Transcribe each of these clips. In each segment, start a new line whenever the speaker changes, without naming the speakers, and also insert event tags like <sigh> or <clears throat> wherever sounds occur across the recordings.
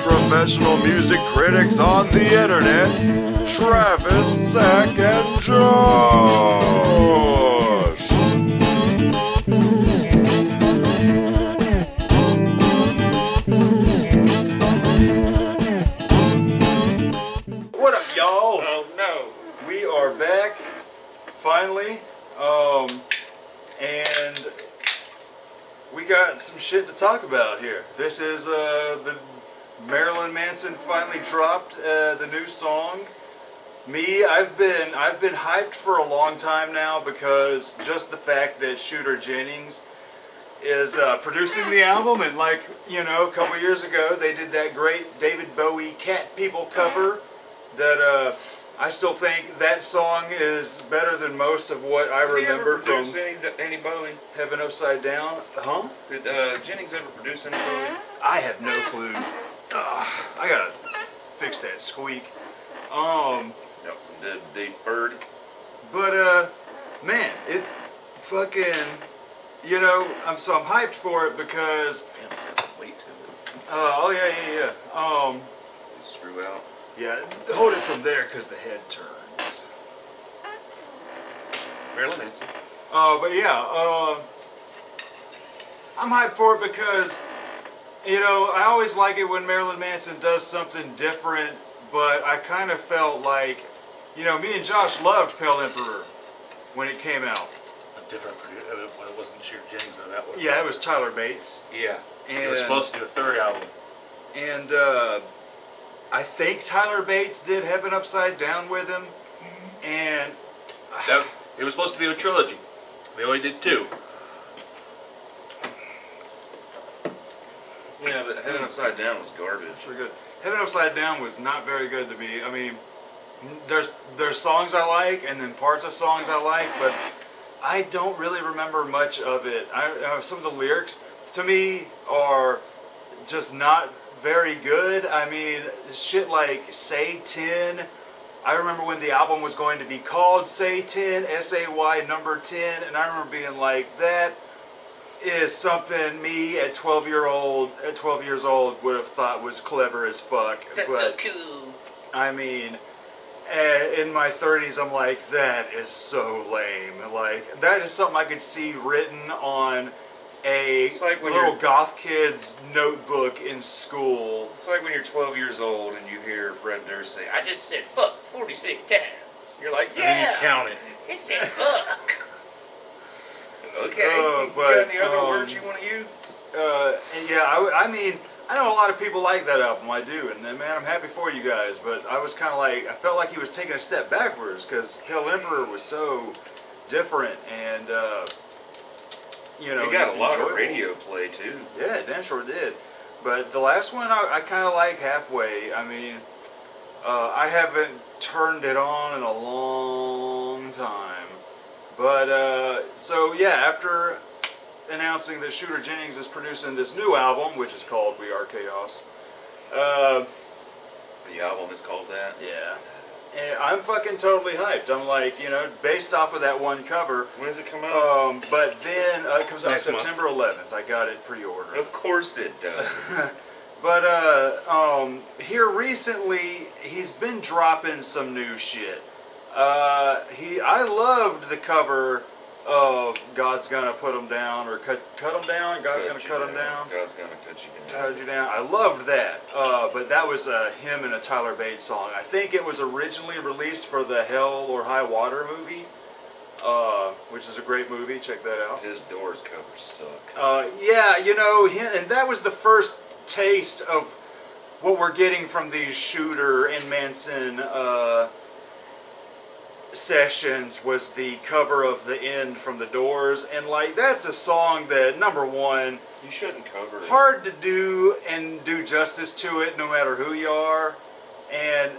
professional music critics on the internet, Travis, Zach, and Josh. What up, y'all?
Oh no.
We are back, finally, um, and we got some shit to talk about here. This is uh, the Marilyn Manson finally dropped uh, the new song. Me, I've been I've been hyped for a long time now because just the fact that Shooter Jennings is uh, producing the album, and like you know, a couple years ago they did that great David Bowie "Cat People" cover. That uh, I still think that song is better than most of what I
Did he
remember
ever produce
from
any, any Bowie?
Heaven Upside Down. Huh?
Did uh, Jennings ever produce any Bowie?
I have no clue. Ugh, I gotta fix that squeak. Um,
Nelson did Dave Bird.
but uh, man, it fucking, you know, I'm so I'm hyped for it because,
Damn, that's way too
uh, oh yeah, yeah, yeah. Um,
Screw out.
yeah, hold it from there because the head turns.
Marilyn Manson.
Uh, but yeah, uh, I'm hyped for it because, you know, I always like it when Marilyn Manson does something different, but I kind of felt like, you know, me and Josh loved Pale Emperor when it came out.
a different producer. It wasn't Sheer Jennings though. That was
Yeah, it was Tyler Bates.
Yeah.
And,
They were supposed to do a third album.
and uh, I think Tyler Bates did Heaven Upside Down with him. And
That, it was supposed to be a trilogy. They only did two.
Yeah, but Heaven Upside Down was garbage.
pretty good. Heaven Upside Down was not very good to me. I mean, n- there's there's songs I like, and then parts of songs I like, but I don't really remember much of it. I, uh, some of the lyrics to me are just not very good. I mean, shit like "Say 10. I remember when the album was going to be called "Say 10, S A Y number ten, and I remember being like that is something me at 12 year old at 12 years old would have thought was clever as fuck
That's so
but
cool.
i mean eh, in my 30s i'm like that is so lame like that is something i could see written on a
It's like when
little
you're-
goth kid's notebook in school
It's like when you're 12 years old and you hear Fred Durst say, "I just said fuck 46 times." You're like,
And then you
"Yeah."
count it.
It said fuck.
Okay.
Oh,
you
but,
got any other
um,
words you want to use?
uh, and yeah, I, w- I mean, I know a lot of people like that album. I do, and then, man, I'm happy for you guys. But I was kind of like, I felt like he was taking a step backwards because Pale Emperor was so different, and uh, you know,
It got a lot of
enjoyable.
radio play too.
Yeah, it damn sure did. But the last one, I, I kind of like halfway. I mean, uh, I haven't turned it on in a long time. But uh, so yeah, after announcing that Shooter Jennings is producing this new album, which is called We Are Chaos. Uh,
The album is called that.
yeah. And I'm fucking totally hyped. I'm like, you know, based off of that one cover.
When does it come out?
Um, but then uh, it comes out
Next month.
September 11th. I got it pre-ordered.
of course it does.
<laughs> but uh, um, here recently, he's been dropping some new shit. Uh, he, I loved the cover of "God's Gonna Put 'Em Down" or "Cut Cut 'Em Down." God's
Cut
gonna
you
cut 'em down.
God's gonna cut you down.
Cut you down. I loved that. Uh, but that was uh, him and a Tyler Bates song. I think it was originally released for the Hell or High Water movie, uh, which is a great movie. Check that out.
His doors covers suck.
Uh, yeah, you know, he- and that was the first taste of what we're getting from these Shooter and Manson uh, sessions was the cover of the end from the Doors, and like that's a song that number one
You shouldn't cover it.
hard to do and do justice to it no matter who you are. And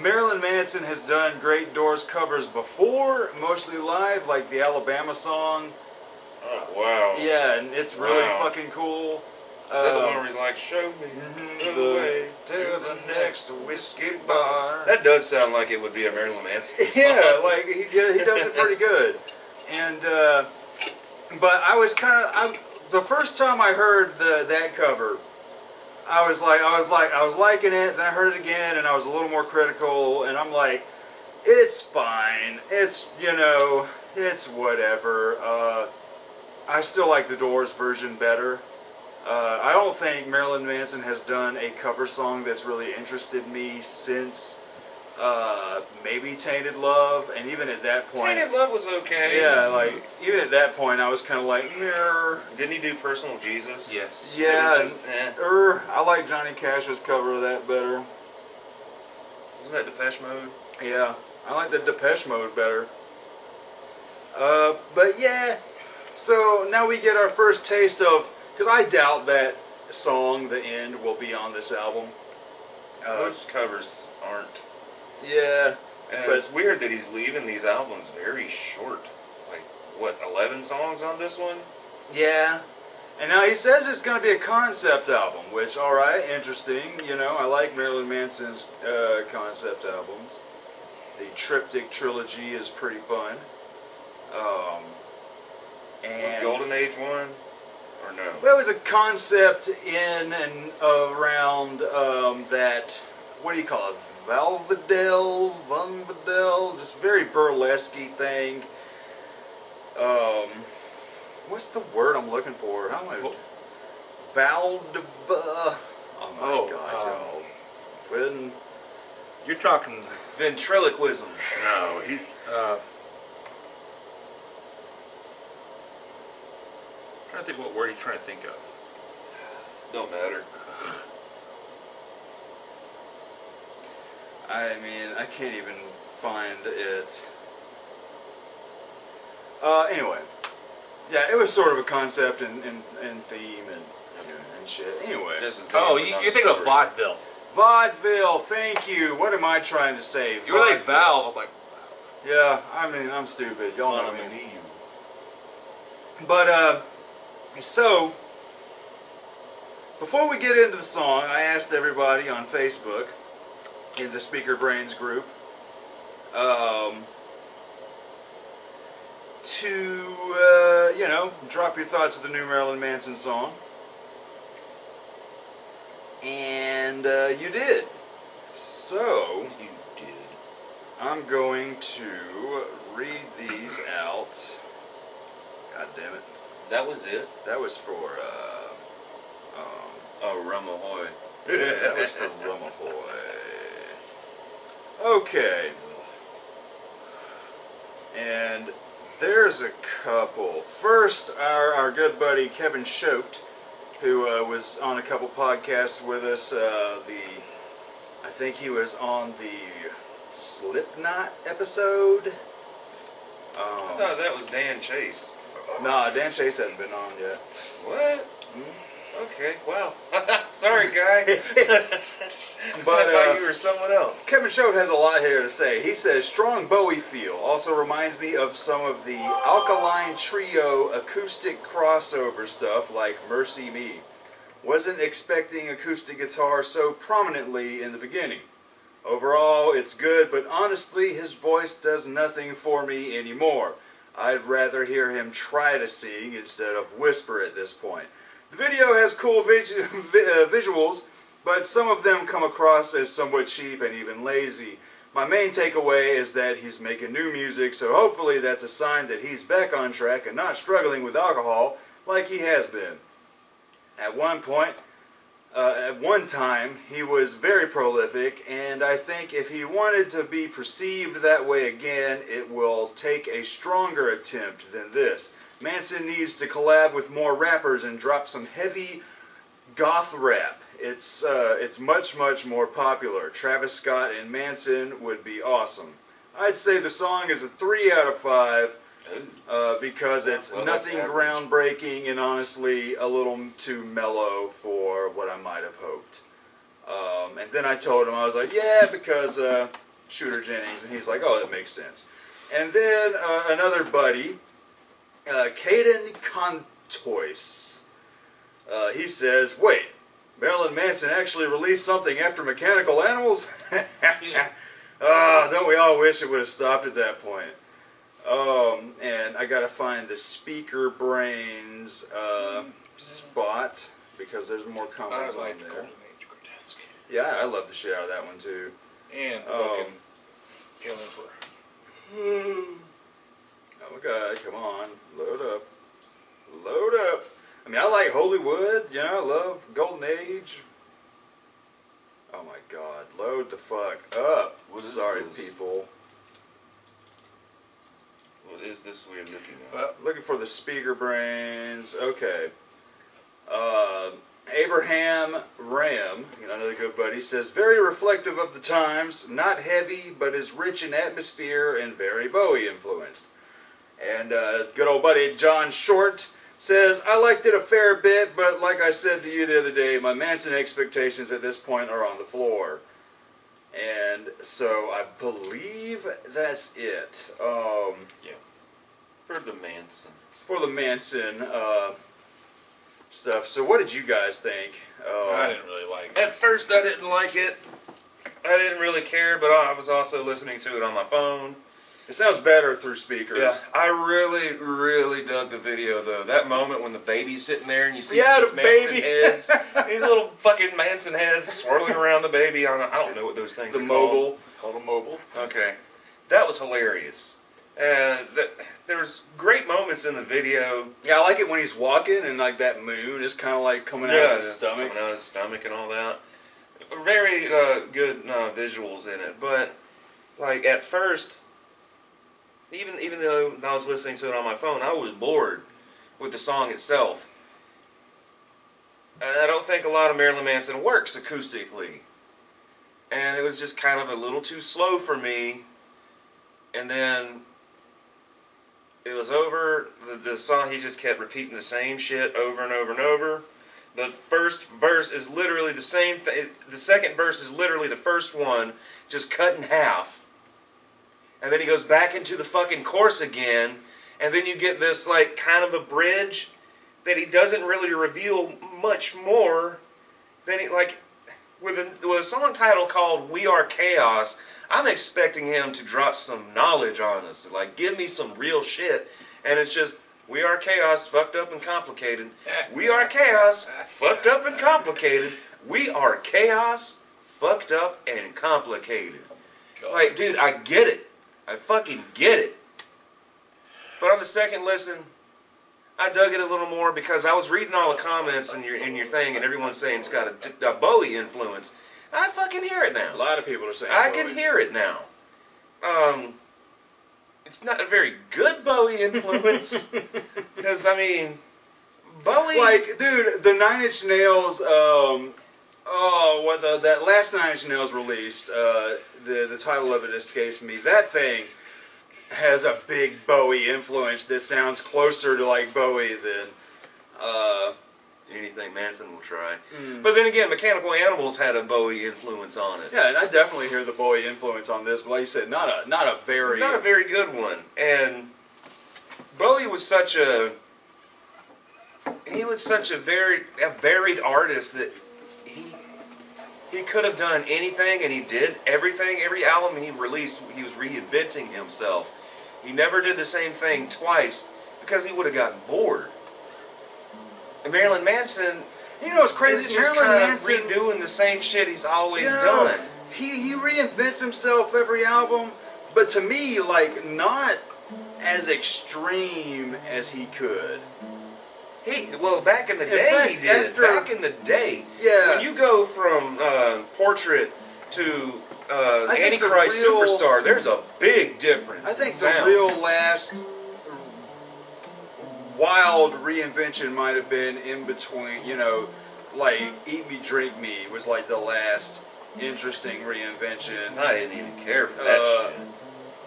Marilyn Manson has done great Doors covers before, mostly live, like the Alabama song.
Oh, wow.
Yeah, and it's really
Wow.
fucking cool.
Is that the one
Um,
where he's like, show me
mhm,
the
the-
way
to the next whiskey bar.
That does sound like it would be a Marilyn Manson.
<laughs> yeah,
song.
like he do- he does it pretty good. And uh, but I was kind of I the first time I heard the that cover, I was like, I was like, I was liking it. Then I heard it again, and I was a little more critical. And I'm like, it's fine. It's you know, it's whatever. Uh, I still like the Doors version better. Uh, I don't think Marilyn Manson has done a cover song that's really interested me since uh, maybe Tainted Love, and even at that point,
Tainted Love was okay.
yeah, like even at that point, I was kind of like, "Meh."
Didn't he do Personal Jesus?
Yes.
It
Yeah.
Was just, eh.
Er, I like Johnny Cash's cover of that better.
Wasn't that Depeche Mode?
Yeah, I like the Depeche Mode better. Uh, but yeah, so now we get our first taste of because I doubt that song, "The End," will be on this album. Uh,
Most covers aren't.
yeah,
And
but-
it's weird that he's leaving these albums very short. Like what, eleven songs on this one?
yeah. And now he says it's going to be a concept album, which all right, interesting. You know, I like Marilyn Manson's uh, concept albums. The Triptych trilogy is pretty fun. Um, and
Was Golden Age one? Or no?
Well, it was a concept in and around um, that, what do you call it? Valvadel, Vumvadel, just very burlesque thing. Um, what's the word I'm looking for? I'm like,
Well-
Valdiva. Oh my
Oh,
god,
um,
y'all. When,
You're talking ventriloquism.
No, he-
Uh, trying to think what word he's trying to think of.
Don't matter.
I mean, I can't even find it. Uh, anyway, yeah, it was sort of a concept and, and, and theme and you know, and shit. Anyway,
This is
Oh,
the-
you,
I'm
you're thinking of
sorry.
vaudeville.
vaudeville. Thank you. What am I trying to say?
You were like
Vaudeville.
Valve. I'm like,
Yeah, I mean, I'm stupid. Y'all know me.
Eve.
But uh, so before we get into the song, I asked everybody on Facebook in the Speaker Brains group um, to uh, you know drop your thoughts of the new Marilyn Manson song, and uh, you did. So
You did.
I'm going to read these out. God damn it.
That was it.
That was for uh, um,
Oh, rum <laughs> ahoy.
yeah, that was for Rumahoy. Okay. And there's a couple. First, our, our good buddy Kevin Schocht, who uh, was on a couple podcasts with us. Uh, the I think he was on the Slipknot episode.
I thought
Um,
that was Dan Chase.
nah, Dan Chase hasn't been on yet.
What?
Hmm?
Okay, wow. <laughs> Sorry, <laughs> guy. I
But, uh,
thought you were someone else.
Kevin Schode has a lot here to say. He says, strong Bowie feel also reminds me of some of the Alkaline Trio acoustic crossover stuff like Mercy Me. Wasn't expecting acoustic guitar so prominently in the beginning. Overall, it's good, but honestly, his voice does nothing for me anymore. I'd rather hear him try to sing instead of whisper at this point. The video has cool visu- <laughs> vi- uh, visuals, but some of them come across as somewhat cheap and even lazy. My main takeaway is that he's making new music, so hopefully that's a sign that he's back on track and not struggling with alcohol like he has been. At one point, uh, at one time, he was very prolific, and I think if he wanted to be perceived that way again, it will take a stronger attempt than this. Manson needs to collab with more rappers and drop some heavy goth rap. It's uh, it's much much more popular. Travis Scott and Manson would be awesome. I'd say the song is a three out of five uh, because it's
Well, that's
nothing
average.
groundbreaking and honestly a little m- too mellow for what I might have hoped. Um, and then I told him I was like, yeah, because uh, Shooter Jennings, and he's like, oh, that makes sense. And then uh, another buddy, uh, Caden Contois, uh, he says, wait. Marilyn Manson actually released something after Mechanical
<laughs>
Animals? <laughs> Ah, don't we all wish it would have stopped at that point? Um, and I gotta find the speaker brains uh, spot because there's more
I
comics
like
on
the
there.
Golden Age Grotesque.
Yeah, I love the shit out of that one too.
And the
Um,
fucking Pale Emperor.
Oh my god, come on, load up, load up. I mean, I like Hollywood. You know, I love Golden Age. Oh my god, load the fuck up.
What is
Sorry,
this?
people.
What is this we're looking at?
Well,
Uh, Looking for the speaker brains. Okay. Uh, Abraham Ram, another good buddy, says very reflective of the times, not heavy, but is rich in atmosphere and very Bowie influenced. And uh, good old buddy John Short says I liked it a fair bit, but like I said to you the other day, my Manson expectations at this point are on the floor. And so I believe that's it. Um,
For the Manson.
for the Manson uh, stuff. So, what did you guys think? Uh,
I didn't really like it.
At first, I didn't like it. I didn't really care, but I was also listening to it on my phone.
It sounds better through speakers.
Yeah, I really, really dug the video though. That moment when the baby's sitting there and you see
Yeah,
these
the
Manson
<laughs> baby.
<laughs>
heads, these little fucking Manson heads swirling around the baby. On a, I don't know what those things
The
are
mogul.
Called a mobile.
called. Okay,
That was hilarious. Uh, th- there was great moments in the video.
Yeah, I like it when he's walking and like that moon is kind of like coming out of his stomach.
coming out of his stomach and all that. Very uh, good uh, visuals in it, but like at first, even even though I was listening to it on my phone, I was bored with the song itself. And I don't think a lot of Marilyn Manson works acoustically, and it was just kind of a little too slow for me. And then it was over. The, the song he just kept repeating the same shit over and over and over. The first verse is literally the same thing. The second verse is literally the first one, just cut in half. And then he goes back into the fucking course again. And then you get this, like, kind of a bridge that he doesn't really reveal much more than he, like, with a, with a song title called We Are Chaos. I'm expecting him to drop some knowledge on us. Like, give me some real shit. And it's just, We Are Chaos, fucked up and complicated. We are chaos, fucked up and complicated. We are chaos, fucked up and complicated.
God.
Like, dude, I get it. I fucking get it. But on the second listen, I dug it a little more because I was reading all the comments in your in your thing, and everyone's saying it's got a, a Bowie influence. I fucking hear it now.
A lot of people are saying.
I
Bowie.
can hear it now. Um, it's not a very good
<laughs>
Bowie <laughs> influence because I mean, Bowie.
Like, dude, the Nine Inch Nails. Um, oh, what the that last Nine Inch Nails released. Uh, the the title of it escapes me. That thing has a big Bowie influence that sounds closer to like Bowie than. Uh,
anything Manson will try.
mm.
But then again, Mechanical Animals had a Bowie influence on it.
Yeah, and I definitely hear the Bowie influence on this, but like you said, not a not a very
Not a very good one. And Bowie was such a he was such a very a varied artist that he he could have done anything and he did everything. Every album he released, he was reinventing himself. He never did the same thing twice because he would have gotten bored. And Marilyn Manson
you know it's
Crazy
crazy.
just
Marilyn
kind of
Manson
redoing the same shit he's always
Yeah.
done.
He he reinvents himself every album, but to me, like not as extreme as he could.
He well back in the
In
day
fact,
he did.
after-
back in the day,
Yeah.
when you go from uh, portrait to uh,
I think the
Antichrist
real-
superstar, there's a big difference.
I
in
think the
sound.
real last wild reinvention might have been in between, you know, like Eat Me, Drink Me was like the last interesting reinvention.
I didn't even care for that
Uh,
shit.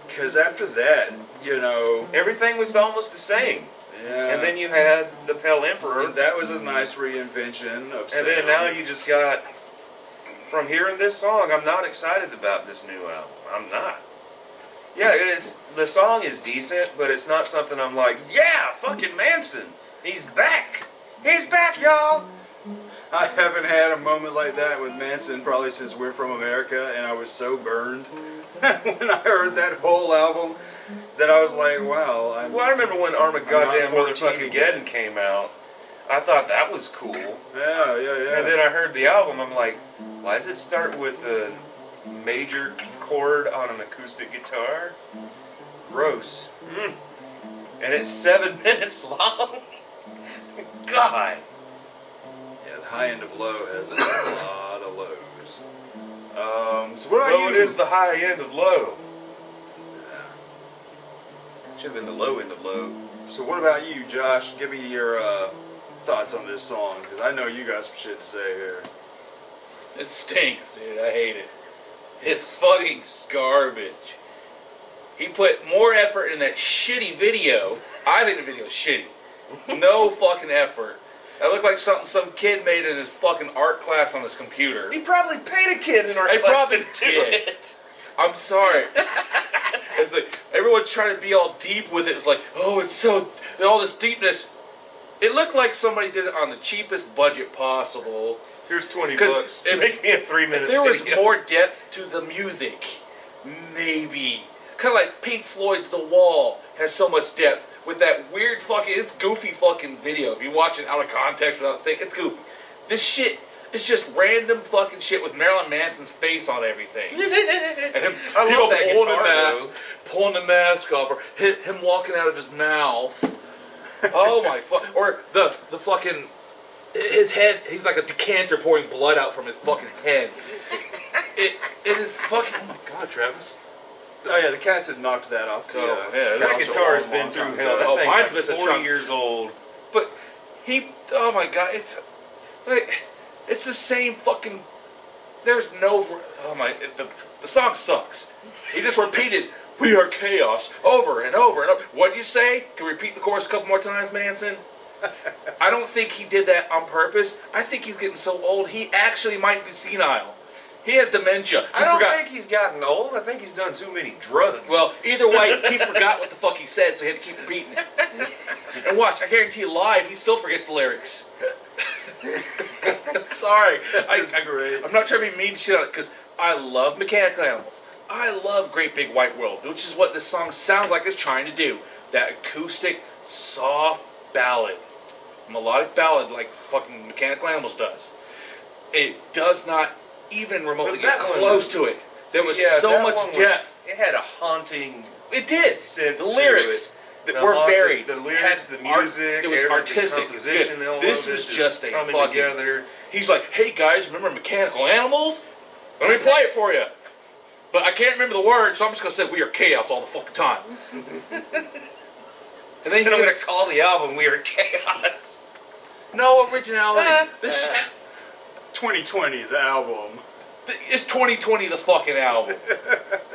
Because after that, you know,
Everything was almost the same,
yeah.
and then you had the Pale Emperor,
And that was a nice reinvention of.
and then now you just got from hearing this song. I'm not excited about this new album. I'm not. Yeah, it's the song is decent, but it's not something I'm like, yeah, fucking Manson, he's back, he's back, y'all.
I haven't had a moment like that with Manson probably since We're From America, and I was so burned <laughs> when I heard that whole album that I was like, wow. I'm,
Well, I remember when Armageddon
I'm not 14
motherfucking Geddon came out. I thought that was cool.
Yeah, yeah, yeah.
And then I heard the album. I'm like, why does it start with a major chord on an acoustic guitar? Gross.
Hmm.
Mm. And it's seven <laughs> minutes long. God.
yeah, the high end of low has a lot of lows. Um, so what are
Well,
you?
it is the high end of low. Should have been the low end of low.
So what about you, Josh? Give me your uh, thoughts on this song, because I know you got some shit to say here. <laughs>
It stinks, dude. I hate it. It's fucking garbage. He put more effort in that shitty video. I think the video's shitty.
<laughs>
No fucking effort. That looked like something some kid made in his fucking art class on his computer.
He probably paid a kid in our
I
class
probably
to do
did.
it.
I'm
<laughs>
sorry. <laughs> it's like everyone's trying to be all deep with it. It's like, oh, it's so all this deepness. It looked like somebody did it on the cheapest budget possible.
Here's twenty
'Cause
bucks.
if-
Make me a three minute.
If there was
video.
more depth to the music, maybe. Kind of like Pink Floyd's The Wall has so much depth with that weird fucking, it's goofy fucking video. If you watch it out of context without thinking, it's goofy. This shit is just random fucking shit with Marilyn Manson's face on
<laughs>
everything. And him,
I
people
love that
pulling
guitar,
the mask, pulling the mask off, or hit him walking out of his mouth. oh my fuck! Or the the fucking his head. He's like a decanter pouring blood out from his fucking head. It it is fucking. Oh my god, Travis.
<laughs> Oh yeah, the cats had knocked that off. the,
Oh,
uh,
yeah,
That
couch a
guitar has
long,
been
long
through
time
hell. That
ago.
Oh,
thing's
mine's
like
missing a
40
chunk.
years old.
But he. Oh my god, it's like it's the same fucking. There's no. Oh my, the the song sucks. He just repeated, "We are chaos" over and over and over. What'd you say? Can you repeat the chorus a couple more times, Manson? I don't think he did that on purpose. I think he's getting so old he actually might be senile. He has dementia.
I
He
don't
forgot-
think he's gotten old. I think he's done too many drugs.
Well, either way, he forgot what the fuck he said, so he had to keep repeating it. And watch, I guarantee you, live, he still forgets the lyrics. <laughs> Sorry. I,
That's great.
I, am not trying to be mean shit on it because I love mechanical animals. I love Great Big White World, which is what this song sounds like it's trying to do. That acoustic, soft ballad, melodic ballad like fucking Mechanical Animals does. It does not even remotely
But
get
that one-
close to it. There was
Yeah,
so
that
much
one was-
depth.
it had a <laughs> haunting.
It did.
sense
the
to
lyrics
it.
that
The
were
art-
varied.
the lyrics,
had
the
art-
music,
it was
everything,
artistic. it was good.
composition, all
This
of it
was
just
just a
coming
fucking.
together.
He's like, hey guys, remember Mechanical Animals? Let me play it for you. But I can't remember the words, so I'm just gonna say we are chaos all the fucking
<laughs>
time.
And then
he
I'm gonna
was-
call the album "We Are Chaos."
No originality. this
2020, the album.
<laughs> it's 2020, the fucking album.
<laughs>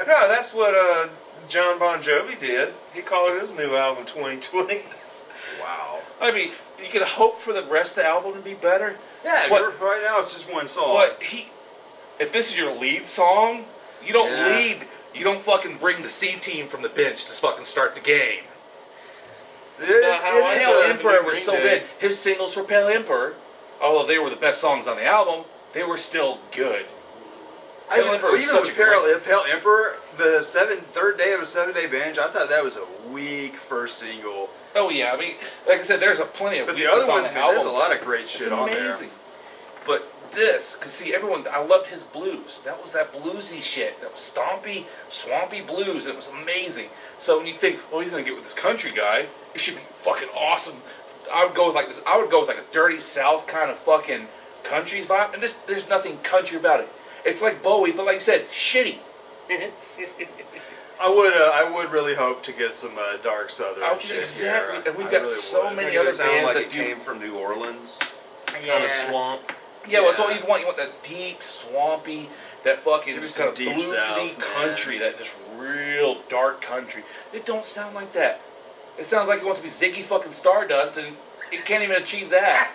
No, that's what uh, John Bon Jovi did. He called his new album 2020.
<laughs> wow.
I mean, you can hope for the rest of the album to be better,
Yeah,
What-
you're- right now it's just one song.
But he, if this is your lead song, you don't
Yeah.
lead. You don't fucking bring the C team from the bench to fucking start the game.
It-
Now, how
it
I
is
Pale
feel-
a-
Emperor was
Green
so
Day.
big. His singles for Pale Emperor, although they were the best songs on the album, they were still good.
I
Pale
mean,
Emperor was
even
such
with
a
Pale,
great-
Pale Emperor, the seven, third day of a seven day binge, I thought that was a weak first single.
Oh yeah, I mean, like I said, there's a plenty of
But the
weakness
other
on
ones,
the
man,
album.
there's a lot of great shit
It's
on there.
amazing. But this, cause see, everyone, I loved his blues. That was that bluesy shit. That was stompy, swampy blues. It was amazing. So when you think, well, he's gonna get with this country guy, it should be fucking awesome. I would go with like this. I would go with like a dirty South kind of fucking country vibe. And this, there's nothing country about it. It's like Bowie, but like you said, shitty.
I would, uh, I would really hope to get some uh, dark southern
I-
shit
Oh, exactly,
here.
and we've
I
got
really
so
would.
many
Make
other
it sound
bands
like
that
it
do-
came from New Orleans, kind of
Yeah.
swamp.
Yeah, well, that's all
Yeah.
you want. You want that deep, swampy, that fucking
Give me
just kind of
some deep
bluesy
south, man.
country, that just real dark country. It don't sound like that. It sounds like it wants to be Ziggy fucking Stardust, and it can't even achieve
<laughs>
that.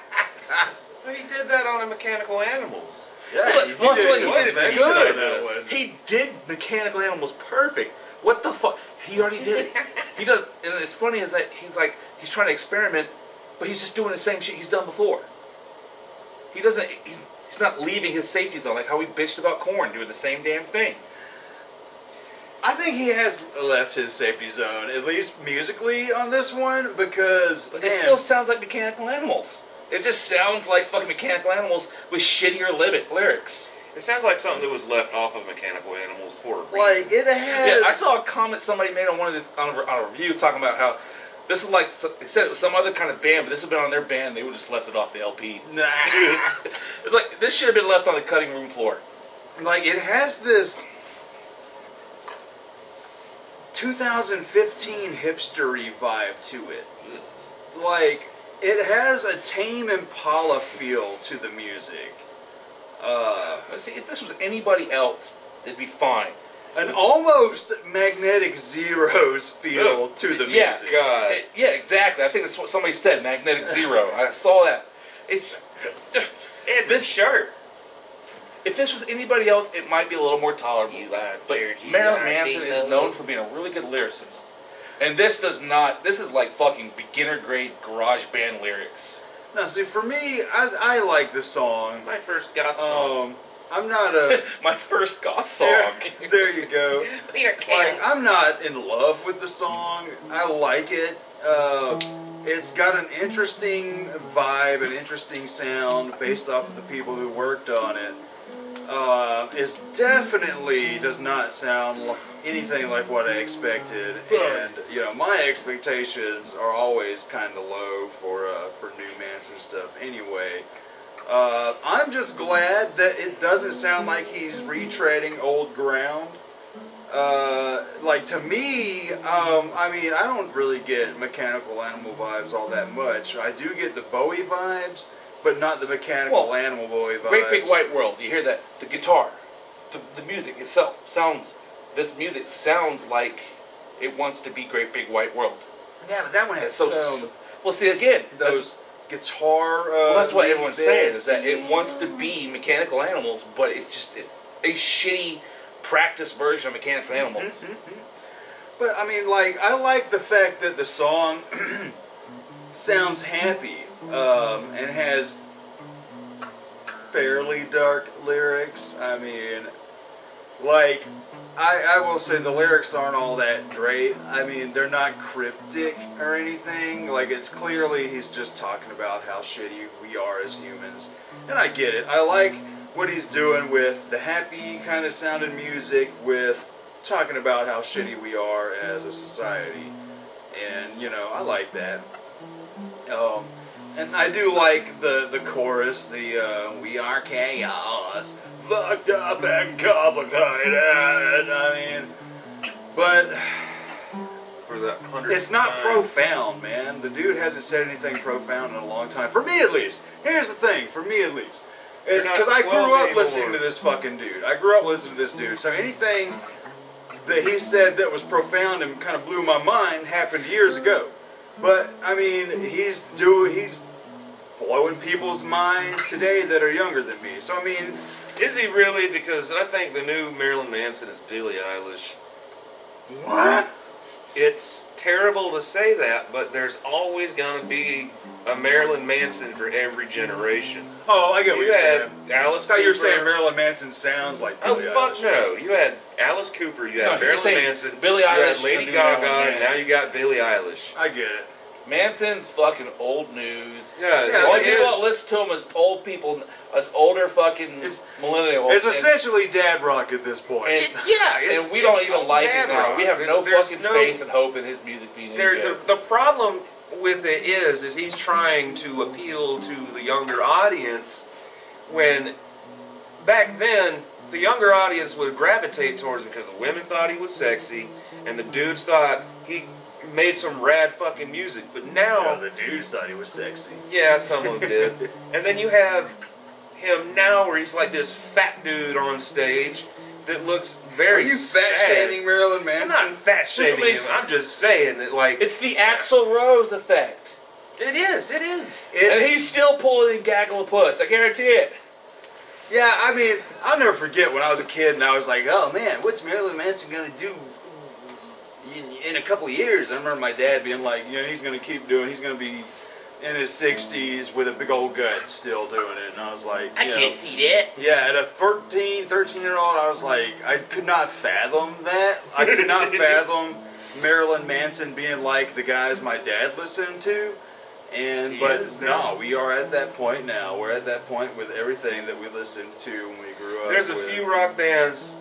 Well, he did that on a Mechanical Animals.
Yeah,
But
you
once
did
again,
good,
wait a
man.
second,
You said that
good.
one.
He did Mechanical Animals perfect. What the fuck? He already did it. He does, and it's funny is that he's like he's trying to experiment, but he's just doing the same shit he's done before. He doesn't. He's, he's not leaving his safety zone like how we bitched about corn doing the same damn thing.
I think he has left his safety zone, at least musically on this one, because
But it
man,
still sounds like mechanical animals. It just sounds like fucking mechanical animals with shittier limit lyrics.
It sounds like something that was left off of Mechanical Animals for a reason.
Like it has.
Yeah, I saw a comment somebody made on one of the on a, on a review talking about how this is like they said it was some other kind of band, but this has been on their band. They would just left it off the LP.
Nah.
<laughs> It's like this should have been left on the cutting room floor.
like it has this 2015 hipstery vibe to it. Like it has a Tame Impala feel to the music. Uh,
Uh, See, if this was anybody else, it'd be fine.
an almost magnetic zeros feel to the music.
Yeah,
God.
Uh, yeah, exactly. I think that's what somebody said.
<laughs>
Magnetic Zero. I saw that. It's
And this shirt.
if this was anybody else, it might be a little more tolerable. but Marilyn Manson is known for being a really good lyricist, and this does not. This is like fucking beginner grade garage
<laughs>
band lyrics. <laughs>
Now, see, for me, I, I like the song.
My first goth song.
Um, I'm not
<laughs>
a
My first goth song.
There, there you go.
Peter
Like,
Kay.
I'm not in love with the song. I like it. Uh, it's got an interesting vibe, an interesting sound based off of the people who worked on it. Uh, it definitely does not sound li- anything like what I expected, and you know my expectations are always kind of low for uh, for new Manson stuff. Anyway, uh, I'm just glad that it doesn't sound like he's retreading old ground. Uh, like to me, um, I mean, I don't really get mechanical animal vibes all that much. I do get the Bowie vibes, but not the mechanical
Well,
animal Bowie vibes.
Great Big White World. You hear that? The guitar, the, the music itself sounds. This music sounds like it wants to be Great Big White World.
Yeah, but that one has
It's so.
some-
well, see again. that's-
those guitar. Uh,
well, that's what
lead
everyone's
bits.
saying is that it wants to be mechanical animals, but it just it's a shitty practice version of mechanical
Mm-hmm.
animals.
But I mean, like, I like the fact that the song <clears throat> sounds happy um, and has fairly dark lyrics. I mean, like, I, I will say the lyrics aren't all that great. I mean, they're not cryptic or anything. Like, it's clearly he's just talking about how shitty we are as humans. And I get it. I like what he's doing with the happy kind of sounding music, with talking about how shitty we are as a society. And, you know, I like that. Um, and I do like the, the chorus, the uh, We Are Chaos, fucked up and complicated. I mean, but
For that hundred.
it's not profound, man. The dude hasn't said anything profound in a long time. For me, at least. Here's the thing. For me, at least. It's
You're not
because I grew
12
up
anymore.
listening to this fucking dude. I grew up listening to this dude. So anything that he said that was profound and kind of blew my mind happened years ago. But I mean, he's do he's blowing people's minds today that are younger than me. So I mean,
Is he really? Because I think the new Marilyn Manson is Billie Eilish.
what?
It's terrible to say that, but there's always going to be a Marilyn Manson for every generation.
Oh, I get what
You
you're
had
saying.
Alice
That's how you're
Cooper.
saying Marilyn Manson sounds like.
Oh
Billie Eilish.
fuck no! You had Alice Cooper, you had
No, you're
Marilyn
saying
Manson,
Billie
you had
Eilish,
Lady
the new
Gaga,
Marilyn
and now
Manson.
you got Billie Eilish.
I get it.
Manson's fucking old news.
Yeah,
Yeah,
the only
it
people that
is.
listen to him is old people, us older fucking
It's-
millennials.
It's
and-
essentially dad rock at this point.
And-
It's- yeah,
and we don't even like it
bad
now.
rock.
We have no
There's
fucking
no-
faith and hope in his music being any
There,
good.
the, the problem with it is, is he's trying to appeal to the younger audience. When back then, the younger audience would gravitate towards him because the women thought he was sexy, and the dudes thought he made some rad fucking music. But now,
Well, the dudes thought he was sexy.
yeah, some of them did. And then you have him now, where he's like this fat dude on stage that looks
Are
very
you fat
sad.
shaming Marilyn
I'm
Manson?
not fat shaming him. I'm just saying that, like,
it's the Axl Rose effect.
it is, it is.
It's-
and he's still pulling in Gagglepuss. I guarantee it.
yeah, I mean, I'll never forget when I was a kid and I was like, oh man, what's Marilyn Manson gonna do in, in a couple years? I remember my dad being like, you know, he's gonna keep doing, he's gonna be in his 60s with a big old gut still doing it. And I was like,
I
you know,
can't see that.
Yeah, at a 13, 13 year old, I was like, I could not fathom that. I
<laughs>
could not fathom Marilyn Manson being like the guys my dad listened to. And
He is
but
now.
no, we are at that point now. We're at that point with everything that we listened to when we grew up.
There's a
with.
few rock bands.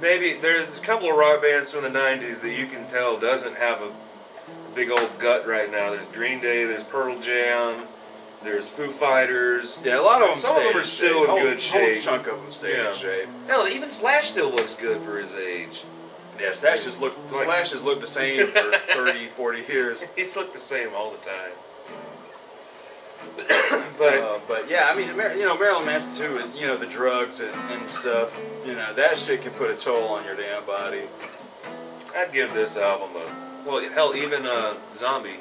Maybe there's a couple of rock bands from the '90s that you can tell doesn't have a big old gut right now. There's Green Day, there's Pearl Jam, there's Foo Fighters.
Yeah, a lot of them.
Some of
stayed
them
in
are still
shape.
in
Whole-
good shape.
Whole chunk of them stayed
Yeah.
in shape.
Hell, even Slash still looks good for his age.
Yeah, Slash has looked
Like-
Slash has looked the same for
<laughs>
30, 40 years.
He's looked the same all the time. <coughs> but
uh, but yeah, I mean, Mar- you know, Marilyn Manson too, and, you know, the drugs and, and stuff. You know, that shit can put a toll on your damn body.
I'd give this album a well, hell, even uh, Zombie,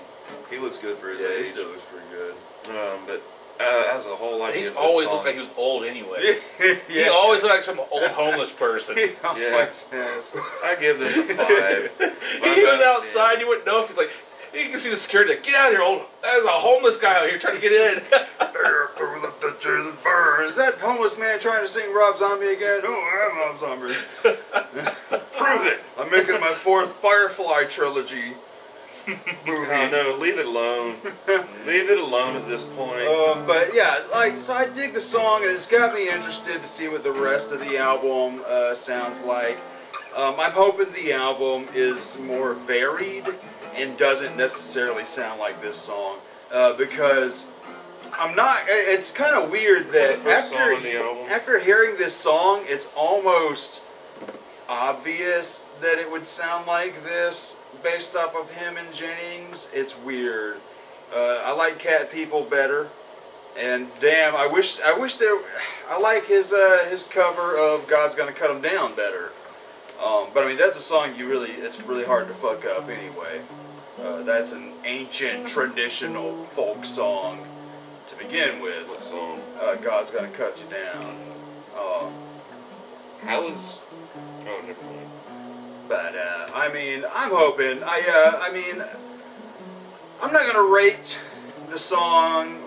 he looks good for his age.
looks pretty good.
Um, but uh, as a whole, I
He's
give this
always
song-
looked like he was old anyway.
<laughs> yeah.
He
<laughs>
always looked like some <laughs> old homeless person.
<laughs> Yeah. I give this
<laughs>
a five.
he was outside. You wouldn't know if he's like. You can see the security. Like, get out of here, old. There's a homeless guy out here trying to get in.
Through the ditches and burn. Is that homeless man trying to sing Rob Zombie again? Oh, I'm Rob Zombie. Prove it. I'm making my <laughs> fourth Firefly trilogy movie.
Oh, no, leave it alone. leave it alone at this
<laughs>
point.
Um, but yeah, like so, I dig the song, and it's got me interested to see what the rest of the album uh, sounds like. Um, I'm hoping the album is more varied and doesn't necessarily sound like this song uh, because I'm not. it- It's kind of weird that
the first
after
song on the album.
after hearing this song, it's almost obvious that it would sound like this based off of him and Jennings. It's weird. Uh, I like Cat People better, and damn, I wish I wish there. I like his uh, his cover of God's Gonna Cut 'Em Down better. Um, but I mean, that's a song you really it's really hard to fuck up anyway. Uh, that's an ancient traditional folk song to begin with.
What song?
Uh, God's gonna cut you down. Um,
I was. Oh, never mind.
But uh, I mean, I'm hoping. I uh, I mean, I'm not gonna rate the song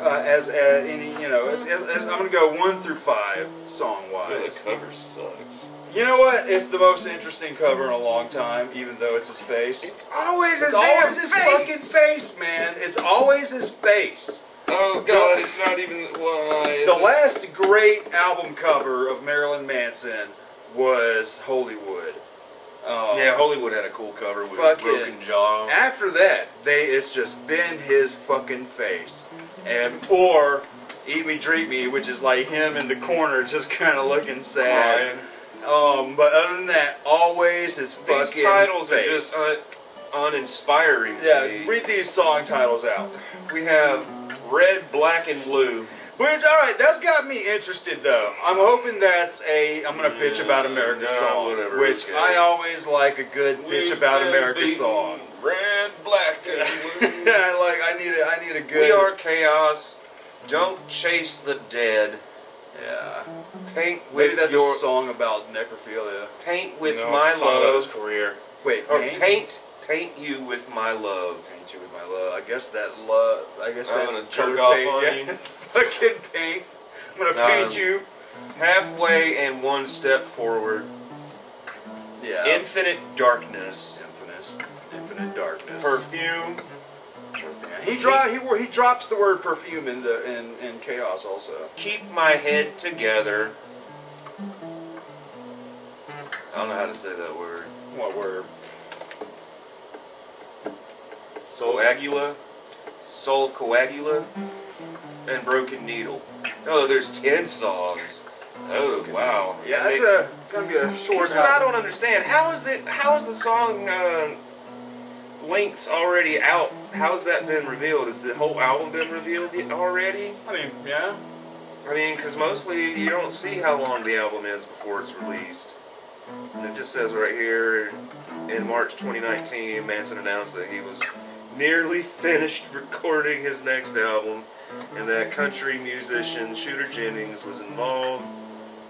uh, as uh, any you know. As, as, as I'm gonna go one through five song
Yeah,
wise.
the cover sucks.
You know what? It's the most interesting cover in a long time, even though it's his face. It's,
always
always his fucking face, man. It's always his face.
<laughs> Oh God, it's not even. Why?
The last great album cover of Marilyn Manson was Hollywood. Um,
yeah, Hollywood had a cool cover with
Fucking-
broken jaw.
After that, they it's just been his fucking face, and or Eat Me, Treat Me, which is like him in the corner, just kind of looking sad.
Crying.
Um, but other than that, always his
These
fucking.
titles
face.
are just un- uninspiring to
yeah,
me.
read these song titles out.
we have red, black, and blue.
Which, all right, that's got me interested though. I'm hoping that's a I'm gonna bitch about America
No,
song,
whatever,
which
okay.
I always like a good bitch about America song.
Red, black, and
<laughs>
blue.
I like I need a I need a good.
We are chaos. Don't chase the dead.
yeah.
Paint with
Maybe that's
your
a song about necrophilia.
paint with
No,
my
it's not about
love.
his career.
Wait,
Or
paint?
paint paint you with my love.
Paint you with my love. I guess that love. I guess
I'm
that
gonna
color
jerk off
paint-
on
yeah.
you.
<laughs>
Um,
Fucking paint. I'm gonna
No.
paint you.
Halfway and one step forward.
Yeah.
Infinite darkness.
Infinite, infinite darkness.
Perfume.
Yeah, He dro- he wor- he drops the word perfume in the in, in chaos also.
Keep my head together. I don't know how to say that word.
What word?
Coagula, Soul Coagula, and Broken Needle. Oh, there's ten songs. Oh wow.
Yeah,
And
that's
they-
a gonna be a short
Here's what I
album.
don't understand. How is the how is the song uh, links already out? How has that been revealed? Has the whole album been revealed yet already?
I mean, yeah.
I mean, because mostly you don't see how long the album is before it's released. And it just says right here in March 2019, Manson announced that he was nearly <laughs> finished recording his next album, and that country musician Shooter Jennings was involved.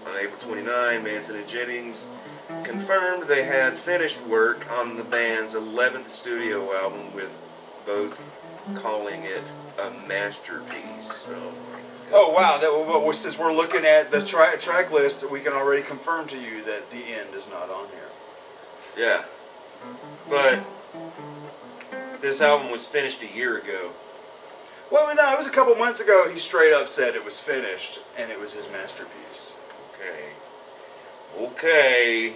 On April 29, Manson and Jennings confirmed they had finished work on the band's 11th studio album, with both calling it a masterpiece. So.
Oh wow, that well, well, since we're looking at the tra- track list, we can already confirm to you that the end is not on here.
Yeah. But This album was finished a year ago.
Well, no, it was a couple months ago. He straight up said it was finished and it was his masterpiece.
Okay. Okay.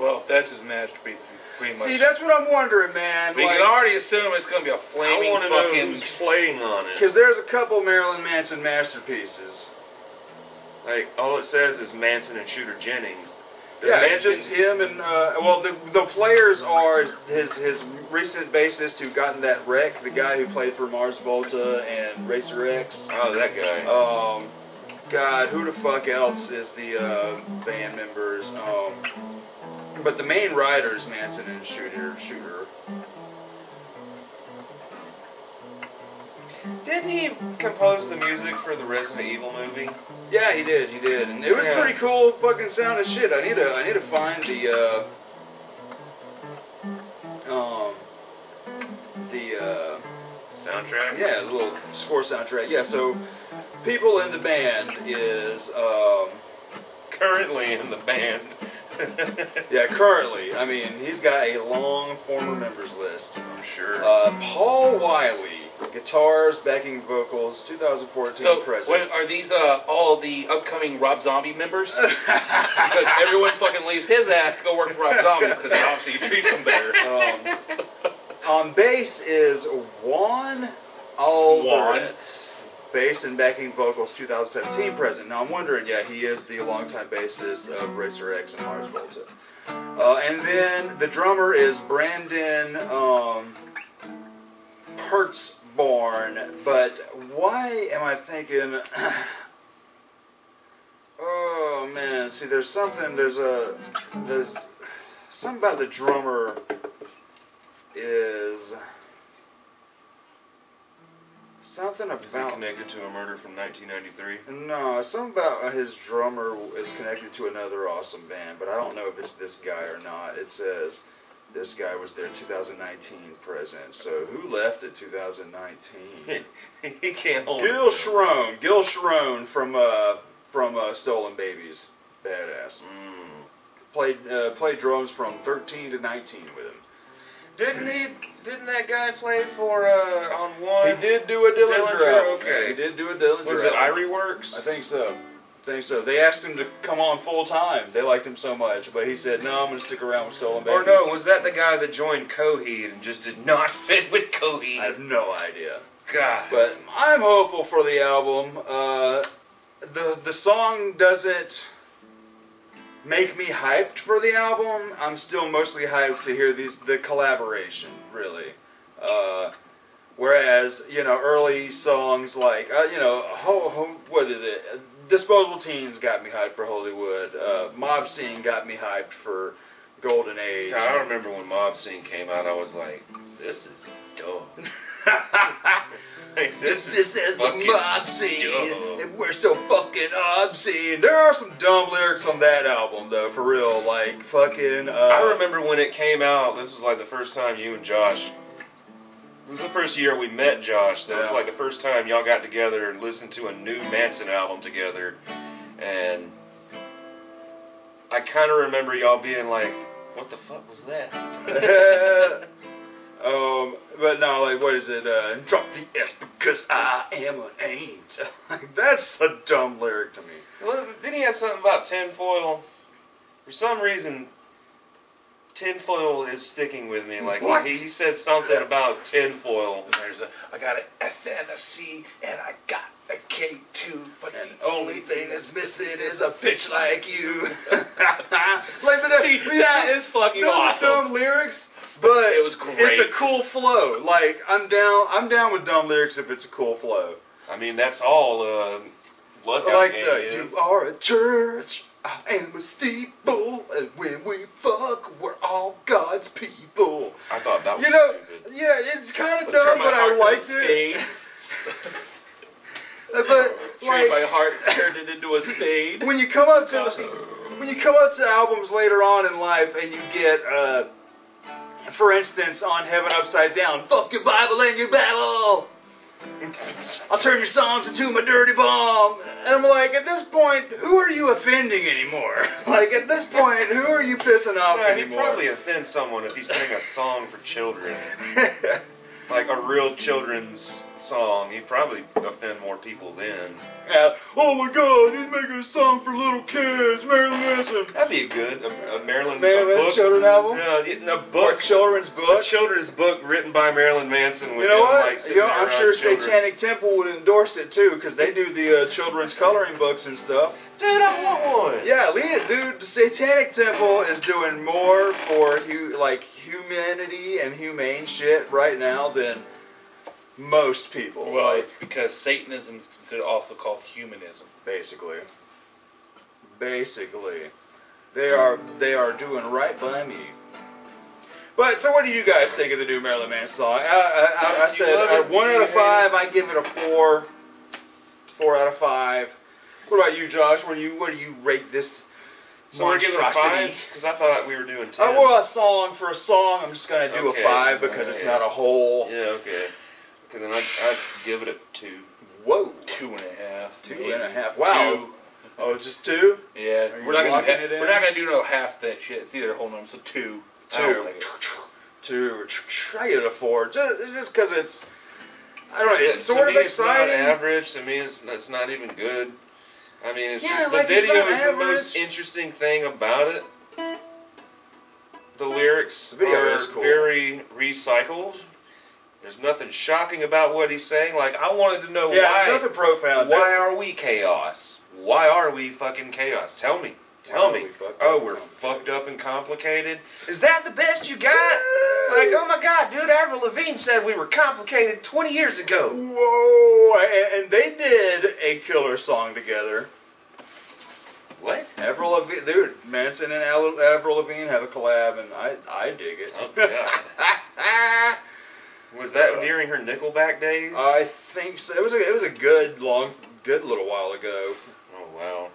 Well, that's his masterpiece, pretty much.
See, that's what I'm wondering, man.
we can already assume it's gonna be a
I
flaming
want to know
fucking.
who's playing on it.
because there's a couple Marilyn Manson masterpieces.
Like all it says is Manson and Shooter Jennings. Does
Yeah, it's
Manson,
just him and uh, well, the the players are his his recent bassist who got in that wreck, the guy who played for Mars Volta and Racer X.
Oh, that guy.
Um, God, who the fuck else is the uh, band members? Um, but the main writers, Manson and Shooter, Shooter.
Didn't he compose the music for the Resident Evil movie?
Yeah, he did, he did, and it was
Yeah.
pretty cool, fucking sound as shit. I need to, I need to find the, uh, um, the, uh,
Soundtrack?
yeah, the little score soundtrack. Yeah, so people in the band is, um,
Currently in the band. <laughs>
yeah, currently. I mean, he's got a long former members list.
I'm sure.
Uh, Paul Wiley, guitars, backing vocals, 2014
So,
present. <laughs>
what, are these uh, all the upcoming Rob Zombie
<laughs>
members? Because everyone fucking leaves his ass to go work for Rob Zombie because obviously he treats them better.
um, <laughs> on bass is Juan Alvarez. Bass and backing vocals, 2017 present. Now I'm wondering, yeah, he is the longtime bassist of Racer X and Mars Volta. Uh, and then the drummer is Brandon um, Hertzborn. But why am I thinking? <sighs> oh man, see, there's something. There's a there's something about the drummer is something
Is it
about
connected to a murder from 1993?
no, something about his drummer is connected to another awesome band, but I don't know if it's this guy or not. It says this guy was there 2019 present. So who left in 2019?
<laughs> he can't hold
Gil
it.
Sharon, Gil Sharon from uh from uh, Stolen Babies, badass.
Mm.
Played uh, played drums from 13 to 19 with him.
Didn't he? Didn't that guy play for uh, on one?
He did do a Dillinger,
Dillinger,
album.
okay.
man. He did do a Dillinger.
Was it
album.
Irie Works?
I think so. think so. They asked him to come on full time. They liked him so much, but he said, "No, I'm gonna stick around with Stolen
Or
Babies."
no, Oh, was that the guy that joined Coheed and just did not <laughs> fit with Coheed?
I have no idea.
God.
But I'm hopeful for the album. Uh, the the song doesn't make me hyped for the album. I'm still mostly hyped to hear these the collaboration, really. Uh, whereas you know early songs like uh, you know ho, ho, what is it? Disposable Teens got me hyped for Hollywood. Uh, Mob Scene got me hyped for Golden
<laughs>
Age. <laughs>
God, I remember when Mob Scene came out, I was like, this is dumb. Like, this is fucking dumb.
and We're so fucking obscene. There are some dumb lyrics on that album, though, for real. Like, fucking. Uh,
I remember when it came out, this was like the first time you and Josh. It was the first year we met Josh, so it was
Yeah.
like the first time y'all got together and listened to a new Manson album together. And I kind of remember y'all being like, what the fuck was that?
<laughs> um, but no, like, what is it? Uh, drop the S because I am an ain't. <laughs> like, that's a dumb lyric to me.
Well, then he has something about tinfoil. For some reason, tinfoil is sticking with me. Like
What?
He, he said something about tinfoil.
There's a, I got an S and a C and I got a K too, but
And oh,
the
only thing that's missing is a bitch like
<laughs>
you. like, but <laughs> that,
that is fucking
those are
awesome.
dumb lyrics, but
It was great.
It's a cool flow. Like I'm down. I'm down with dumb lyrics if it's a cool flow.
I mean, that's all uh, Bloodhound
like
Gang
the
is.
you are a church. I am a steeple, and when we fuck, we're all God's people.
I thought that was
You know,
stupid.
yeah, it's kind of
But
dumb,
turn my
but I
heart
liked
to a
it. <laughs> but
Treat
like,
my heart turned it into a spade.
<laughs> when you come up to when you come up to albums later on in life and you get uh for instance on heaven upside down fuck your bible and your bible i'll turn your psalms into my dirty bomb and i'm like at this point who are you offending anymore <laughs> like at this point who are you pissing off
Yeah, uh,
<laughs>
he
anymore
probably offends someone if he sang a song for children. like a real children's song, he'd probably offend more people then.
Yeah. Oh my God, he's making a song for little kids. Marilyn Manson.
That'd be a good a, a
Marilyn
Marilyn a
Manson
book.
children's album?
No, getting a
Or
book,
a children's
a
book.
children's book written by Marilyn Manson. With
You know
him,
what?
Like,
you
sitting
know,
there
I'm
around
sure
children.
Satanic Temple would endorse it too, because they do the uh, children's coloring books and stuff.
Dude, I want one.
Yeah, Leah, dude, Satanic Temple is doing more for hu- like humanity and humane shit right now than most people.
Well,
like,
it's because Satanism is considered also called humanism.
basically, basically, they are they are doing right by me. But so, what do you guys think of the new Marilyn Manson song? I, I, I, I
You
said
love
uh,
it,
one out
you
of
hate
five. I give it a four. Four out of five. What about you, Josh? What do you what do you rate this?
So we're giving it
monstrosity?
fives because I thought we were doing ten.
I well, a song for a song. I'm just gonna do
Okay,
a five because it's
okay.
not a whole.
Yeah, okay. Okay, then I'd, I'd give it a two.
Whoa,
Two and a half.
two
maybe.
and a half. Wow. Oh, just two.
Two. Yeah,
Are you
we're not gonna
locking
ha-
it in?
we're not gonna do no half that shit. It's either a whole number, so two. I don't
Two.
like it.
Two. I get a four. Just just because it's. I don't know.
It-
It's sort
to
of
me,
exciting.
It's not average. To me, it's, it's not even good. I mean, it's
Yeah,
just, the
like, it's
video
not
is
average.
the most interesting thing about it. The lyrics
The video
are
is cool.
very recycled. There's nothing shocking about what he's saying. Like, I wanted to know
yeah,
why.
there's nothing profound.
Why are we chaos? Why are we fucking chaos? Tell me.
Why
Tell
are
me.
we fucked
oh,
up
we're
and
fucked up and complicated. Is that the best you got? Like, oh my god, dude, Avril Lavigne said we were complicated 20 years ago.
Whoa! And, and they did a killer song together.
What?
Avril Lavigne, dude, Manson and Al- Avril Lavigne have a collab, and I I dig it.
Oh, yeah. Was that during her Nickelback days?
<laughs> I think so. It was a it was a good long good little while ago.
oh wow.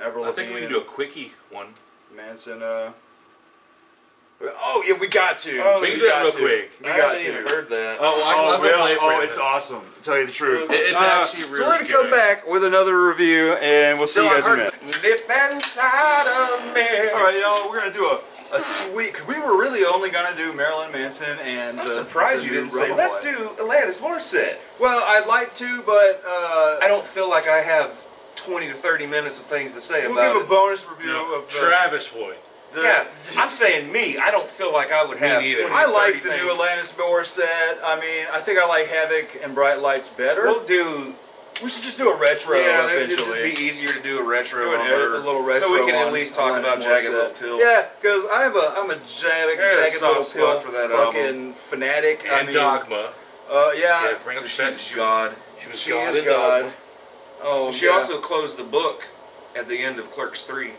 Avril
I think we
Lavigne
can do a quickie one.
and Manson. Uh, oh yeah, we got to.
Oh,
we
we can
do it
got
real
to.
quick.
We
I
got
haven't even
to.
heard that.
Oh, I- I'm gonna play it for you
oh,
in a
it's
minute.
awesome. To tell you the truth,
It-
it's
Uh,
actually
so
really
we're gonna come
good.
back with another review, and we'll see
So
you
I
guys in a
heard
minute.
Dip inside of me.
All right, y'all, we're gonna do a. A sweet. 'cause We were really only gonna do Marilyn Manson and.
I'm
the-
surprised
the
you
new
didn't say.
Rubbermaid.
Let's do Alanis Morissette.
Well, I'd like to, but uh,
I don't feel like I have 20 to 30 minutes of things to say
we'll
about
give a
it.
bonus review of the,
Travis Hoyt.
the
yeah,
<laughs>
I'm saying me. I don't feel like I would
Me
have.
neither.
20 to
I like
30
the new
things.
Alanis Morissette. I mean, I think I like Havoc and Bright Lights better.
We'll do.
we should just do a retro
yeah, it'd just
eventually.
be easier to do a retro
Do an
on
edit-
her.
a little retro
So we can
on
at least talk
Alanis
about Jagged
Morissette.
Little Pill.
Yeah, because I'm a I'm a jagged,
There's a
jagged little
soft
pill
spot for that
fucking
album.
fanatic. I
And
mean,
Dogma.
Uh, yeah,
Yeah, bring up
She's
that.
God.
She was
she
God.
is
in
God.
Dogma.
Oh,
She
yeah.
also closed the book at the end of Clerks 3.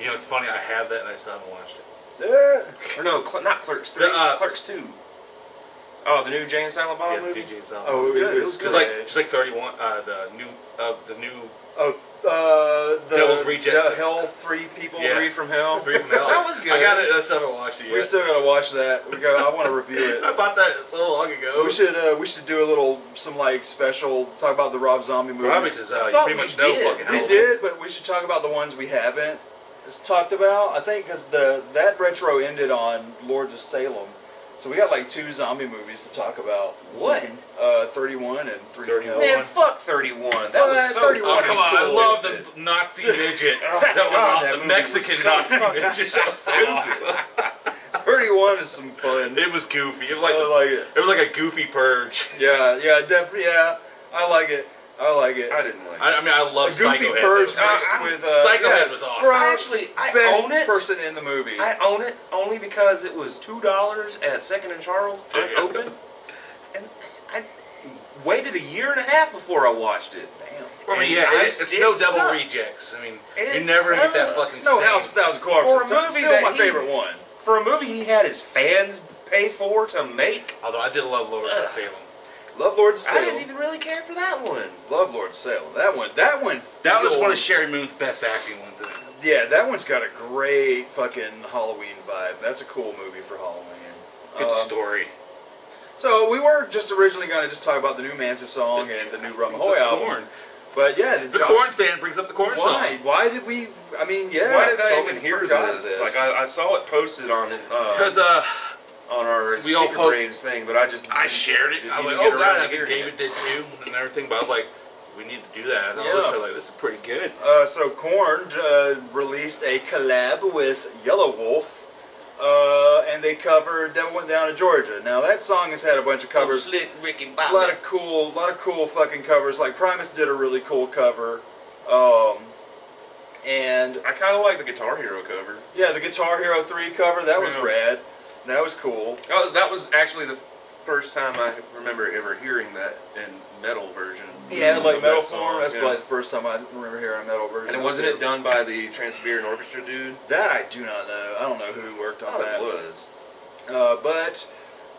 You know, it's funny. I have that and I still haven't watched it.
Yeah.
Or no, cl- not Clerks
The,
3.
uh,
Clerks 2. Oh, the new Jane Silent Bob
yeah,
movie?
DJ's album.
Oh, it
Good, it
was
was
She's
good.
like she's like 31. Uh, the new uh, the new
oh, uh, the
Devil's Reject.
the Hell Three People.
Yeah.
Three from Hell.
three from hell.
That was good.
I got it. I still haven't watched it
<laughs> We
yet.
still gotta watch that. We got. I want to review it.
<laughs>
I bought that so long ago.
We should uh, we should do a little some like special talk about the Rob Zombie movies.
Robbie's is uh,
thought
you pretty
we
much know
did.
fucking
we
hell.
did, but we should talk about the ones we haven't s- talked about. I think because the that retro ended on Lords of Salem, so we got like two zombie movies to talk about.
What?
Uh, Thirty One and Three.
31.
Hell.
Man,
<laughs>
fuck 31. That
Well,
was
that
so
31
Oh
is
come on! I
cool.
love the Nazi midget.
<laughs> Oh,
that was
God, that
awesome. the
movie was
Mexican
so
Nazi
<laughs> fucking
midget.
Thirty One is some fun.
<laughs> it was goofy. It was like
I
the,
like it.
it was like a goofy purge.
Yeah, yeah, definitely. Yeah, I like it. I like it.
I didn't like it.
I, I mean, I love
a
Psycho
goofy
Head.
purge
It was-
mixed
I'm-
with uh,
Psycho
yeah,
Head was awesome.
Bro,
I actually, I
best
own it.
person in the movie.
I own it only because it was two dollars at Second and Charles
Yeah.
unopened, and I waited a year and a half before I watched it. Damn.
I mean,
And
yeah,
I-
it, it's no
it
double
sucked.
rejects. I mean,
It
you're never gonna get that
sucks.
fucking.
Snow
same.
House, Thousand Corpses.
For a movie
still
that
my
he-
favorite one.
For a movie he had his fans pay for to make,
Although I did love Lord of Salem.
Love Lord Salem.
I didn't even really care for that one.
Love Lord Salem. That one. That one.
That was
feels-
one of Sherry Moon's best acting ones. isn't it?
Yeah, that one's got a great fucking Halloween vibe. That's a cool movie for Halloween.
Good
Uh,
story.
so we were just originally gonna just talk about the new Manson song and the new Rum
Brings
Ahoy
up
album,
Corn.
but yeah,
The corn fan brings up the corn
Why?
song.
Why did we? I mean, yeah.
Why did I
totally
even hear
forgot
this? Like I, I saw it posted on it.
Because
Uh,
uh,
on our
We all
speaker
post-
brains thing, but I just
I shared it.
didn't
I was
even
like,
get
oh
around
god,
to
I think
hearing it.
David did too, and everything. But I was like, we need to do that. And I
Yeah.
looked at it like, this is pretty good.
Uh, so Korn uh, released a collab with Yellow Wolf, uh, and they covered "Devil Went Down to Georgia." Now that song has had a bunch of covers,
Slick Rick and
a
Bobby.
lot of cool, lot of cool fucking covers. Like Primus did a really cool cover, um, and
I kind of like the Guitar Hero cover.
yeah, the Guitar Hero 3 cover that was
Yeah.
rad, that was cool.
Oh, that was actually the first time I remember ever hearing that in metal version.
Yeah, like
of
metal
that
form.
song,
That's
yeah.
probably the first time I remember hearing a metal version.
And
of
wasn't it done by the Trans-Siberian Orchestra dude?
That I do not know. I don't know who worked
I
on
thought
that.
it was.
Uh, but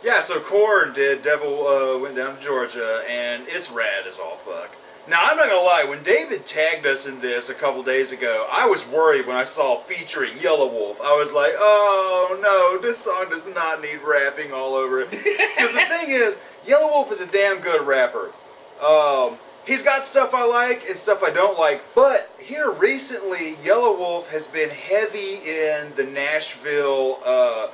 yeah, so Korn did Devil uh, Went Down to Georgia, and it's rad as all fuck. Now I'm not gonna lie, when David tagged us in this a couple days ago, I was worried when I saw featuring Yellow Wolf. I was like, oh no, this song does not need rapping all over
<laughs>
it. Because the thing is, Yellow Wolf is a damn good rapper. Um, he's got stuff I like and stuff I don't like, but here recently, Yellow Wolf has been heavy in the Nashville. Uh,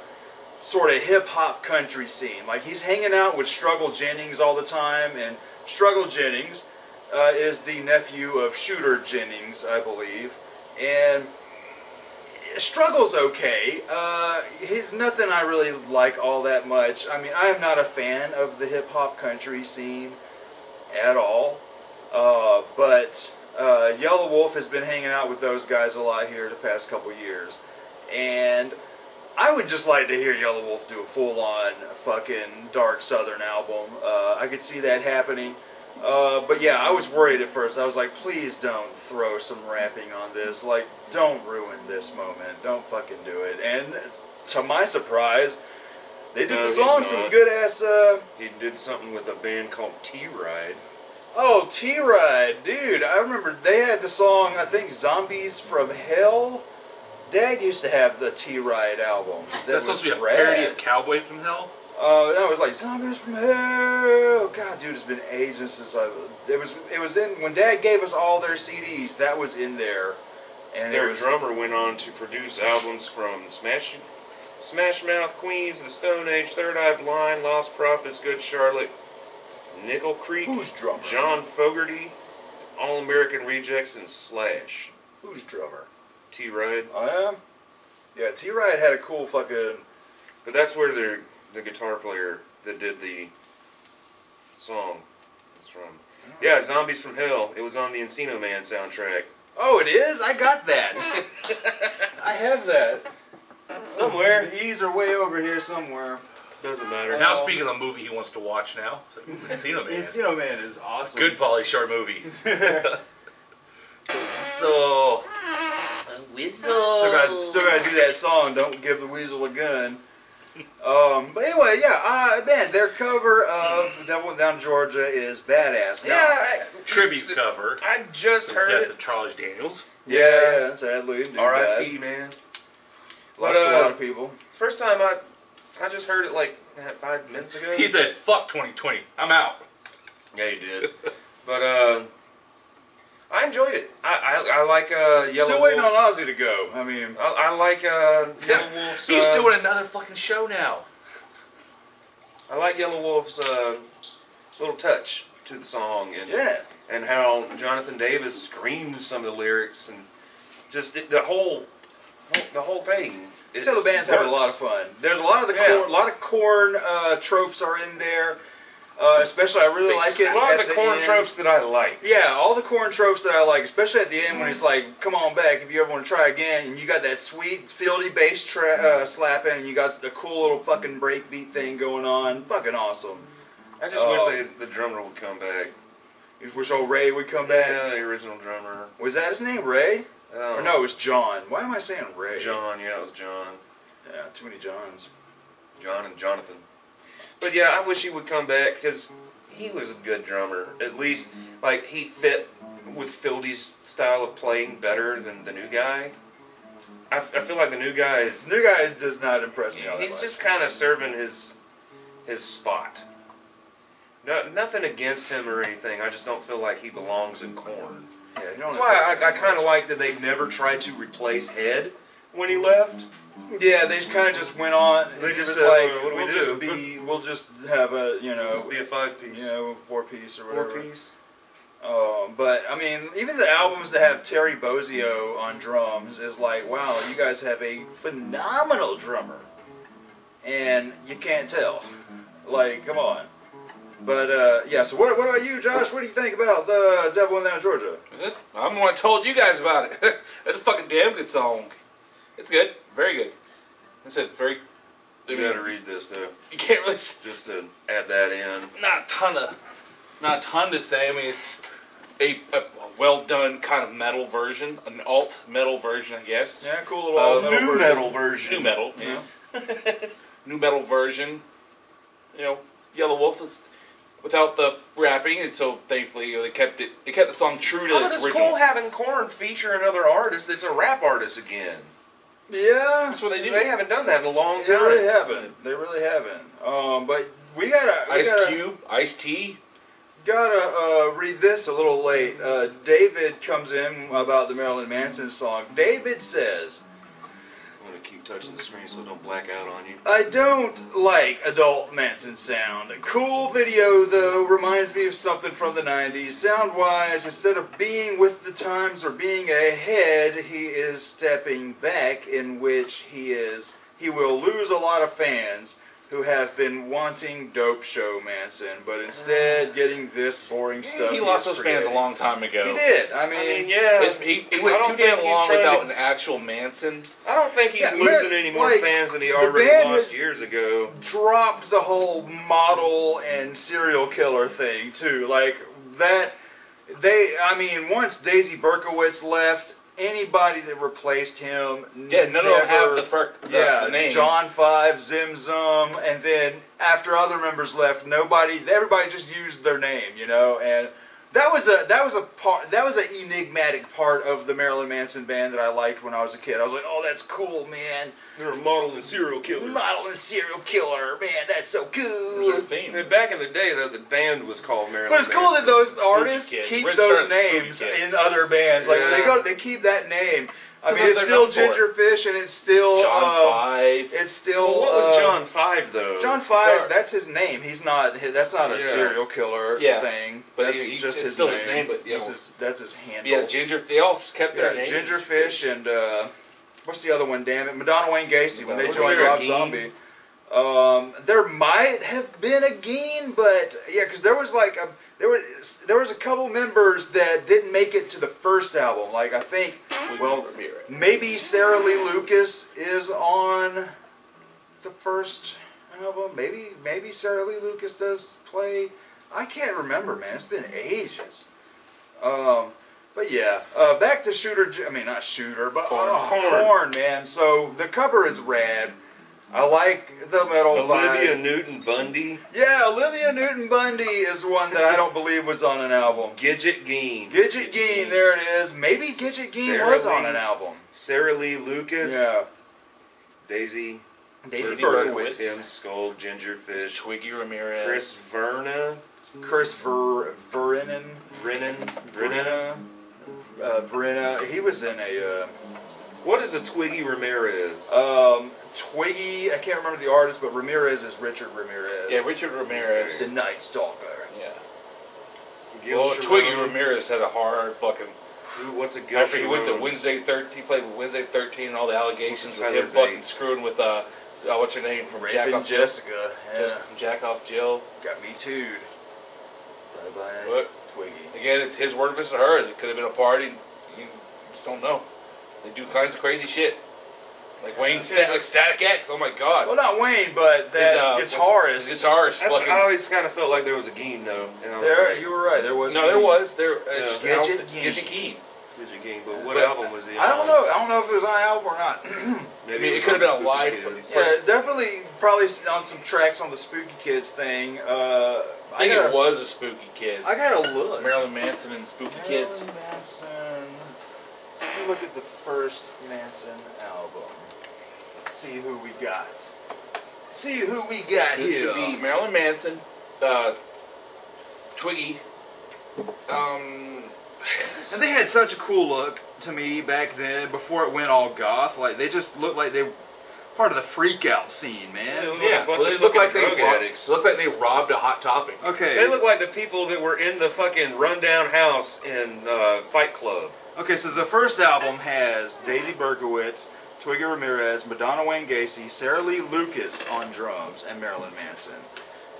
sort of hip hop country scene. Like he's hanging out with Struggle Jennings all the time, and Struggle Jennings uh, is the nephew of Shooter Jennings, I believe, and Struggle's okay. Uh, he's nothing I really like all that much. I mean, I am not a fan of the hip hop country scene at all. Uh, but uh, Yellow Wolf has been hanging out with those guys a lot here the past couple years, and I would just like to hear Yellow Wolf do a full on fucking dark southern album. Uh, I could see that happening. Uh, but yeah, I was worried at first. I was like, please don't throw some rapping on this. Like, don't ruin this moment. Don't fucking do it. And to my surprise, they did
No,
the
he's
song
not.
some good ass. Uh,
He did something with a band called T-Ride.
Oh, T Ride, dude. I remember they had the song, I think, Zombies from Hell. Dad used to have the T Ride album.
Is that supposed to be a
rad.
parody of Cowboy from
<laughs>
Hell?
Uh, and I was like, "Zombies from Hell." God, dude, it's been ages since I. It was. It was in when Dad gave us all their CDs. That was in there, and it
Their
was
drummer went on to produce albums from Smash, Smash Mouth, Queens, The Stone Age, Third Eye Blind, Lost Prophets, Good Charlotte, Nickel Creek,
who's drummer?
John Fogerty, All American Rejects, and Slash.
Who's drummer?
T Ride.
Um, yeah, T Ride had a cool fucking.
But that's where the the guitar player that did the song is from. Yeah, Zombies from Hell. It was on the Encino Man soundtrack.
Oh, it is. I got
<laughs>
that. I have that somewhere. These are way over here somewhere.
Doesn't matter.
Now
Um,
speaking of a movie he wants to watch now, Encino Man.
Encino Man <laughs> is awesome.
Good Polly Shore movie.
So
<laughs> Still gotta, still gotta do that song. Don't give the weasel a gun. Um, but anyway, yeah, uh, man, their cover of "Devil Went Down to Georgia" is badass.
yeah,
Now-
I,
Tribute cover.
I just
The
heard
death
it.
of Charles Daniels.
yeah, yeah, sadly, dude,
R.I.P. Man. uh,
died. Lost a lot of people.
First time I, I just heard it like eh, five minutes ago.
He said, fuck 2020. I'm <laughs> out.
Yeah, you did. But uh, I enjoyed it. I I, I like uh Yellow
still waiting
Wolf.
on Ozzy to go. I mean,
I, I
<laughs>
like uh Yellow Wolf's.
He's
uh,
doing another fucking show now.
I like Yellow Wolf's uh, little touch to the song and
yeah,
and how Jonathan Davis screams some of the lyrics and just the, the whole the whole thing. It
so the band's having a lot of fun. There's a lot of the
Yeah.
corn, a lot of corn uh, tropes are in there. Uh, especially, I really like it.
A lot
at
of the, corn
end.
tropes that I like.
Yeah, all the corn tropes that I like, especially at the end when it's
Mm.
like, "Come on back if you ever want to try again," and you got that sweet fieldy bass tra-
Mm.
uh, slapping, and you got the cool little fucking breakbeat thing going on. Fucking awesome.
I just
Oh.
wish they, the drummer would come back.
You wish old Ray would come back.
Yeah, the original drummer.
Was that his name, Ray?
Um,
Or no, it was John. Why am I saying Ray?
John. Yeah, it was John.
Yeah, too many Johns.
John and Jonathan. But yeah, I wish he would come back because he was a good drummer. At least, like, he fit with Fieldy's style of playing better than the new guy. I, I feel like the new guy is.
This new guy does not impress me all that
He's
much.
just kind of serving his his spot. No, nothing against him or anything. I just don't feel like he belongs in Corn.
yeah, he don't
That's why
impress me
I, I
that
kind of
much.
like that they've never tried to replace Head when he left.
Yeah, they kind of just went on.
They
They
just
just
said, "Oh,
like,
"What do we
we'll
do?"
just be, we'll just have a, you know,
Be a five piece.
you know, four piece or whatever.
Four piece.
Um, but I mean, even the albums that have Terry Bozzio on drums is like, wow, you guys have a phenomenal drummer, and you can't tell. Like, come on. But uh, yeah, so what, what about you, Josh? What do you think about the Devil in Down Georgia?
I'm the one that told you guys about it. <laughs> That's a fucking damn good song. It's good, very good. I said it's very. I
You
mean,
gotta read this though,
You can't really. s-
just to add that in.
Not a ton of, not a ton to say. I mean, it's a, a well done kind of metal version, an alt metal version, I guess.
Yeah, cool little
Uh,
all metal
new
version.
metal version.
New metal.
<laughs>
Yeah.
new metal version. You know, Yellow Wolf is without the rapping, and so thankfully you know, they kept it. They kept the song true to
Oh,
the
it's
original.
cool having Korn feature another artist that's a rap artist again.
Yeah.
That's what they do.
They haven't done that in a long
They really
time.
haven't. They really haven't. Um, but we gotta we
Ice
gotta,
Cube, Ice T.
gotta uh, read this a little late. Uh, David comes in about the Marilyn Manson song. David says,
I'm gonna keep touching the screen so it don't black out on you.
"I don't like adult Manson sound. A cool video though reminds me of something from the '90s. Sound wise, instead of being with the times or being ahead, he is stepping back, in which he is he will lose a lot of fans." Who have been wanting dope show Manson, but instead getting this boring stuff.
Ah. He lost
he's
those fans a
creating.
long time ago.
He did. I mean,
I mean, yeah.
It's- he, he
uh, I
went
don't
too
think
damn
he's
long
trying
without
to-
an actual Manson.
I don't think he's
Yeah,
losing
man,
any more
like,
fans than he
the
already
band
lost
was-
years ago.
dropped the whole model and serial killer thing too. Like that, they. I mean, once Daisy Berkowitz left, anybody that replaced him,
Yeah, none of them have the, per- the,
yeah,
the name.
John Five, Zim Zum, and then after other members left, nobody, everybody just used their name, you know, and that was a that was a part that was an enigmatic part of the Marilyn Manson band that I liked when I was a kid. I was like, oh, that's cool, man,
They're a model and serial killer.
model and serial killer, man, that's so
Their
cool.
theme.
And back in the day, though, the band was called Marilyn.
But it's cool that
Manson.
those artists
Kids.
keep
Red
those
Stripes,
names
Spooky Kids.
in other bands. Like they
Yeah.
go, they keep that name. I
So
mean, it's
they're
still
known for it.
Gingerfish, and it's still
John
um,
Five.
It's still
Well, what was
uh,
John Five though?
John Five,
Sorry.
that's his name. He's not. hi- That's not a
Yeah.
serial killer
Yeah.
thing.
But
that's
he- he-
just
it's
his
still
name.
his name, but, you
that's,
know.
his, that's his handle.
Yeah, Ginger. They all kept
Yeah,
their name.
Gingerfish and uh, what's the other one? Damn it, Madonna Wayne Gacy when they
Wasn't
joined
there a
Rob
Gein?
Zombie. Um, there might have been a Geen, but yeah, because there was like a there was there was a couple members that didn't make it to the first album. Like I think, well, Maybe Sarah Lee Lucas is on the first album. Maybe maybe Sarah Lee Lucas does play. I can't remember, man. It's been ages. Um, but yeah, uh, back to Shooter. J- I mean, not Shooter, but
Korn.
oh,
Korn.
Korn, man. So the cover is rad. I like the metal
Olivia
vibe.
Newton Bundy,
Yeah, Olivia Newton Bundy is one that I don't believe was on an album.
Gidget Geen,
Gidget Geen, there it is. Maybe Gidget Geen
Sarah
was on
Lee
an album.
Sarah Lee Lucas,
Yeah.
Daisy,
Daisy
Berkowitz,
Berkowitz.
Tim Skull, Gingerfish,
Twiggy Ramirez.
Chris Verna,
Chris Ver, Verinen.
Brennan, Brennan.
Verena. Uh, Verena. He was in a
What is a Twiggy Ramirez?
uh, um, Twiggy. I can't remember the artist, but Ramirez is Richard Ramirez.
Yeah, Richard Ramirez.
the Night Stalker.
Yeah.
Gil
well, Twiggy
Sharon?
Ramirez had a hard fucking.
Who- What's a Gil
After he went to
Sharon?
Wednesday 13, he played with Wednesday 13 and all the allegations of
Tyler
him fucking
Bates.
screwing with, uh, uh, what's her name? From Jack
Raping
Off
Jessica.
Jill.
Yeah.
Jack Off Jill.
Got me too. Bye bye.
What?
Twiggy.
Again, it's his word versus hers. It could have been a party. You just don't know. They do kinds of crazy shit. Like Wayne Stat, like Static X. Oh my god.
Well, not Wayne, but that
His, uh,
guitarist.
His guitarist.
I,
Fucking,
I always kind of felt like there was a Geen though. And I was
there,
like,
you were right. There was.
no, there
Wayne.
was. There, uh,
Yeah.
just,
Gidget
I don't-
Geen.
Gidget Geen.
Gidget Geen, but what
But
album was he?
I don't
on?
know. I don't know if it was on an album or not. <clears throat>
I mean, it
was
could
on
have been a live
Spooky Kids.
play.
Yeah, definitely, probably on some tracks on the Spooky Kids thing. Uh,
I
I
think
gotta,
it was a Spooky Kids.
I gotta look.
Marilyn Manson and Spooky Kids.
Marilyn Manson. Let me look at the first Manson album. Let's see who we got. See who we got
This
here.
should be Marilyn Manson, uh, Twiggy. Um,
um,
And they had such a cool look to me back then, before it went all goth, like they just looked like they were part of the freak out scene, man.
<laughs>
Yeah,
Yeah,
a bunch
well, they
of
look
fucking
like they
drug
robbed,
addicts.
look like they robbed a hot topic.
Okay.
They look like the people that were in the fucking rundown house in uh, Fight Club.
Okay, so the first album has Daisy Berkowitz, Twiggy Ramirez, Madonna Wayne Gacy, Sarah Lee Lucas on drums, and Marilyn Manson.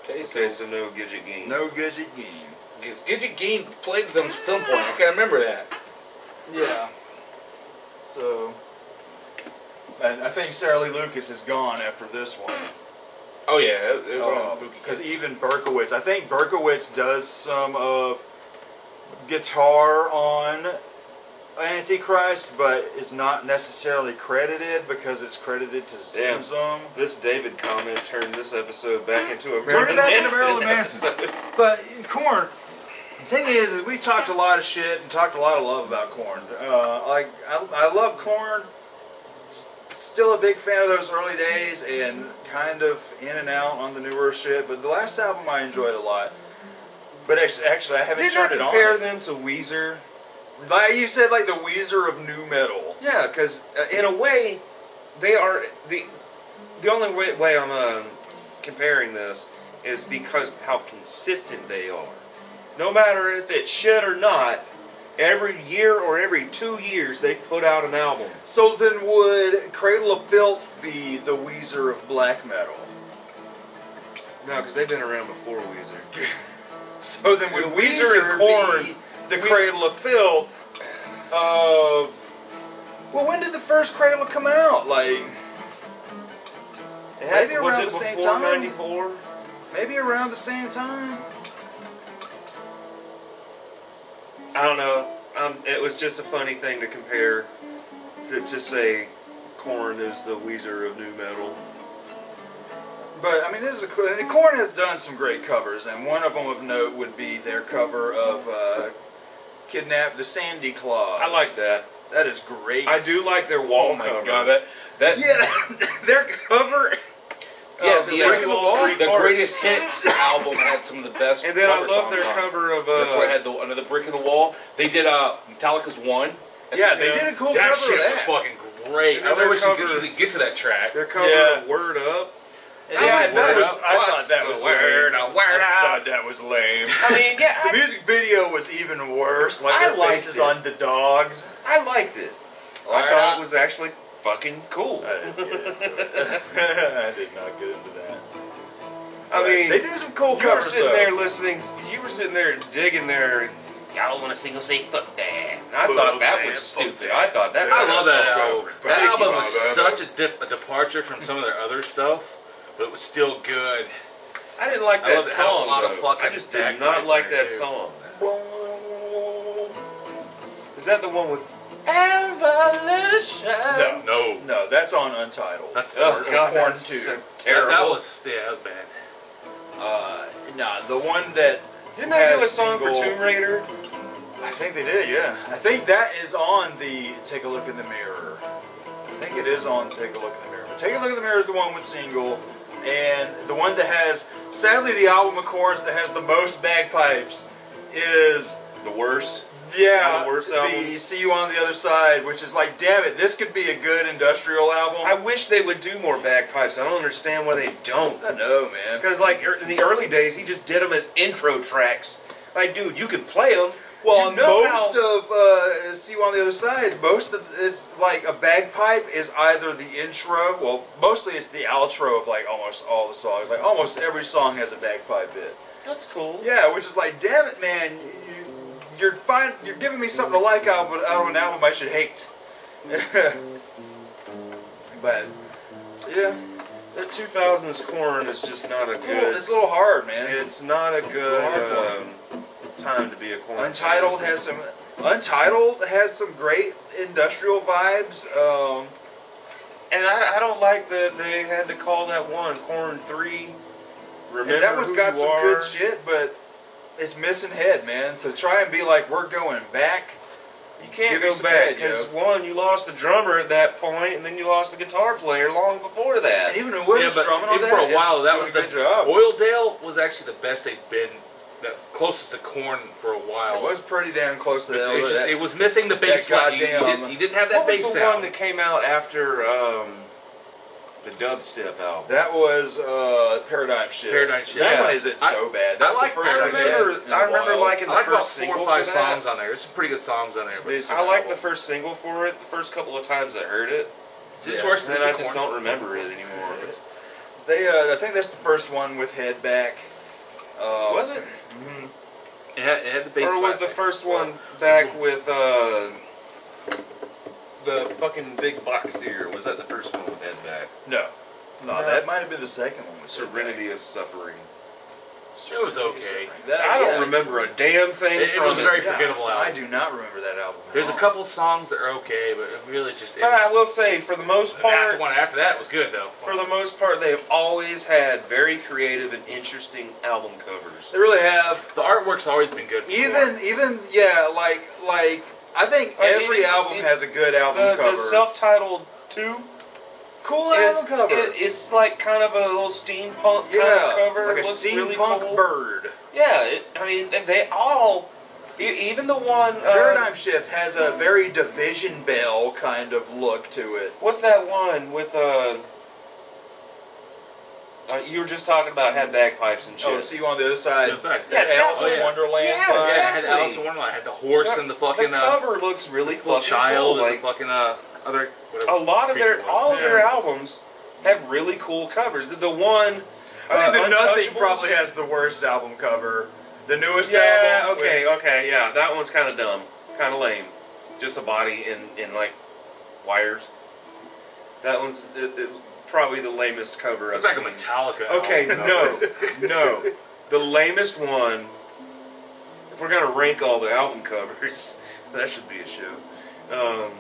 Okay, so no Gidget Game.
No Gidget Game.
Because Gidget Gein played them at some point. I can remember that.
Yeah. So. And I think Sarah Lee Lucas is gone after this one. Um,
Oh yeah, it, it was on Spooky
Because
Kids.
even Berkowitz, I think Berkowitz does some of guitar on Antichrist, but it's not necessarily credited because it's credited to
Yeah.
Zimzum.
This David comment turned this episode back into a
Turned Mm-hmm. it back into Marilyn
Manson
Manson.
episode. <laughs>
But corn. Thing is, is we talked a lot of shit and talked a lot of love about corn. Uh, like I, I love corn. Still a big fan of those early days and kind of in and out on the newer shit. But the last album I enjoyed a lot. But ex- actually, I haven't
Did not
turned it on.
compare them to Weezer?
Like you said, like the Weezer of new metal.
Yeah, because uh, in a way, they are the the only way, way I'm uh, comparing this is because how consistent they are. No matter if it's shit or not, every year or every two years they put out an album.
So then, would Cradle of Filth be the Weezer of black metal?
No, because they've been around before Weezer.
<laughs> So Oh, then, would
Would
Weezer,
Weezer
and
and
Corn
Korn
the
We-
Cradle of Filth? Uh, well, when did the first Cradle come out? Like
It had-
Maybe
was
around
it
the same
before
time.
'94?
maybe around the same time.
I don't know. Um, it was just a funny thing to compare to, to say Corn is the Weezer of new metal.
But I mean, this is a Corn has done some great covers, and one of them of note would be their cover of uh, "Kidnap the Sandy Claus."
I like that.
that is great.
I do like their wall
Oh my
cover.
god, that that
Yeah, <laughs> their cover.
yeah,
of
the,
Regular Wall?
uh, the greatest hits album had some of the best.
And then I
cover
love
songs
their
on it.
cover of
That's where I
uh,
had the under the brick of the wall. They did uh Metallica's one.
Yeah, they did a cool
that
cover
shit
of
was
that.
fucking great. I
Another
wish you could
cover.
easily get to that track.
their cover
Yeah.
of Word Up.
Yeah,
I
that
like Word
was-
Up.
I thought that
What's
was
the word?
lame.
A word
I
up.
thought that was lame.
I mean, yeah,
The
I,
music video was even worse. Like
I
their
liked
faces
it.
on the dogs.
I liked it. I
Word
thought
Up.
it was actually fucking cool.
<laughs> I didn't get into it. I did not get into that.
<laughs> I mean,
they do some cool
you were
covers
sitting
though.
there listening. You were sitting there digging their. Y'all want to single say fuck that? I thought that was stupid. I thought that.
I love that album.
was
That album
ridiculous.
was such a, dip, a departure from some of their other stuff, but it was still good.
I didn't like
I
that
love it had a
song.
lot of
though.
fucking
I just
back
did not
noise
like
there,
that
too.
song. Is that the one with?
No,
No.
no, that's on Untitled.
That's-
Or-
oh,
or
God,
Corn
that's
Two.
so
That,
terrible.
that was yeah, that was bad.
Uh, nah, the one that
Didn't they do a
has
song for
single-
Tomb Raider?
I think they did, yeah. I think that is on the Take a Look in the Mirror. I think it is on Take a Look in the Mirror. But Take a Look in the Mirror is the one with single, and the one that has, sadly, the album of course that has the most bagpipes is,
The worst. One
yeah,
of the worst
the
albums.
See You on the Other Side, which is like, damn it, this could be a good industrial album.
I wish they would do more bagpipes. I don't understand why they don't.
I know, man.
Because like er, in the early days, he just did them as intro tracks. Like, dude, you could play them.
Well,
you know
most
how-
of uh, See You on the Other Side, most of it's like a bagpipe is either the intro, well, mostly it's the outro of like almost all the songs. Like almost every song has a bagpipe bit.
that's cool.
Yeah, which is like, damn it, man, you, you're fine, you're giving me something to like out of, out of an album I should hate. <laughs> but yeah,
The 2000s corn is just not a
it's a, little, it's
good.
a little hard, man.
It's not a
hard
good um, time to be a corn.
Untitled has some. Untitled has some great industrial vibes. Um,
And I, I don't like that they had to call that one corn three. Remember
and that one's
who
got
you
some
are.
good shit, but it's missing head, man. So try and be like, we're going back.
You can't
Give me
go
some
back
head, yo.
because one, you lost the drummer at that point, and then you lost the guitar player long before that.
And even the Williams
yeah, but
drumming on
even
that
for a while, that
doing
was
a
the
good job.
Oildale was actually the best they've been that's closest to corn for a while.
It was pretty damn close to
It
that.
was just-
that-
it was missing the bass
that
line. You, you
goddamn-
didn't, you didn't have that
What was
bass
the one
sound.
that came out after um, the dubstep album?
that was uh, Paradigm Shift.
Paradigm Shift.
That
Yeah.
one isn't
I-
so bad.
I
That's
like-
the
I
first I've
remember-
had in a
I remember
while.
liking
I like
the
about
first
four
single
or five
for
songs
that.
on there. There's some pretty good songs on there.
It's
but-
decent
I
album.
like the first single for it, the first couple of times I heard it.
Yeah.
Just worse than
And then I
the
just
corn.
don't remember it anymore.
They, uh, I think that's the first one with head back. Uh,
Was it?
mhm.
It had, it had the bass
Or was
line
the
back.
first one back with uh, the fucking big box ear? Was that the first one with Ed back?
No. No,
No.
that might have been the second one. with Head Back.
Serenity of Suffering.
It was okay.
That, yeah.
I don't remember a damn thing.
It- it
from
was very-
Yeah,
forgettable
I
album.
do not remember that album. at
There's a
all.
couple songs that are okay, but it really just. It
But I
was,
will say, for the most
after
part,
one after that was good though.
for the most part, they have always had very creative and interesting album covers.
They really have.
the artwork's always been good. For
Even, even, yeah, like, like, I think
I mean,
every
it's-
album
it's-
has a good album
The,
cover.
the self-titled two
cool
is
album cover.
it- it's like kind of a little steampunk
yeah,
kind of cover.
like a
It looks really
steampunk
cool.
bird.
Yeah, it, I mean, and they all, e- even the one. Uh,
Paradigm Shift has a very Division Bell kind of look to it.
What's that one with uh? uh you were just talking about had bagpipes and shit.
Oh, see you on the other side.
The other side.
Yeah,
Yeah,
Alice
oh,
in
yeah.
Wonderland.
Yeah,
vibe.
Yeah, I had
Exactly.
Alice in Wonderland. I had the horse
The-
and the fucking
the
uh,
cover looks really
little
fucking
child
cool. Like
and the fucking uh, other. Whatever
a lot of
creature
their,
was.
all of their
Yeah.
albums have really cool covers. The, the one.
I think
uh,
the Nothing
Untouchables-
probably has the worst album cover. The newest
Yeah.
album.
Okay. Okay. Yeah. That one's kind of dumb. Kind of lame. Just a body in in like wires. That one's it, it, probably the lamest cover
Looks like
I've
a
seen.
Metallica.
Okay,
album.
<laughs> no, no. The lamest one. If we're gonna rank all the album covers, <laughs> that should be a show. Um,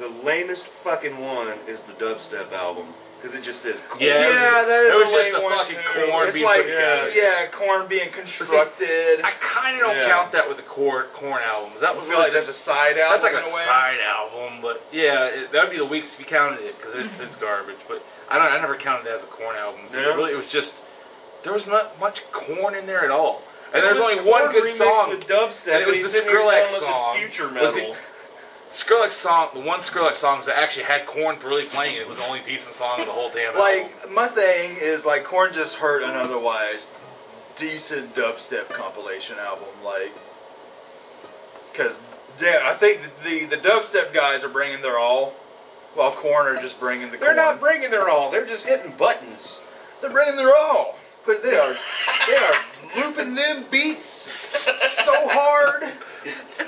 the lamest fucking one is the dubstep album because it just says corn.
Yeah, it was-
Yeah, that is
it was
a
just
lame
the
one
fucking
too.
corn
It's
being
like,
put
yeah,
together.
corn being constructed.
I kind of don't
Yeah.
count that with the core corn albums. That was
I feel like
really
that's
just
a side
that's
album.
like a
in a way.
side album, but yeah, it, that would be the weeks if you counted it because it's it's garbage. But I don't, I never counted it as a corn album. It
Yeah.
really, it was just there was not much corn in there at all, and there's
It was
only one
Korn
good
remixed
song.
With dubstep,
and it was
he's
the
sitting here
Skrillex
telling us it's
song.
Future
Was it-
metal.
Skrillex song, the one Skrillex song that actually had corn really playing it was the only decent song of the whole damn album.
Like my thing is like corn just hurt an otherwise decent dubstep compilation album. Like, because damn, I think the, the the dubstep guys are bringing their all, while corn are just bringing the.
They're
corn.
not bringing their all. They're just hitting buttons.
They're bringing their all, but they are they are looping them beats so hard.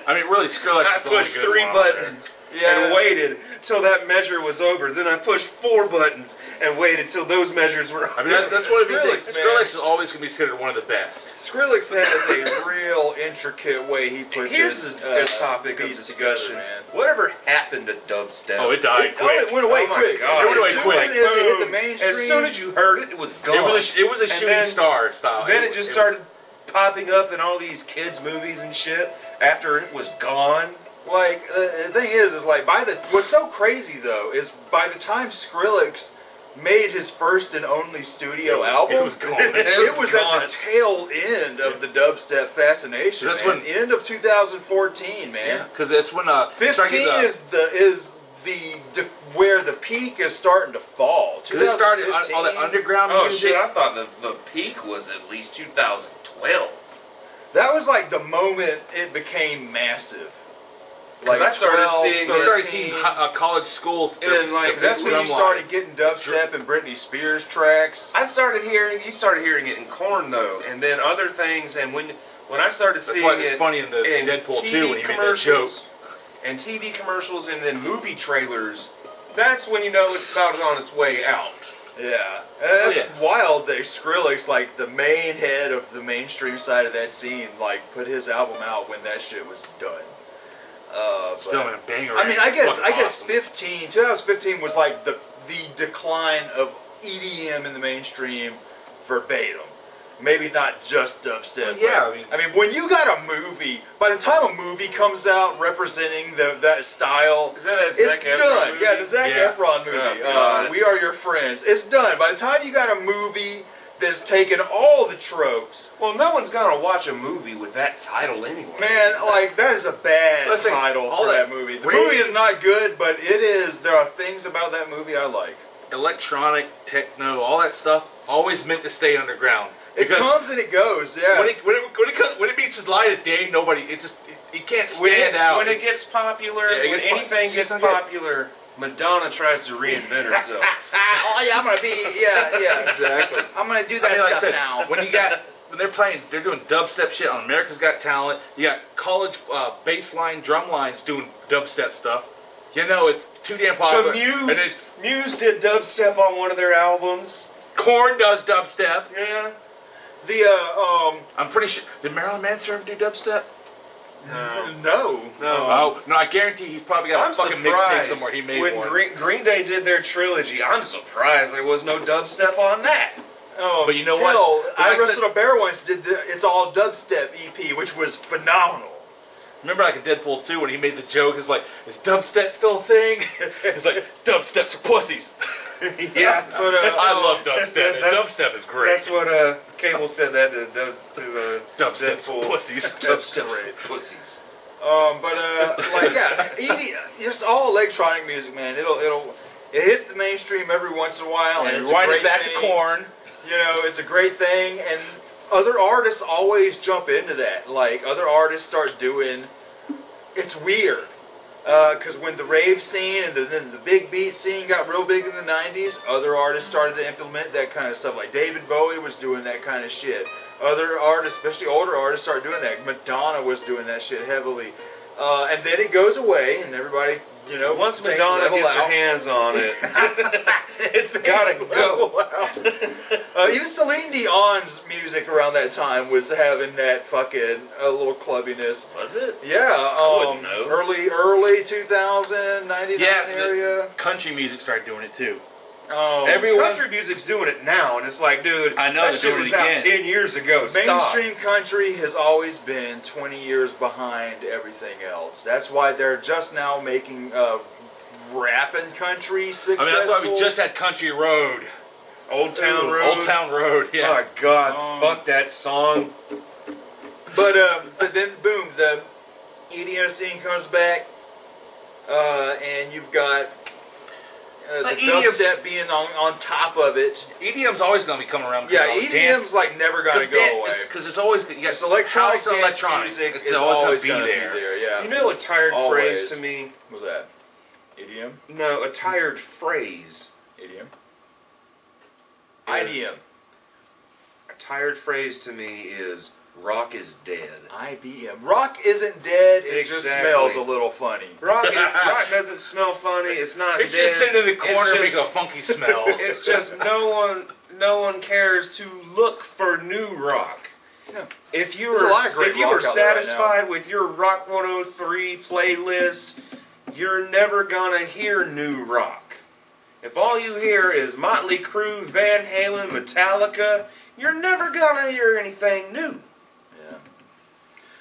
I mean, really, Skrillex
I
is the only
pushed
good
three
one on there.
buttons and waited till that measure was over. Then I pushed four buttons and waited till those measures were over.
I mean, that's, that's one of the
Skrillex, man.
things. Skrillex is always going to be considered one of the best.
Skrillex has a real intricate way he puts
Here's
his
the
uh,
the topic of
beats together,
discussion.
man.
Whatever happened to dubstep?
Oh, it died
Oh,
quick.
it went away
Oh my
quick.
God.
It went away
As soon
quick.
as it hit the
Boom.
mainstream,
as soon as you heard it, it was gone.
It was a, sh- it was a
And
shooting
then-
star style.
then
It-
it just
it-
started popping up in all these kids' movies and shit. After it was gone,
Like uh, the thing is, is like by the what's so crazy though is by the time Skrillex made his first and only studio album,
it was
<laughs>
gone.
it,
It
was
was gone.
at the tail end of the dubstep fascination.
That's
man.
when-
end of 2014, man.
Yeah, because that's when uh, it started,
15
uh,
is the is the, the where the peak is starting to fall.
'cause it started on, all that
2015,
underground
oh
music.
shit! I thought the the peak was at least 2012.
That was like the moment it became massive.
'Cause I started
12,
seeing-
We started
13.
seeing hi- uh, college schools.
And then, like,
their
That's when
drum
you started
lines.
getting dubstep and Britney Spears tracks.
I started hearing you started hearing it in corn though, and then other things, and when when I started
That's
seeing
why it was
it
funny in the in Deadpool
TV
2 when he made that joke.
commercials, and TV commercials, and then movie trailers, that's when you know it's about on its way out.
Yeah, and that's
Oh,
wild. That Skrillex, like the main head of the mainstream side of that scene, like put his album out when that shit was done. Uh, but,
Still a banger.
I mean, I guess
Fucking
I guess
awesome.
15, 2015 was like the the decline of EDM in the mainstream verbatim. Maybe not just dubstep. but-
yeah, I mean-
I mean, when you got a movie, by the time a movie comes out representing the, that style,
Is that that
it's
Zac Efron
done.
movie?
Yeah, the Zac
Yeah.
Efron movie.
Oh,
uh,
God.
we are your friends. It's done. By the time you got a movie that's taken all the tropes.
Well, no one's gonna watch a movie with that title anyway.
Man, like that is a bad
Let's see,
title
all
for that
that
movie. The
waiting-
movie is not good, but it is. There are things about that movie I like.
Electronic, techno, all that stuff always meant to stay underground.
It
Because
comes and it goes. Yeah.
when it when it when it, comes, when it meets the light of day, nobody it just it, it can't stand
When it,
out.
when it gets popular,
Yeah, it
when
gets pop-
anything
it's
gets
not good.
popular, Madonna tries to reinvent <laughs> herself.
Ah,
oh yeah, I'm gonna be
<laughs>
yeah yeah.
exactly.
I'm gonna do
I
that
mean, like I
stuff
said,
now.
when you got when they're playing, they're doing dubstep shit on America's Got Talent. You got college uh, baseline drum lines doing dubstep stuff. You know, it's too damn popular.
The Muse,
And it's,
Muse did dubstep on one of their albums.
Corn does dubstep.
Yeah.
the uh, um
I'm pretty sure. Did Marilyn Manson ever do dubstep?
No.
no
No.
Oh no, I guarantee he's probably got
I'm
a fucking mixtape
surprised
somewhere. He made
when
one.
Green, Green Day did their trilogy. I'm surprised there was no dubstep on that. <laughs>
Um,
But you know what?
hell, I
Like I said-
wrestled a bear once. Did the it's all dubstep EP, which was phenomenal.
Remember, like in Deadpool 2, when he made the joke, is like, is dubstep still a thing? <laughs> It's like, dubstep's for pussies. <laughs>
Yeah,
but, uh,
I love dubstep. and
<laughs> that's-
dubstep is great.
That's what uh, Cable said that to, to, to uh,
Dubstep's for
Deadpool. <laughs>
pussies.
That's great.
Pussies.
Um, but uh, like yeah, <laughs> ED, just all electronic music, man. It'll it'll it hits the mainstream every once in a while, and,
Oh, And
it's a
rewind
great
it back
thing.
to corn.
You know, it's a great thing, and other artists always jump into that. Like other artists start doing, it's weird. Because when the rave scene and the, then the big beat scene got real big in the '90s, other artists started to implement that kind of stuff. Like David Bowie was doing that kind of shit. Other artists, especially older artists, started doing that. Madonna was doing that shit heavily, uh, and then it goes away, and everybody, you know,
Once
things
Madonna
level
gets her
out.
hands on
<laughs>
it,
it's
gotta go.
uh, even Celine Dion's music around that time was having that fucking uh, little clubbiness.
<laughs> was it?
Yeah, um,
wouldn't know.
early early 2000, 99
Yeah, the-
area.
Country music started doing it too.
Um,
everyone-
Country music's doing it now, and it's like, dude,
I know, they're
that shit
doing
was
it
out
again.
ten years ago. Stop.
mainstream country has always been 20 years behind everything else. That's why they're just now making uh, rap and country
I
successful.
mean, that's why we just had Country Road.
Old Town
Ooh,
Road.
Old Town Road, yeah.
Oh God,
Um,
fuck that song.
But um, but then boom, the E EDM scene comes back, uh, and you've got uh, the
But EDM
E
dubstep being on, on top of it.
EDM's E always going to be coming around.
Yeah, E EDM's like never gonna go away.
Because it's always, you got
It's electronic
house
dance
and electronic.
music
It's
is
always,
gonna
going to be there.
Yeah.
You know a tired
Always.
phrase to me?
What's that? E EDM.
No, a tired phrase.
EDM.
Is,
IDM.
A tired phrase to me is rock is dead.
IBM. Rock isn't dead. It just
Exactly.
smells a little funny.
<laughs>
Rock, is, rock doesn't smell funny. It's not
It's
dead.
just sitting in the corner,
It's just-
making a funky smell.
It's just no one no one cares to look for new rock.
Yeah.
If you
There's a
were
lot of great
if you
rock
were
out there right
satisfied with your Rock 103 playlist, you're never gonna hear new rock. If all you hear is Motley Crue, Van Halen, Metallica, you're never gonna hear anything new.
Yeah.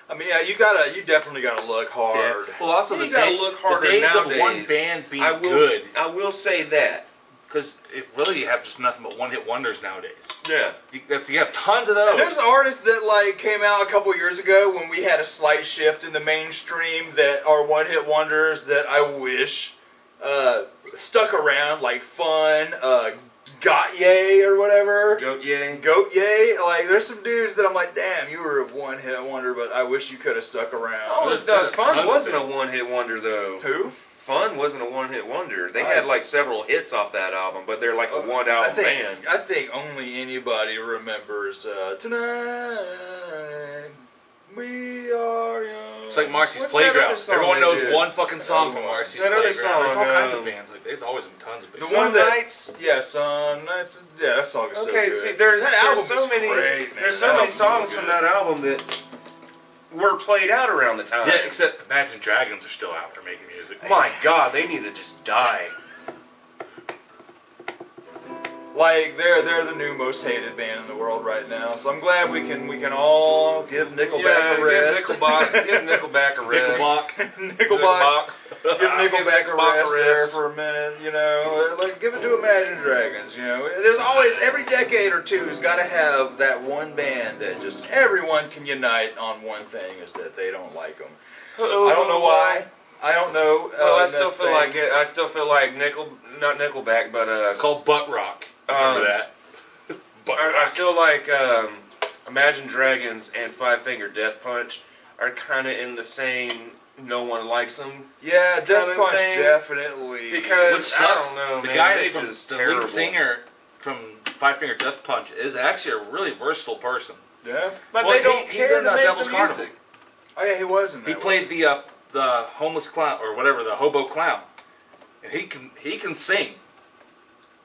I mean, yeah, you gotta, you definitely gotta look hard.
Yeah. Well, also
You
the
gotta
day,
look harder
the days
nowadays.
of one band being
I will
good, <laughs>
I will say that.
because it really you have just nothing but one hit wonders nowadays.
Yeah.
You, that's- you have tons of
There's
those.
artists that like came out a couple years ago when we had a slight shift in the mainstream that are one-hit wonders that I wish uh, stuck around, like Fun, uh, Got Yay or whatever,
Goat Yang.
Goat Yay. Like, there's some dudes that I'm like, damn, you were a one-hit wonder, but I wish you could have stuck around.
Oh,
There's-
the
there's tons
fun
of
wasn't a
bands.
one hit wonder though.
Who?
Fun wasn't a one hit wonder. They
I-
had like several hits off that album, but they're like a one
Oh, I
album
think
band.
I think only anybody remembers uh, tonight. We are young.
It's like Marcy's
What's that
Playground.
other song
Everyone
they
knows
did?
one fucking song from
That
Marcy's
other
Playground.
song,
There's all kinds
um,
of bands. Like, there's always been tons of
The
bands.
one
Some
that-
nights.
Yeah, son. That's yeah. That song is so
Okay,
good.
see, there's,
that
there's
album
so
is
many
great, man.
there's so
That
many
album's
songs
really
from
good.
that album that were played out around the time.
Yeah, except Imagine Dragons are still out there making music. <laughs>
My God, they need to just die.
Like they're they're the new most hated band in the world right now. So I'm glad we can we can all give Nickelback a
yeah,
rest. <laughs>
give <laughs> Nickelback, give Nickelback a rest.
Nickelback.
Nickelback.
Nickelback.
give Nickelback a
Nickelback
rest there for a minute, you know. Like, give it to Imagine Dragons, you know. There's always, every decade or two has got to have that one band that just everyone can unite on one thing is that they don't like them. I don't know why. I don't know.
Well,
uh,
I still
that
feel
thing.
like it. I still feel like Nickel, not Nickelback, but uh,
called butt rock.
um,
Remember that?
I, I feel like um, Imagine Dragons and Five Finger Death Punch are kind of in the same. No one likes them
Yeah, Death
Common
Punch
thing.
definitely.
because
Which sucks.
I don't know,
the
man.
guy
they
from
just
the
terrible.
lead singer from Five Finger Death Punch is actually a really versatile person.
yeah.
but
Well,
they don't
he- he's
care
in,
to
uh,
make
Devil's
the
Carnival.
music.
Oh yeah, he wasn't.
He played the uh, the homeless clown or whatever the hobo clown, and he can he can sing.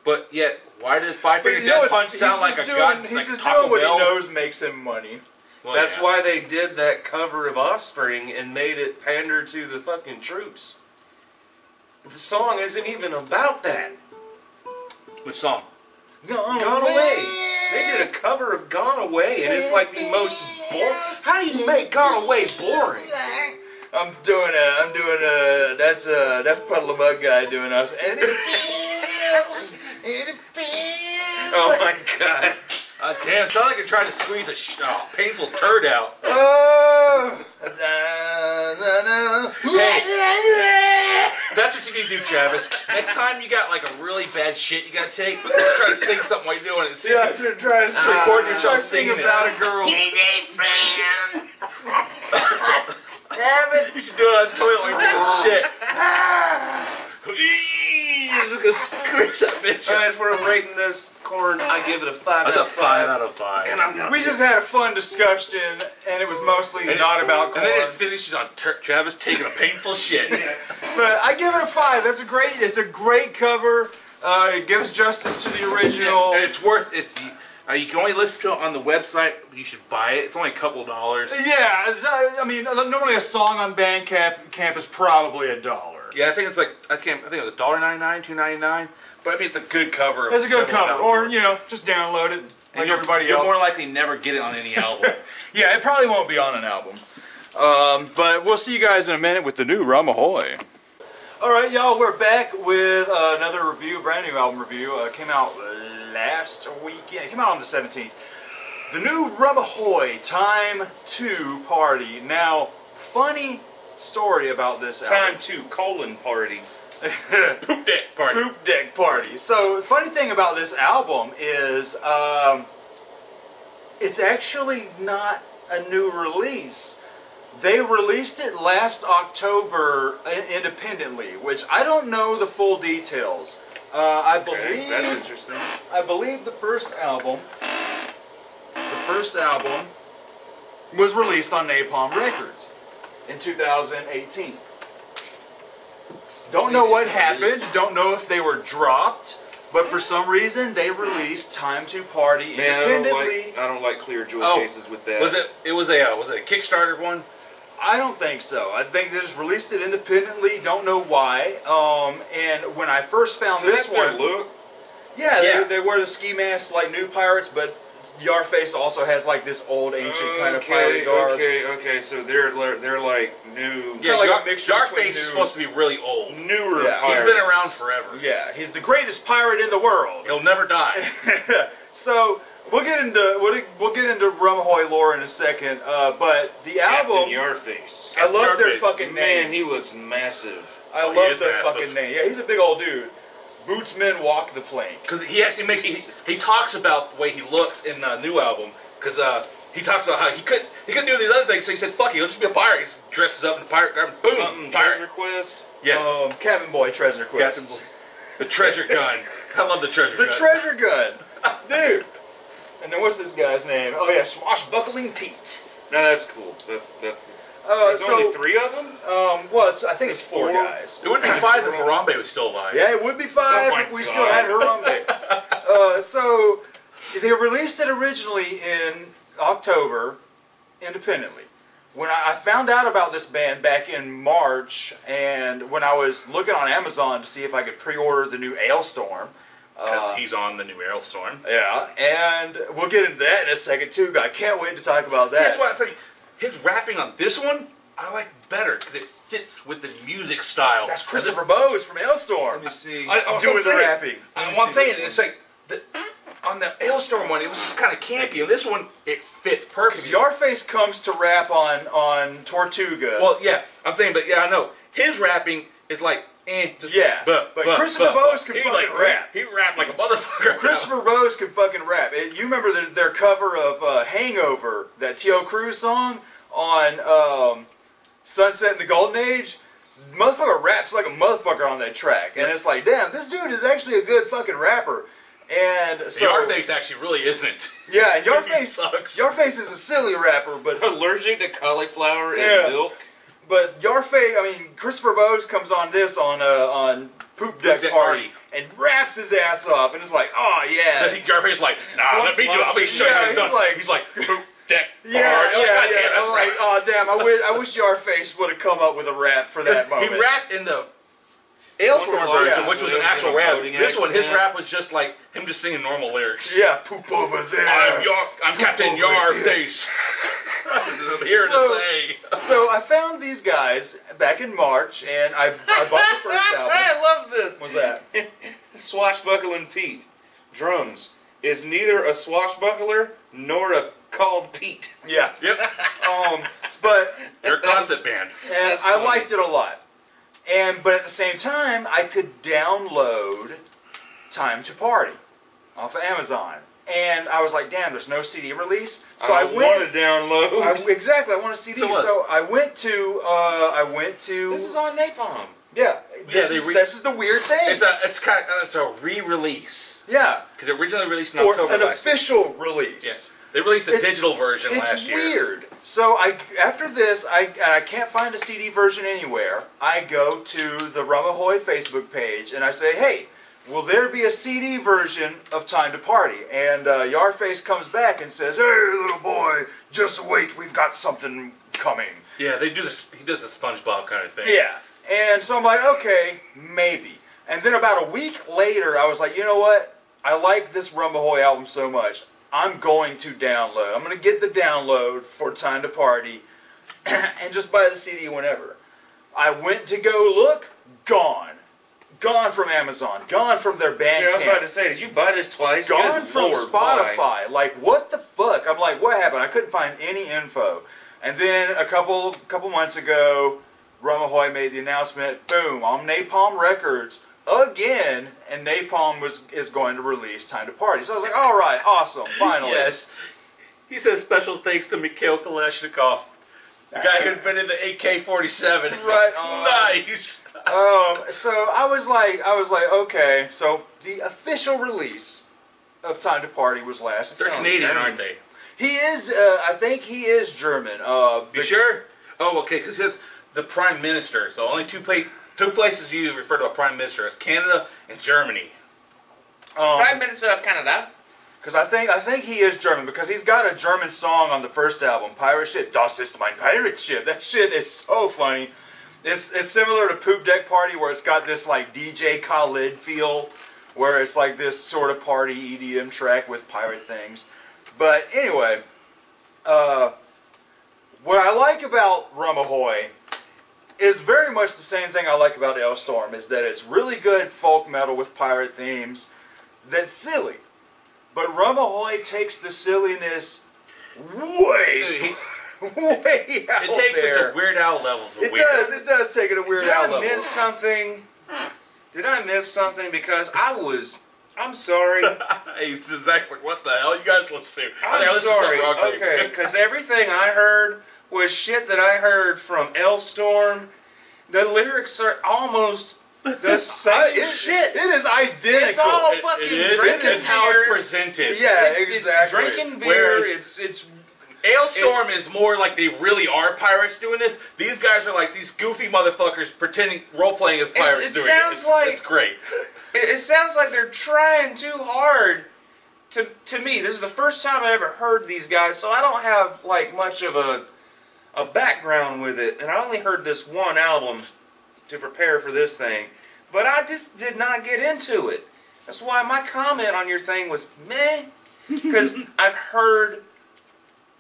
But yet, why does Five Finger Death Punch sound like a
doing,
god?
He's
like
just
Taco
doing what he
Bell?
knows makes him money.
Well,
That's
yeah.
why they did that cover of Offspring and made it pander to the fucking troops. The song isn't even about that.
Which song?
Gone,
Gone Away. They did a cover of Gone Away, and it's like the most boring. How do you make Gone Away boring?
I'm doing a. I'm doing a. That's a. That's Puddle of Mud guy doing us. And
Oh <laughs> my god.
Uh, damn, it's not like you're trying to squeeze a sh- oh, painful turd out.
oh, da, da, da.
That's what you need to do, Travis. Next time you got like a really bad shit you gotta take, just try to sing something while you're doing it. See,
Yeah, I should try to sing-
record yourself
try to sing
singing it.
about a girl.
uh, <laughs> you should do it on the toilet while you're doing shit. Oh. Squish that bitch. out.
Alright, if we're rating this corn, I give it a 5
That's
out
a
of
5
5.
out of 5.
And I'm not
We just had a fun discussion, and it was mostly
And it-
not about
And then
corn.
it finishes on Tur- Travis taking a painful shit.
<laughs> But I give it a five. That's a great. It's a great cover. Uh, it gives justice to the original.
And it's worth if you, uh, you can only listen to it on the website. You should buy it. It's only a couple dollars.
Yeah, it's, uh, I mean, normally a song on Bandcamp camp is probably a dollar.
Yeah, I think it's like I can't. I think it was a dollar ninety nine, two ninety nine. But I mean, it's a good cover. of-
That's a good
of
cover,
album.
or you know, just download it like
and you're,
everybody
you're
else.
more likely to never get it on any album. <laughs>
<laughs> yeah, it probably won't be on an album. Um, but we'll see you guys in a minute with the new Ramahoy. All right, y'all, we're back with uh, another review, brand new album review. Uh, came out last weekend. It came out on the 17th. The new Ramahoy Time 2 Party. Now, funny story about this album.
Time to colon party.
<laughs>
Poop dick party.
Poop deck party. So the funny thing about this album is um, it's actually not a new release. They released it last October i- independently, which I don't know the full details. Uh, I believe
That's interesting.
I believe the first album, the first album, was released on Napalm Records in 2018. Don't know what happened. Don't know if they were dropped, but for some reason they released "Time to Party"
Man, I don't
independently.
like, I don't like clear jewel
Oh,
cases with that.
Was it? It was a uh, was it a Kickstarter one?
I don't think so. I think they just released it independently. Don't know why. Um, and when I first found
So
this
that's their
one,
look.
Yeah,
Yeah.
They, they wear the ski masks like new pirates, but Yarface also has like this old ancient kind of pirate garb.
Okay, okay, so they're li- they're like new,
Yeah, like a
Yar-
mixture between
Yarface is
new-
supposed to be really old.
newer
Yeah.
He's
pirates.
been around forever.
Yeah, he's the greatest pirate in the world.
He'll never die.
<laughs> so we'll get into we'll, we'll get into Rumhoy lore in a second. Uh, but the album,
Captain Yarface.
I love their
Yarface.
fucking
Man,
names.
he looks massive.
I
Oh, he
love
is
their
massive.
fucking name. Yeah, he's a big old dude. Bootsmen walk the plank.
Because he actually makes he, he talks about the way he looks in the new album. Because uh, he talks about how he couldn't he couldn't do these other things, so he said, "Fuck it, he'll just be a pirate." He dresses up in pirate garb, boom,
Something pirate
pirate.
request.
Yes,
Um, Cabin Boy Treasure Quest.
Captain Bl- the
<laughs>
treasure gun. I love the treasure
The
gun.
treasure gun, dude. And then what's this guy's name? Oh yeah, Swashbuckling Pete.
No, that's cool. That's that's.
Uh,
There's only
so,
three of them.
um, well, it's, I think it's
There's
four,
four?
guys. <laughs>
it would be fine if Harambe was still alive.
Yeah, it would be five
Oh my
if we
God.
still had her on there. uh, so they released it originally in October, independently. When I, I found out about this band back in March, and when I was looking on Amazon to see if I could pre-order the new Ailstorm,
Because
uh,
he's on the new Errol Storm.
yeah, and we'll get into that in a second too. I can't wait to talk about that.
That's why I think his rapping on this one I like better because it fits with the music style.
That's Christopher Bowe is from Hailstorm. Let me see.
I- I was
doing
gonna
the
say it.
rapping.
And one thing, it's like the, on the Hailstorm one, it was just kind of campy. And this one, it fits
If
perfectly.
Yarface comes to rap on on Tortuga,
Well, yeah, I'm saying, but yeah, I know his rapping is like, eh, just,
Yeah,
but
but
but,
Christopher
but,
Bose
but.
can
He,
fucking
like,
rap.
He rapped like a motherfucker.
Christopher Rose could fucking rap. And you remember the, their cover of uh, Hangover, that T.O. Cruz song on um, Sunset in the Golden Age? Motherfucker raps like a motherfucker on that track. And it's like, damn, this dude is actually a good fucking rapper. And so.
So, Yarface actually really isn't.
Yeah, and
<laughs> He
Yarface.
sucks.
Yarface is a silly rapper, but
Allergic to cauliflower
Yeah.
and milk.
But Yarface, I mean, Christopher Bose comes on this on uh, on Poop Deck,
Deck
Party,
Party.
and raps his ass off, and it's like, oh
I
yeah,
think Yarface's like, nah, let me do it. I'll be sure
Yeah,
yeah,
he's
he's done.
like-
he's like, poop, deck,
yeah,
bar.
yeah,
Oh,
yeah.
God damn, that's
I'm
right.
like, oh damn, I wish I wish Yarface would have come up with a rap for that moment.
He rapped in the Aylstorm
One
version,
line,
which was
yeah.
an actual
With a
rap.
voting
This one, his
accent.
rap was just like him just singing normal lyrics.
yeah, poop over there.
I'm Yar, I'm Captain Yarface.
<laughs>
I'm here
So-
to say.
so I found these guys back in March, and I I bought the first album.
love this.
What's that?
<laughs> Swashbuckling Pete. Drums. Is neither a swashbuckler nor a called Pete.
Yeah, <laughs>
Yep,
um, but
your closet band.
and
That's
I
funny.
liked it a lot. And but at the same time, I could download Time to Party off of Amazon, and I was like, "Damn, there's no CD release." So I, went.
to download.
I, exactly, I want a CD.
So what?
So I went to. Uh, I went to.
this is on Napalm.
yeah, this,
Yeah, they
is,
re-
this is the weird thing.
It's a, it's kind of, it's a re-release
yeah,
because it originally released in
or
October
an
last year.
official release.
Yes, they released a
It's-
digital version
It's
last year.
weird. So I after this, I and I can't find a CD version anywhere. I go to the Ramahoy Facebook page and I say, "Hey, will there be a CD version of Time to Party?" And uh, Yarface comes back and says, "Hey, little boy, just wait. We've got something coming."
Yeah, they do this. He does the SpongeBob kind of thing.
Yeah. And so I'm like, okay, maybe. And then about a week later, I was like, you know what? I like this Rumbahoy album so much. I'm going to download. I'm going to get the download for Time to Party <clears throat> and just buy the CD whenever. I went to go look, gone. Gone from Amazon, gone from their
<laughs> Yeah, I was about to
Bandcamp,
say, did you buy this twice?
gone
Good
from
Lord,
Spotify.
why?
Like, what the fuck? I'm like, what happened? I couldn't find any info. And then a couple couple months ago, Rumahoy made the announcement. Boom! On Napalm Records again, and Napalm was is going to release "Time to Party." So I was like, "All right, awesome, finally."
Yes. He says special thanks to Mikhail Kalashnikov, the guy who invented the AK-47.
Right on.
<laughs> nice.
Um. So I was like, I was like, okay. So the official release of "Time to Party" was last.
They're Canadian, aren't they?
He is. Uh, I think he is German. Uh.
You
the-
sure? Oh, okay. Because it's the prime minister. So only two pla- two places you refer to a prime minister is Canada and Germany.
um,
Prime Minister of Canada.
Because I think I think he is German because he's got a German song on the first album, Pirate Ship. Das ist mein Pirate Ship. That shit is so funny. It's it's similar to Poop Deck Party where it's got this like DJ Khaled feel, where it's like this sort of party EDM track with pirate things. But anyway, uh, what I like about Rumahoy is very much the same thing I like about Elstorm is that it's really good folk metal with pirate themes that's silly. But Rumahoy takes the silliness way,
It,
<laughs> way out
it takes
there.
it to Weird Al levels of
it
weird. <laughs>
does. It does take it to Weird
Did I
Al level.
miss something? Did I miss something? Because I was.
<laughs>
I'm sorry.
it's exactly what the hell you guys listen to. I
I'm
listen to
sorry.
rock music.
Okay,
<laughs>
because everything I heard was shit that I heard from Elstorm. The lyrics are almost the
<laughs>
same
I- it- It
shit.
is identical.
it's all
It-
fucking
it is,
drinking
it's how it's
beer.
presented.
yeah,
It's- it's
exactly.
drinking beer.
Whereas-
it's it's
Ailstorm is more like they really are pirates doing this. These guys are like these goofy motherfuckers pretending role playing as pirates
it
doing
sounds
it. It's,
like-
it's great.
It, it sounds like they're trying too hard. To to me, this is the first time I ever heard these guys, so I don't have like much of a a background with it, and I only heard this one album to prepare for this thing, but I just did not get into it.
<laughs>
That's why my comment on your thing was meh, because I've heard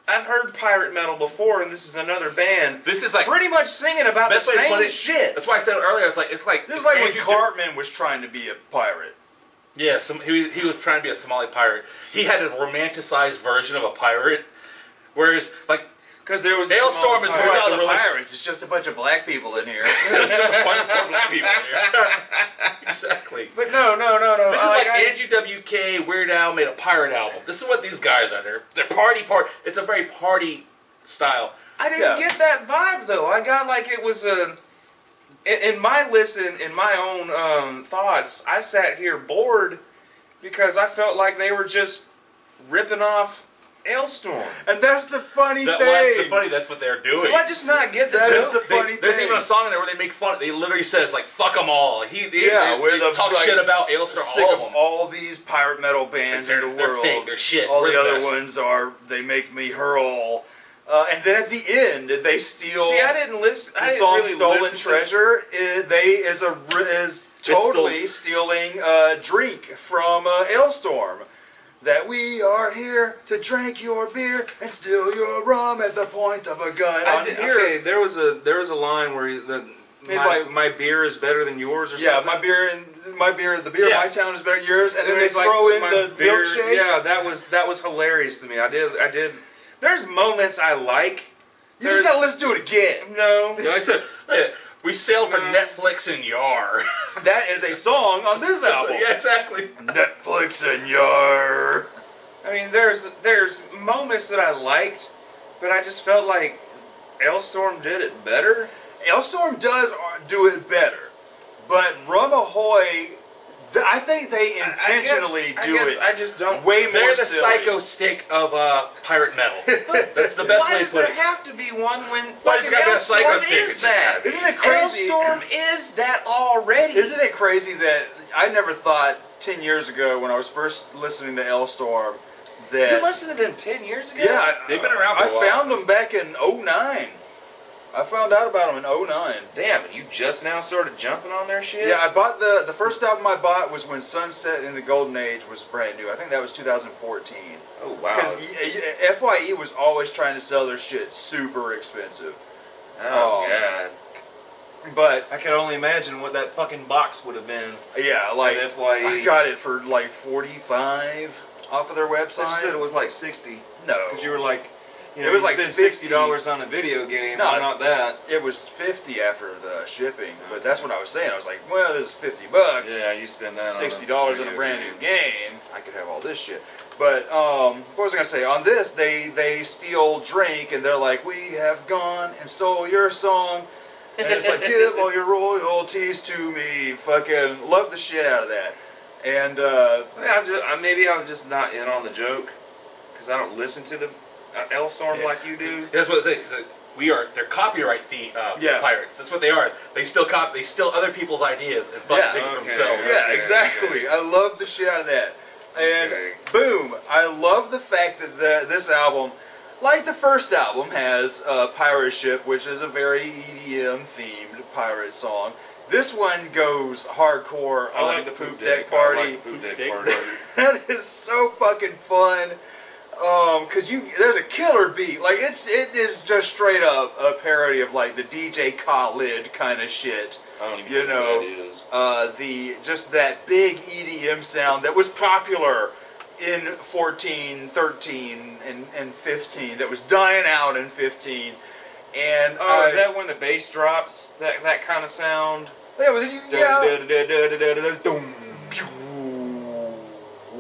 I've heard pirate metal before, and this is another band
<laughs>
This is like
pretty much singing about the
Best way to put
same
it-
shit.
that's why I said earlier. It's like it's like
This is like when
Andrew-
Cartman was trying to be a pirate.
Yeah, some, he, he was trying to be a Somali pirate. He had a romanticized version of a pirate, whereas like <laughs>
Because there was a
Hailstorm is
small
more
pirate.
like
all
<laughs> the
the
really-
pirates. It's just a bunch of black people in
<laughs>
here.
exactly.
<laughs> But no, no, no, no.
This is
I-
like
I-
Andrew WK, Weird Al made a pirate album. This is what these guys are. They're, they're party part. It's a very party style.
I didn't
Yeah.
get that vibe though. I got like it was a. In, in my listen, in my own um, thoughts, I sat here bored because I felt like they were just ripping off Ailstorm.
And that's the funny
That,
thing.
well, that's funny. That's what they're doing.
Do I just not get that?
That's the
They-
funny
there's
thing.
even a song in there where they make fun. They literally says like "fuck them all." He, he
Yeah,
they,
we're
they
the,
talk
like,
shit about
Sick
Ailstorm, all
of
of them.
all these pirate metal bands
they're,
in the
they're
world.
fake. They're shit.
all
We're
the other
best.
ones are they make me hurl. Uh, and then at the end, they steal
See, I didn't listen. I
the
didn't
song
really
"Stolen
listen to-
Treasure." Is, they is a is totally stealing uh, drink from uh, Ailstorm. That we are here to drink your beer and steal your rum at the point of a gun.
I
on
did-
here.
okay, there was a there was a line where the
It's
my,
like-
my beer is better than yours or
Yeah,
something.
my beer and my beer, the beer
Yeah.
in my town is better than yours, and then they
It's like
throw in
my
the
beer-
milkshake.
Yeah, that was that was hilarious to me. I did I did. There's moments
<laughs>
I like.
You just gotta listen to it again.
No.
You know, I said, "Hey, we sailed for
No.
Netflix and
<laughs>
Yar.
That is a song on this album.
yeah, exactly.
Netflix and your.
I mean, there's there's moments that I liked, but I just felt like Elstorm did it better.
Elstorm does uh, do it better, but Rum Ahoy, th- I think they
I- I guess-
intentionally
I
do
guess
it
I just don't.
way more
They're the
silly.
psycho stick of uh, pirate
<laughs>
metal. That's the best
Why
way to
does
put
there
it.
have to be one when
Why does
fucking
it gotta be a psycho
Elstorm
stick? It's
is
just
<laughs>
that?
Isn't it crazy?
Elstorm is that already.
Isn't it crazy that I never thought ten years ago when I was first listening to Elstorm that
You listened to them ten years ago.
Yeah, I-
They've been around for
I
a while.
found them back in '09. I found out about them in '09.
Damn, and you just now started jumping on their shit.
Yeah, I bought the the first album I bought was when Sunset in the Golden Age was brand new. I think that was 2014.
oh
Because
wow.
Fye E was always trying to sell their shit super expensive.
oh
oh.
god.
But
I can only imagine what that fucking box would have been.
yeah, like
With
E.
FYE.
I got it for like 45 off of their
So you
website.
said it was like sixty.
no,
Because you were like, you
It
know,
was
you
like
spend
60.
sixty dollars on a video game.
No,
No,
it's-
not that.
it was 50 after the shipping. But that's what I was saying. I was like, well, this is 50 bucks.
Yeah, you spend that.
sixty dollars in a brand new game, I could have all this shit. But um, what was I gonna say? On this, they they steal drink and they're like, "We have gone and stole your song," and it's like, "Give all your royalties to me." Fucking love the shit out of that. And uh,
I just, I, maybe I was just not in on the joke because I don't listen to the uh, L Storm
Yeah.
like you do.
That's what it is. uh, We are. They're copyright the uh,
Yeah.
pirates. That's what they are. They still cop. They steal other people's ideas and fucking
Yeah,
take
okay.
it themselves.
yeah,
okay,
exactly. I love the shit out of that. And
Okay.
boom, I love the fact that the, this album, like the first album, has uh, Pirate Ship, which is a very EDM themed pirate song. This one goes hardcore
I
on
like the poop
deck,
deck I
party.
like the poop
<laughs>
deck
Dick
party.
that is so fucking fun. Um, cause you there's a killer beat. Like it's it is just straight up a parody of like the DJ Khaled kind of shit
I don't even
You know.
know what that is.
uh, the just that big EDM sound that was popular in 14, 13, and, and 15, that was dying out in 15. And
Oh,
uh,
is that when the bass drops? That that kind of sound.
yeah, well, you- yeah.
Dun-dun-dun-dun-dun-dun-dun-dun.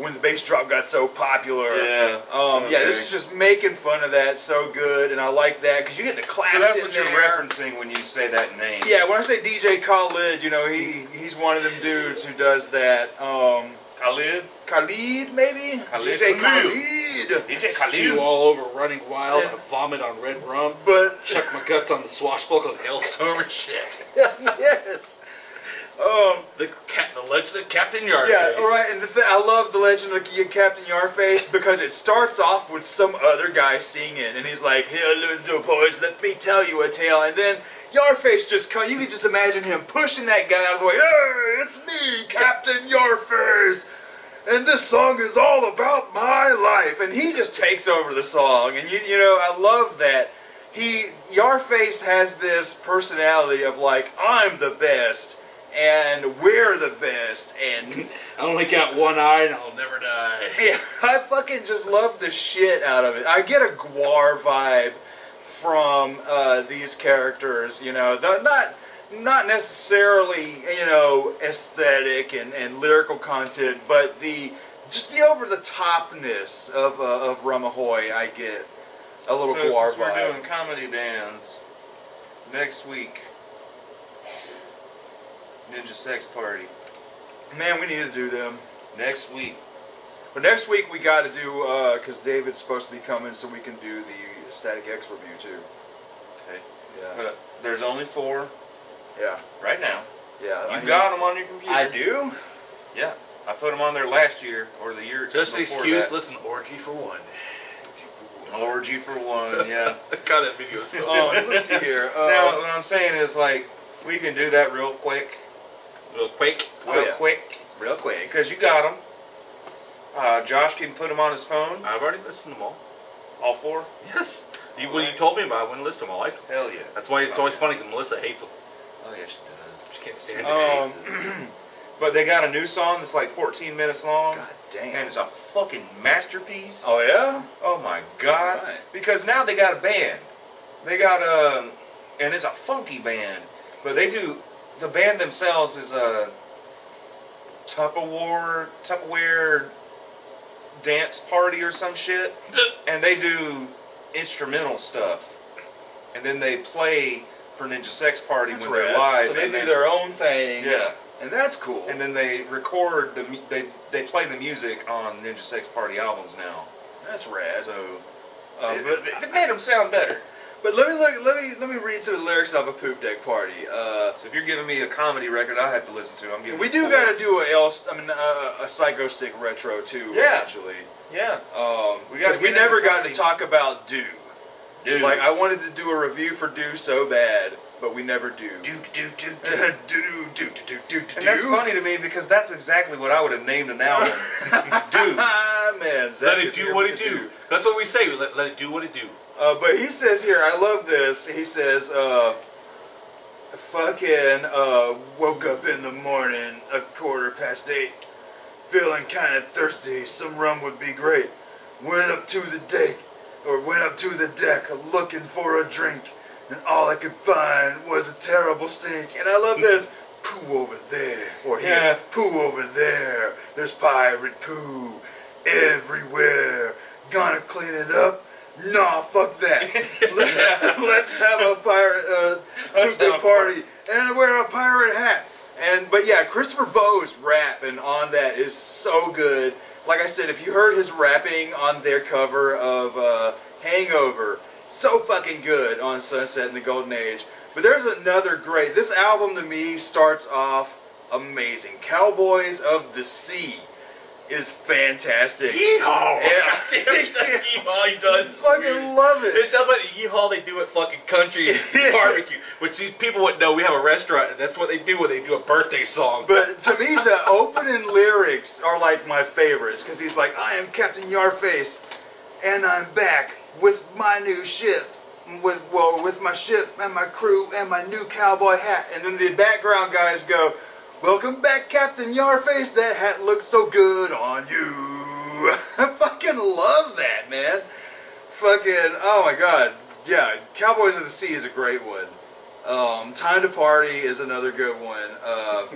when the bass drop got so popular.
Yeah.
Um, Yeah, this
Okay.
is just making fun of that so good, and I like that because you get the claps
So that's
in
what you're
there.
referencing when you say that name.
Yeah, when I say DJ Khalid, you know he he's one of them dudes who does that. Um,
Khalid.
Khalid, maybe?
Khalid.
DJ Khalid.
DJ
You
Khalid.
all over running wild.
Yeah.
I vomit on red rum.
But, <laughs>
Chuck my guts on the swashbuckle hailstorm and shit.
yes. Um,
The cat, the legend of Captain Yard.
yeah, all right, and the thing, I love The Legend of Ca- Captain Yarface because it starts off with some other guy singing, and he's like, Here, little boys, let me tell you a tale. And then Yarface just comes, you can just imagine him pushing that guy out of the way. Hey, it's me, Captain Yarface! and this song is all about my life. And he just takes over the song. And you, you know, I love that. He, Yarface has this personality of like, I'm the best, and we're the best, and
<laughs> I only got one eye and I'll never die.
yeah, I fucking just love the shit out of it. I get a Guar vibe from uh, these characters, you know, though not not necessarily you know aesthetic and, and lyrical content, but the just the over the topness of uh, of Rumahoy, I get a little
so
Guar
since we're
vibe.
doing comedy bands next week, Ninja Sex Party
Man, we need to do them.
next week.
But next week we got to do because David's supposed to be coming, so we can do the Static X review too.
Okay.
Yeah,
But uh, there's only four
yeah,
right now.
yeah. I
You
need-
got them on your computer.
I do.
Yeah, I put them on there last year or the year
Just
before
excuse,
that.
listen, orgy for one.
Orgy for
<laughs>
<laughs>
one. Yeah.
God, that video is so
Oh, let's see
<laughs>
here. Uh,
now what I'm saying is like we can do that real quick,
Real quick.
Oh,
real
yeah.
quick,
real quick.
because you got them. Uh, Josh can put them on his phone.
I've already listened to them all.
All four.
Yes. You, well, you told me about it. I wouldn't listen to them all. I liked them.
Hell yeah.
That's why it's always funny because Melissa hates them.
Oh yeah, she
She can't stand it.
does. <clears throat> Um, but they got a new song that's like 14 minutes long,
God
and
damn.
it's a fucking masterpiece.
Oh yeah.
Oh my god!
Right.
Because now they got a band. They got um, and it's a funky band, but they do. The band themselves is a Tupperware Tupperware dance party or
<laughs>
some shit, and they do instrumental stuff, and then they play for Ninja Sex Party
That's
when they're
rad.
live.
So they
and
do their own thing.
yeah,
And that's cool.
and then they record the mu- they they play the music on Ninja Sex Party albums now.
that's rad.
So
Um,
it,
but,
it- it made them sound better.
but let me look. Let me let me read some of the lyrics of a poop deck party. Uh,
So if you're giving me a comedy record, I have to listen to. I'm giving.
we
you
do
four.
got to do a else. I mean, uh, a psycho stick retro too.
Yeah.
Actually.
Yeah,
Um,
We gotta
'cause we
get into
never got to
comedy.
talk about do.
dude.
Like I wanted to do a review for do so bad, but we never do.
do do <laughs> do do.
<laughs> do do do do do do.
And that's
<laughs>
funny to me because that's exactly what I would have named an <laughs> album.
do.
Dude.
Man, Zach
Let it
is here
do what
with
it
the
do. That's what we say. we Let, let it do what it do.
Uh, but he says here, I love this. He says, uh, fucking uh, woke up in the morning, a quarter past eight, feeling kind of thirsty. Some rum would be great. Went up to the deck, or went up to the deck, looking for a drink, and all I could find was a terrible stink. And I love
<laughs>
this. Poo over there, or here,
Yeah.
poo over there. There's pirate poo everywhere. Gonna clean it up. Nah, fuck that.
<laughs>
Let, let's have a pirate uh,
Let's
poopy
have a
party and wear a pirate hat. And but yeah, Christopher Bowe's rap and on that is so good. Like I said, if you heard his rapping on their cover of uh, Hangover, so fucking good on Sunset and the Golden Age. But there's another great. This album to me starts off amazing. Cowboys of the Sea is fantastic.
Yeehaw! <laughs>
Yeah.
yeehaw he does.
Fucking love it.
It sounds like the yeehaw they do at fucking country barbecue, which these people wouldn't know. We have a restaurant, and that's what they do when they do a birthday song.
But to me, the opening lyrics are like my favorites because he's like, "I am Captain Yarface, and I'm back with my new ship, with well, with my ship and my crew and my new cowboy hat." And then the background guys go, "Welcome back, Captain Yarface. That hat looks so good on you." <laughs> I fucking love that, man. Fucking, oh my god, yeah. Cowboys of the Sea is a great one. Um, Time to Party is another good one.
<laughs>
Uh,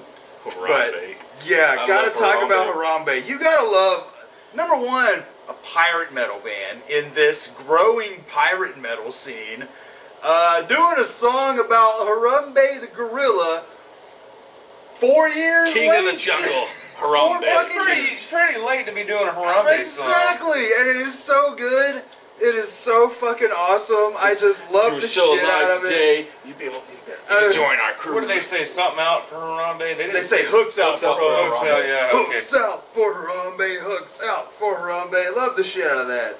Harambe.
yeah,
I
gotta
love
talk
Harambe.
about Harambe. You gotta love number one, a pirate metal band in this growing pirate metal scene, uh, doing a song about Harambe the gorilla. Four years
King of the
late? <laughs>
jungle,
Four
Harambe.
fucking
pretty,
years.
it's pretty late to be doing a Harambe song.
Exactly, and it is so good. It is so fucking awesome. I just love
You're
the
still
shit
alive
out of it.
today. You be able you
Uh,
can join our crew.
What do they say? Something out for Harambe? They,
They
didn't
say hooks out
hooks
for
out
Harambe.
Hooks out, yeah. Okay.
Hooks out for Harambe. Hooks out for Harambe. Love the shit out of that.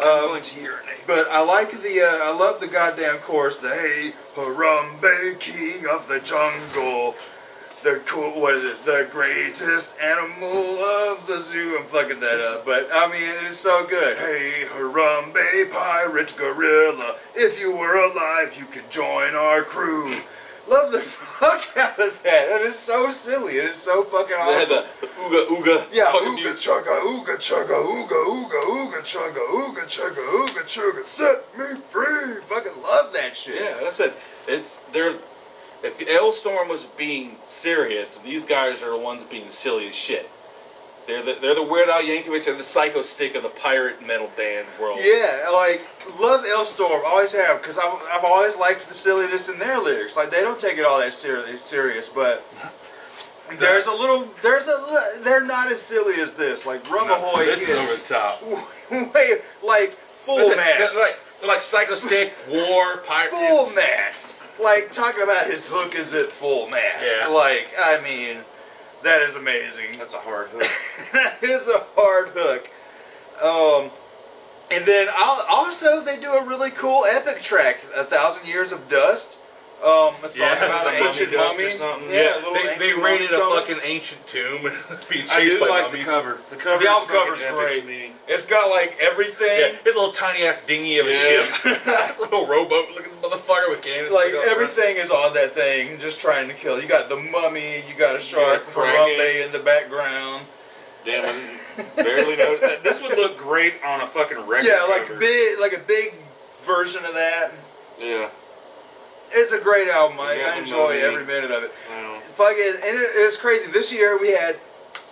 going
Um,
to urinate?
but I like the uh, I love the goddamn chorus. The Hey Harambe, King of the Jungle. the cool what is it the greatest animal of the zoo. I'm fucking that up, but I mean it is so good. Hey, Harambe pirate gorilla, if you were alive, you could join our crew. Love the <laughs> fuck out of that. That is so silly. It is so fucking
<laughs>
They had
uh,
awesome.
<laughs> the, the ooga ooga
Yeah,
fucking
ooga
music.
chugga, ooga chugga, ooga ooga ooga chugga, ooga chugga, ooga chugga, set me free. Fucking love that shit.
Yeah, that's it. It's they're if Aylstorm was being serious, these guys are the ones being silly as shit. They're the, they're the Weird Al Yankovic and the Psycho Stick of the pirate metal band world.
Yeah, like love Elstorm, always have, because I've I've always liked the silliness in their lyrics. Like they don't take it all that serious, serious,
<laughs>
but there's a little, there's a, li- they're not as silly as this. Like Rumahoy
this is over
is
the top.
<laughs> way like full
Listen,
mass,
that's like, they're like Psycho Stick, War, Pirate.
full mass. Like talking about his hook is at full mass.
Yeah.
Like I mean, that is amazing.
That's a hard hook.
<laughs> that is a hard hook. Um, and then al- also they do a really cool epic track, "A Thousand Years of Dust." Um, a song
Yeah,
about
the
an ancient
mummy dust
mummy.
or something.
Yeah,
Yeah,
a little
They, they
ancient
raided a
mummy coming.
fucking
<laughs>
ancient tomb and it's being chased
I do
by
like
mummies.
the cover. The cover.
The
is
album
fucking
cover's
epic
great.
to me.
It's got like
Yeah,
everything,
his little tiny ass dinghy of a
Yeah. <laughs>
ship, <laughs> little rowboat looking motherfucker with cannons.
like
up front.
everything is on that thing, just trying to kill. You got the mummy, you got a shark,
got Kraken.
Harambe in the background.
Damn, I didn't- barely noticed. that. This would look great on a fucking record.
Yeah, like
cover.
big, like a big version of that.
Yeah.
It's a great album. I,
Yeah,
I enjoy
mummy.
every minute of it.
Wow.
Fucking, and it, it was crazy. This year we had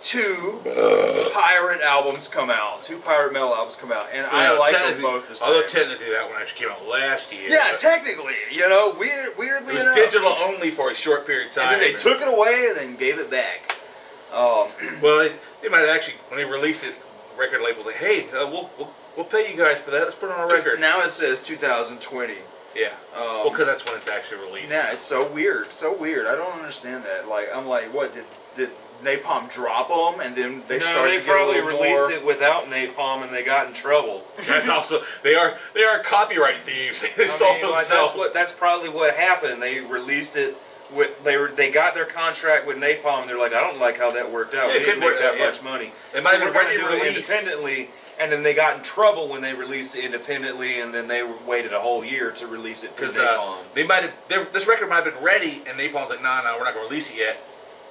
two pirate albums come out, two pirate metal albums come out, and I
Yeah,
like them
technically-
both the same.
Although technically that one actually came out last year.
yeah,
but
technically, you know, weird,
it
weirdly
was
enough.
digital only for a short period of
and
time.
then they took it away and then gave it back. Um,
Well, they, they might have actually when they released it, record label like, hey, uh, we'll, we'll we'll pay you guys for that. Let's put it on a record.
now it says 2020. Um,
Yeah. Well, because that's when it's actually released.
Yeah, it's so weird, so weird. I don't understand that. Like, I'm like, what did did Napalm drop them and then they
no,
started
they
to get a
probably
little
released
more-
it without napalm and they got in trouble.
<laughs> That's also they are they are copyright thieves. <laughs> they
<laughs> I
stole
mean, like,
themselves.
that's what that's probably what happened. They released it with they were they got their contract with Napalm. and They're like, I don't like how that worked out.
Yeah, it
we
could
didn't
work
make
out,
that
yeah.
much money.
It might
so
have
we're
been ready
going to do
to
it
release.
independently, and then they got in trouble when they released it independently, and then they waited a whole year to release it through
Because uh,
Napalm.
they might have their- this record might have been ready, and Napalm's like, nah, nah, we're not gonna release it yet.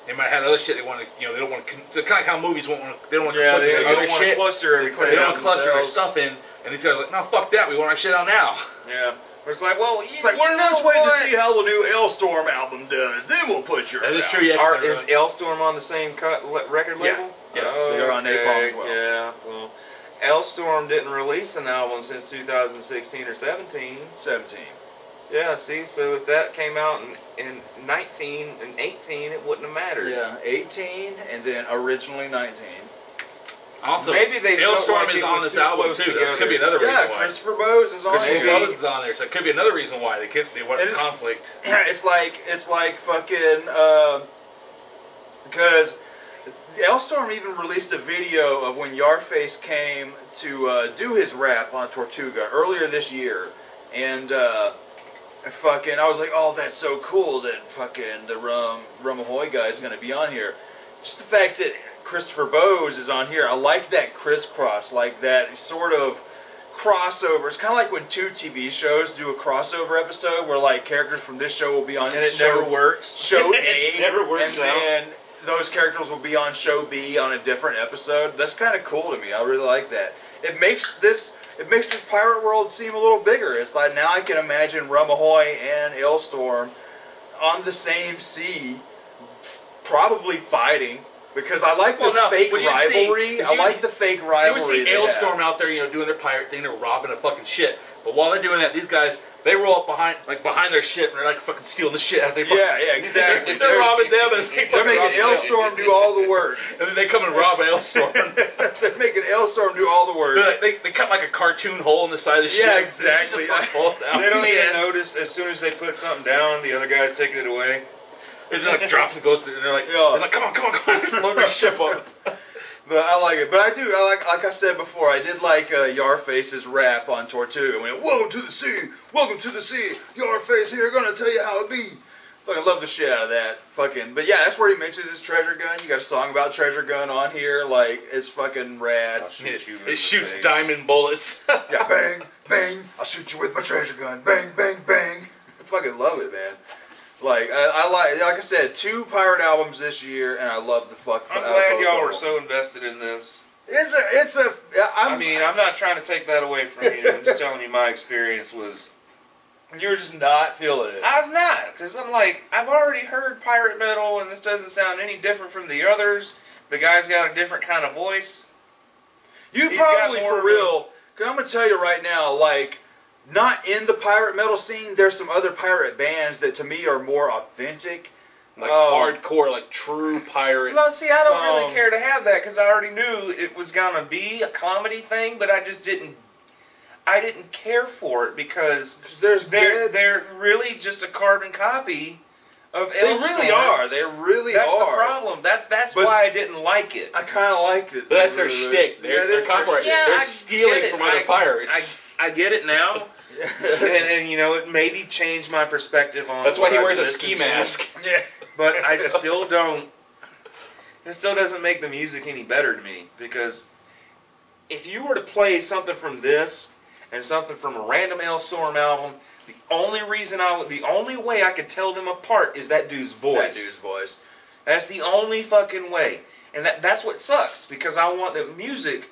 They might have other shit they want to, you know, they don't want to. They're kind of like how movies won't want to. They don't want to.
yeah, they, they
other
don't want to
shit.
cluster everything.
They don't want
out
to cluster their
themselves.
stuff in, and these guys are like, no, fuck that. We want our shit out now.
Yeah, But it's like, well,
It's like, well, let's wait to see how the new Elstorm album does. Then we'll put your.
That is
out.
true. Yeah.
Are,
they're
is
really-
Elstorm on the same cut, le- record
Yeah.
label?
Yes.
They're on Napalm as well.
Yeah, well, Elstorm didn't release an album since 2016 or 17.
17.
Yeah, see, so if that came out in, in 19 and 18, it wouldn't have mattered.
Yeah, 18, and then originally 19.
also
Maybe they felt
Hailstorm
like
is
it
on
was
this
too
album
close
too. That
together.
could be another
yeah,
reason why.
Christopher Bose is on
Christopher
here.
Bose is on there, so it could be another reason why they could they want
It is-
conflict.
<clears throat> it's like it's like fucking uh, because Elstorm even released a video of when Yardface came to uh, do his rap on Tortuga earlier this year, and uh, fucking I was like, oh, that's so cool that fucking the Rum Rumahoy guy is gonna be on here. Just the fact that Christopher Bose is on here, I like that crisscross, like that sort of crossover. It's kind of like when two TV shows do a crossover episode where like characters from this show will be on
And it
show,
never
<laughs>
works.
show A,
it never works
and
out.
then those characters will be on show B on a different episode. That's kind of cool to me. I really like that. It makes this it makes this pirate world seem a little bigger. It's like now I can imagine Rumahoy and Ailstorm on the same sea, probably fighting. Because I like
Well,
this
no,
fake
when you see-
rivalry. I
you-
like the fake
You would
rivalry.
see
they have.
Ailstorm out there, you know, doing their pirate thing, they're robbing a fucking ship. But while they're doing that, these guys they roll up behind like behind their ship and they're like fucking stealing the shit as they fucking
Yeah, yeah, exactly.
<laughs> They're, robbing them
<laughs>
and they
They're
fucking rob
making
them.
Elstorm do all the
<laughs>
work. <laughs>
and then they come and rob Ailstorm.
They're making Elstorm do all the
<laughs> They're
work.
like, they, they cut like a cartoon hole in the side of the
Yeah,
ship.
exactly.
It just fucking
<laughs>
falls down.
They don't
Yeah.
even notice. As soon as they put something down, the other guy's taking it away.
It just like drops and goes through, and they're like,
<laughs> Yeah.
they're like, come on, come on, come on, load your
<laughs>
ship up.
But I like it. But I do. I like, like I said before, I did like uh, Yarface's rap on Tortuga. I went, "Welcome to the sea, welcome to the sea. Yarface here, gonna tell you how it be." Fucking love the shit out of that. Fucking, but yeah, that's where he mixes his treasure gun. You got a song about treasure gun on here, like it's fucking rad.
I'll shoot you in the
It shoots
face.
diamond bullets.
<laughs>
<laughs>
Yeah, bang, bang. I'll shoot you with my treasure gun. Bang, bang, bang. I fucking love it, man. Like I, I like, like I said, two pirate albums this year, and I love the fuck.
I'm
out of
glad
both
y'all
of
were
them.
so invested in this.
It's a, it's a. I'm,
I mean, I'm not trying to take that away from you. I'm <laughs> just telling you my experience was.
you were just not feeling it.
I was not, because I'm like, I've already heard pirate metal, and this doesn't sound any different from the others. The guy's got a different kind of voice.
You
He's got
probably
more
for
of a-
real. Cause I'm gonna tell you right now, like, not in the pirate metal scene. There's some other pirate bands that to me are more authentic.
like
Oh.
hardcore, like true pirate.
No, see, I don't really
Um,
care to have that because I already knew it was gonna be a comedy thing, but I just didn't. I didn't care for it because
'Cause there's
they're
dead.
they're really just a carbon copy of.
They really are. They really
That's
are.
the problem. That's that's
But-
why I didn't like it.
I kind of liked it.
But that's their
Yeah,
shtick. They're,
that
they're
is their
copyright.
Yeah, I
they're
get
stealing
it.
from other
I-
pirates.
I I get
<laughs>
it now, and, and you know it maybe changed my perspective on.
That's why he
what I
wears a
listen
ski
to,
mask.
<laughs> <laughs> yeah.
But I
<laughs>
<laughs>
still don't. It still doesn't make the music any better to me because if you were to play something from this and something from a random L Storm album, the only reason I would, the only way I could tell them apart is that dude's voice.
That dude's voice.
That's the only fucking way. And that, that's what sucks because I want the music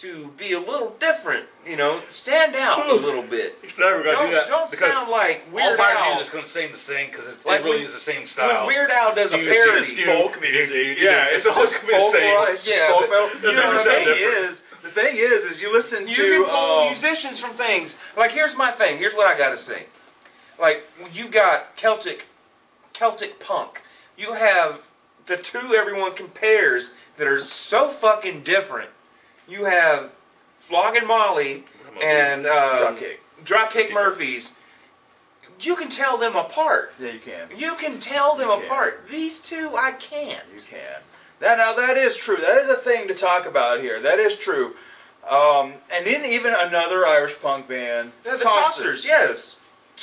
to be a little different, you know, stand out a little bit.
Never gonna
Don't, don't sound like
all
Weird
pirate
Al.
music is gonna sing the same because it
Like
really
when-
is the same
When
style.
Weird Al does a
You see
parody,
this folk music. Yeah, it's always gonna be the same.
Folklorized
Yeah,
folk
but-
metal. You know,
never
the
sound
thing is, the thing is, is you listen
You
to
can pull
um,
musicians from things. Like here's my thing. Here's what I gotta say. Like you've got Celtic, Celtic punk. You have the two everyone compares that are so fucking different. You have Flogging Molly and um,
Dropkick.
Dropkick Murphys. You can tell them apart.
Yeah, you can.
You can tell them
You can.
apart. These two, I can't.
You can. That now that is true. That is a thing to talk about here. That is true. Um, and then even another Irish punk band,
The
Tossers,
Tossers, yes.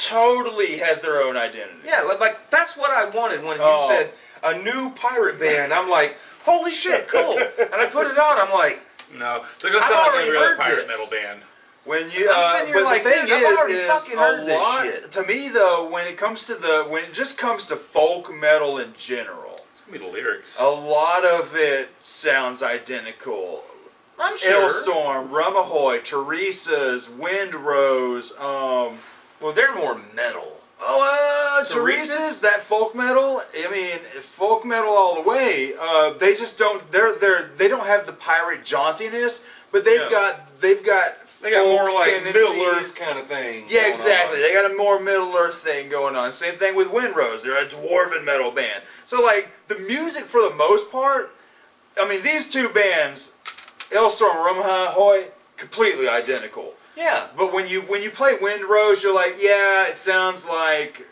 totally has their own identity.
Yeah, like, like that's what I wanted when you
Oh.
said a new pirate band. I'm like, holy shit, cool. and I put it on. I'm like,
No, they're gonna
I've
sound like
already
every other
heard
pirate
this.
metal band.
When you,
I'm
uh,
sitting
but
here like,
the thing is,
"Dude, I've already
is
fucking
a
heard this
lot-
shit."
To me, though, when it comes to the when it just comes to folk metal in general,
It's gonna be the lyrics.
Oh,
a lot of it sounds identical.
I'm sure.
Illstorm, Rumahoy, Teresa's, Windrose, um,
well, they're more metal.
Oh, uh,
Teresa's?
Teresa's that folk metal. I mean, folk metal all the way. Uh, they just don't. They're they're they don't have the pirate jauntiness, but they've
Yeah.
got they've got
They got
folk
more like
tendencies.
Middle Earth kind of thing.
Yeah,
going
exactly.
on.
They got a more Middle Earth thing going on. Same thing with Windrose. They're a dwarven metal band. So like the music for the most part, I mean these two bands, Elstorm and Rumhahoy, completely identical.
Yeah.
But when you when you play Windrose, you're like, yeah, it sounds like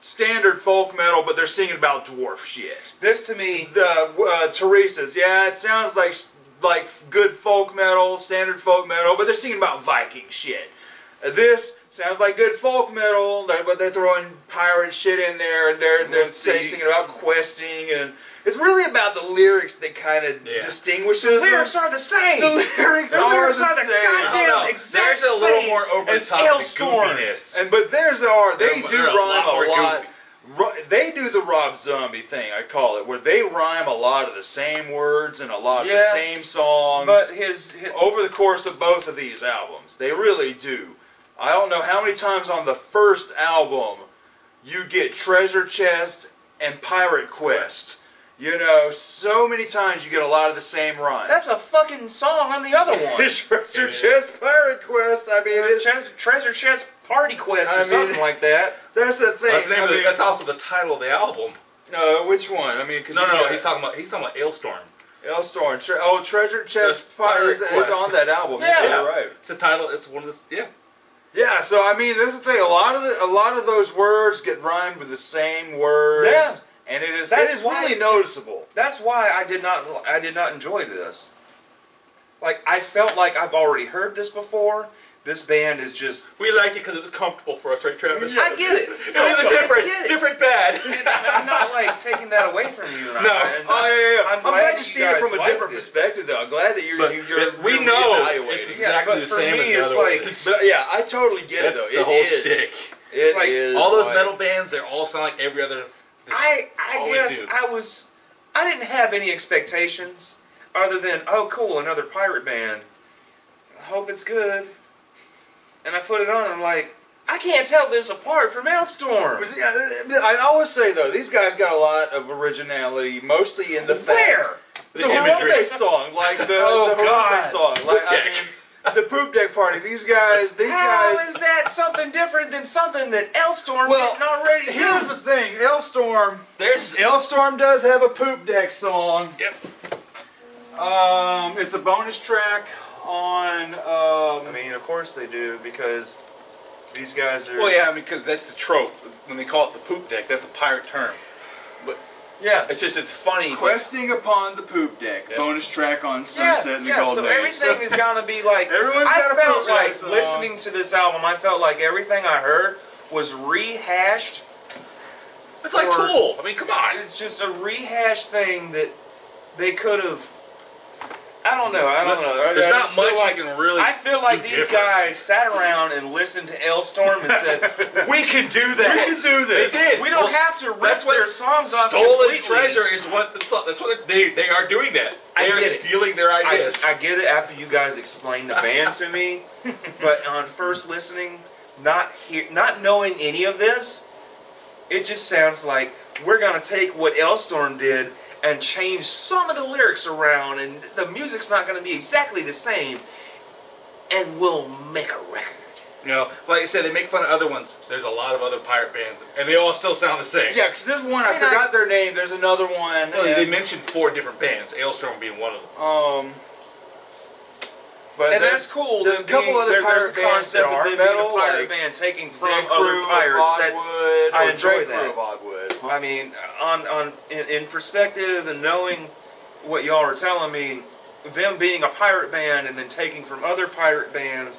standard folk metal, but they're singing about dwarf shit.
This to me,
The uh, Teresa's, yeah, it sounds like like good folk metal, standard folk metal, but they're singing about Viking shit. Uh, This sounds like good folk metal, they- but they're throwing pirate shit in there, and they're they're
Let's see.
singing about questing, and it's really about the lyrics that kind of
Yeah.
distinguishes
the
them.
lyrics are the
<laughs>
same.
The lyrics
The
are
lyrics
the
are the
same.
goddamn
I don't know.
exact
There's a little
same
more over the
as
top the
Elstorm.
goofiness.
And but theirs are they
They're-
do
they're a
rhyme
lot more
a lot.
goofy.
Ru- they do the Rob Zombie thing, I call it, where they rhyme a lot of the same words and a lot of
Yeah.
the same songs.
But his, his
over the course of both of these albums, they really do. I don't know how many times on the first album you get Treasure Chest and Pirate Quest. You know, so many times you get a lot of the same rhymes.
that's a fucking song on the other
<laughs>
one.
Treasure Chest, Pirate Quest. I mean, it's,
Treasure, treasure chest party quest or
I mean-
something like that.
that's the thing.
That's, the name
I
of the,
mean,
that's also the title of the album.
no, which one? I mean, 'cause
No,
you
no, no.
got-
He's talking about he's talking about Ailstorm.
Elstorm. Tre- oh, Treasure Chest
That's
Fire
Pirate
is, is
Quest.
on that album. Yeah,
Yeah.
you're right.
It's the title. It's one of the yeah.
Yeah, so I mean, this is the thing. A lot of the, a lot of those words get rhymed with the same words.
Yeah.
and it is
That's
it is
why-
really noticeable.
That's why I did not I did not enjoy this. Like I felt like I've already heard this before. This band is just
We liked it because it was comfortable for us, right, Travis?
I
<laughs>
get it.
It was a different,
Get it.
different bad.
I'm not like taking that away
<laughs>
from you. No,
Oh yeah, yeah, yeah.
uh, I'm
I'm,
glad
glad to
you
see it
guys
from a
liked
different
it.
perspective, though. I'm glad that you're
But-
you're,
but we
you're
know
reevaluating.
it's
yeah,
exactly
but
the
for
same
me,
as the
it's
other
like
ones.
But yeah, I totally get it
That's
though.
the
It
whole
is-
shtick.
it
Like,
is
All those
like-
metal bands, they all sound like every other.
I I
Always
guess
do.
I was I didn't have any expectations other than oh cool another pirate band. I hope it's good. And I put it on. I'm like I can't tell this apart from Elstorm.
But yeah, I always say though, these guys got a lot of originality, mostly in the fact
Where?
the Harambe song, like
<laughs>
the,
Oh,
the Harambe
God.
song, like I
Poop deck.
mean, the poop deck party. These guys, these
How
guys.
is that something different than something that Elstorm
Well,
didn't
<laughs>
already
Here's
do?
the thing, Elstorm.
There's
Elstorm does have a poop deck song.
Yep.
Um, it's a bonus track on. Um,
I mean, of course they do because these guys are.
Well, Oh, yeah, because that's the trope. When they call it the poop deck, that's a pirate term. But
Yeah.
it's just it's funny.
questing upon the poop deck. Bonus track on
Yeah,
Sunset and the
yeah,
Gold
so
Age.
everything is gonna be like.
Everyone's
I
got a
felt
poop
like
deck song.
listening to this album. I felt like everything I heard was rehashed.
It's like
or-
cool. I mean, come on.
It's just a rehashed thing that they could have. I don't know. I don't know. I-
There's
I
not
just feel
much
Like,
I can really.
I feel like
do
these
different.
guys sat around and listened to Elstorm and said, "We can do that.
We can do this.
They did.
We don't
Well,
have to rip
that's what
their songs off
Stolen
completely."
treasure is what the song. That's what they they are doing that.
I
They
get
are
it.
stealing their
I,
ideas.
I get it after you guys explained the band
<laughs>
to me, but on first listening, not hear, not knowing any of this, it just sounds like we're gonna take what Elstorm did and change some of the lyrics around, and the music's not gonna be exactly the same, and we'll make a record.
you know, like I said, they make fun of other ones. There's a lot of other pirate bands, and they all still sound the same.
Yeah, because there's one I,
mean, I-
forgot their name. There's another one.
Oh,
Well, they
and,
mentioned four different bands, Ailstorm being one of them.
um, but
And
there's-
that's cool.
There's a
that
couple
the-
other
there-
pirate
there's a
bands
concept
that
of
are
them being a
metal,
pirate
like
band taking from
Dead
other
Crew of
pirates. That's,
Oddwood,
I
or
enjoy
Dead Crew
that.
of Oddwood.
I mean, on on in, in perspective and knowing what y'all are telling me, them being a pirate band and then taking from other pirate bands,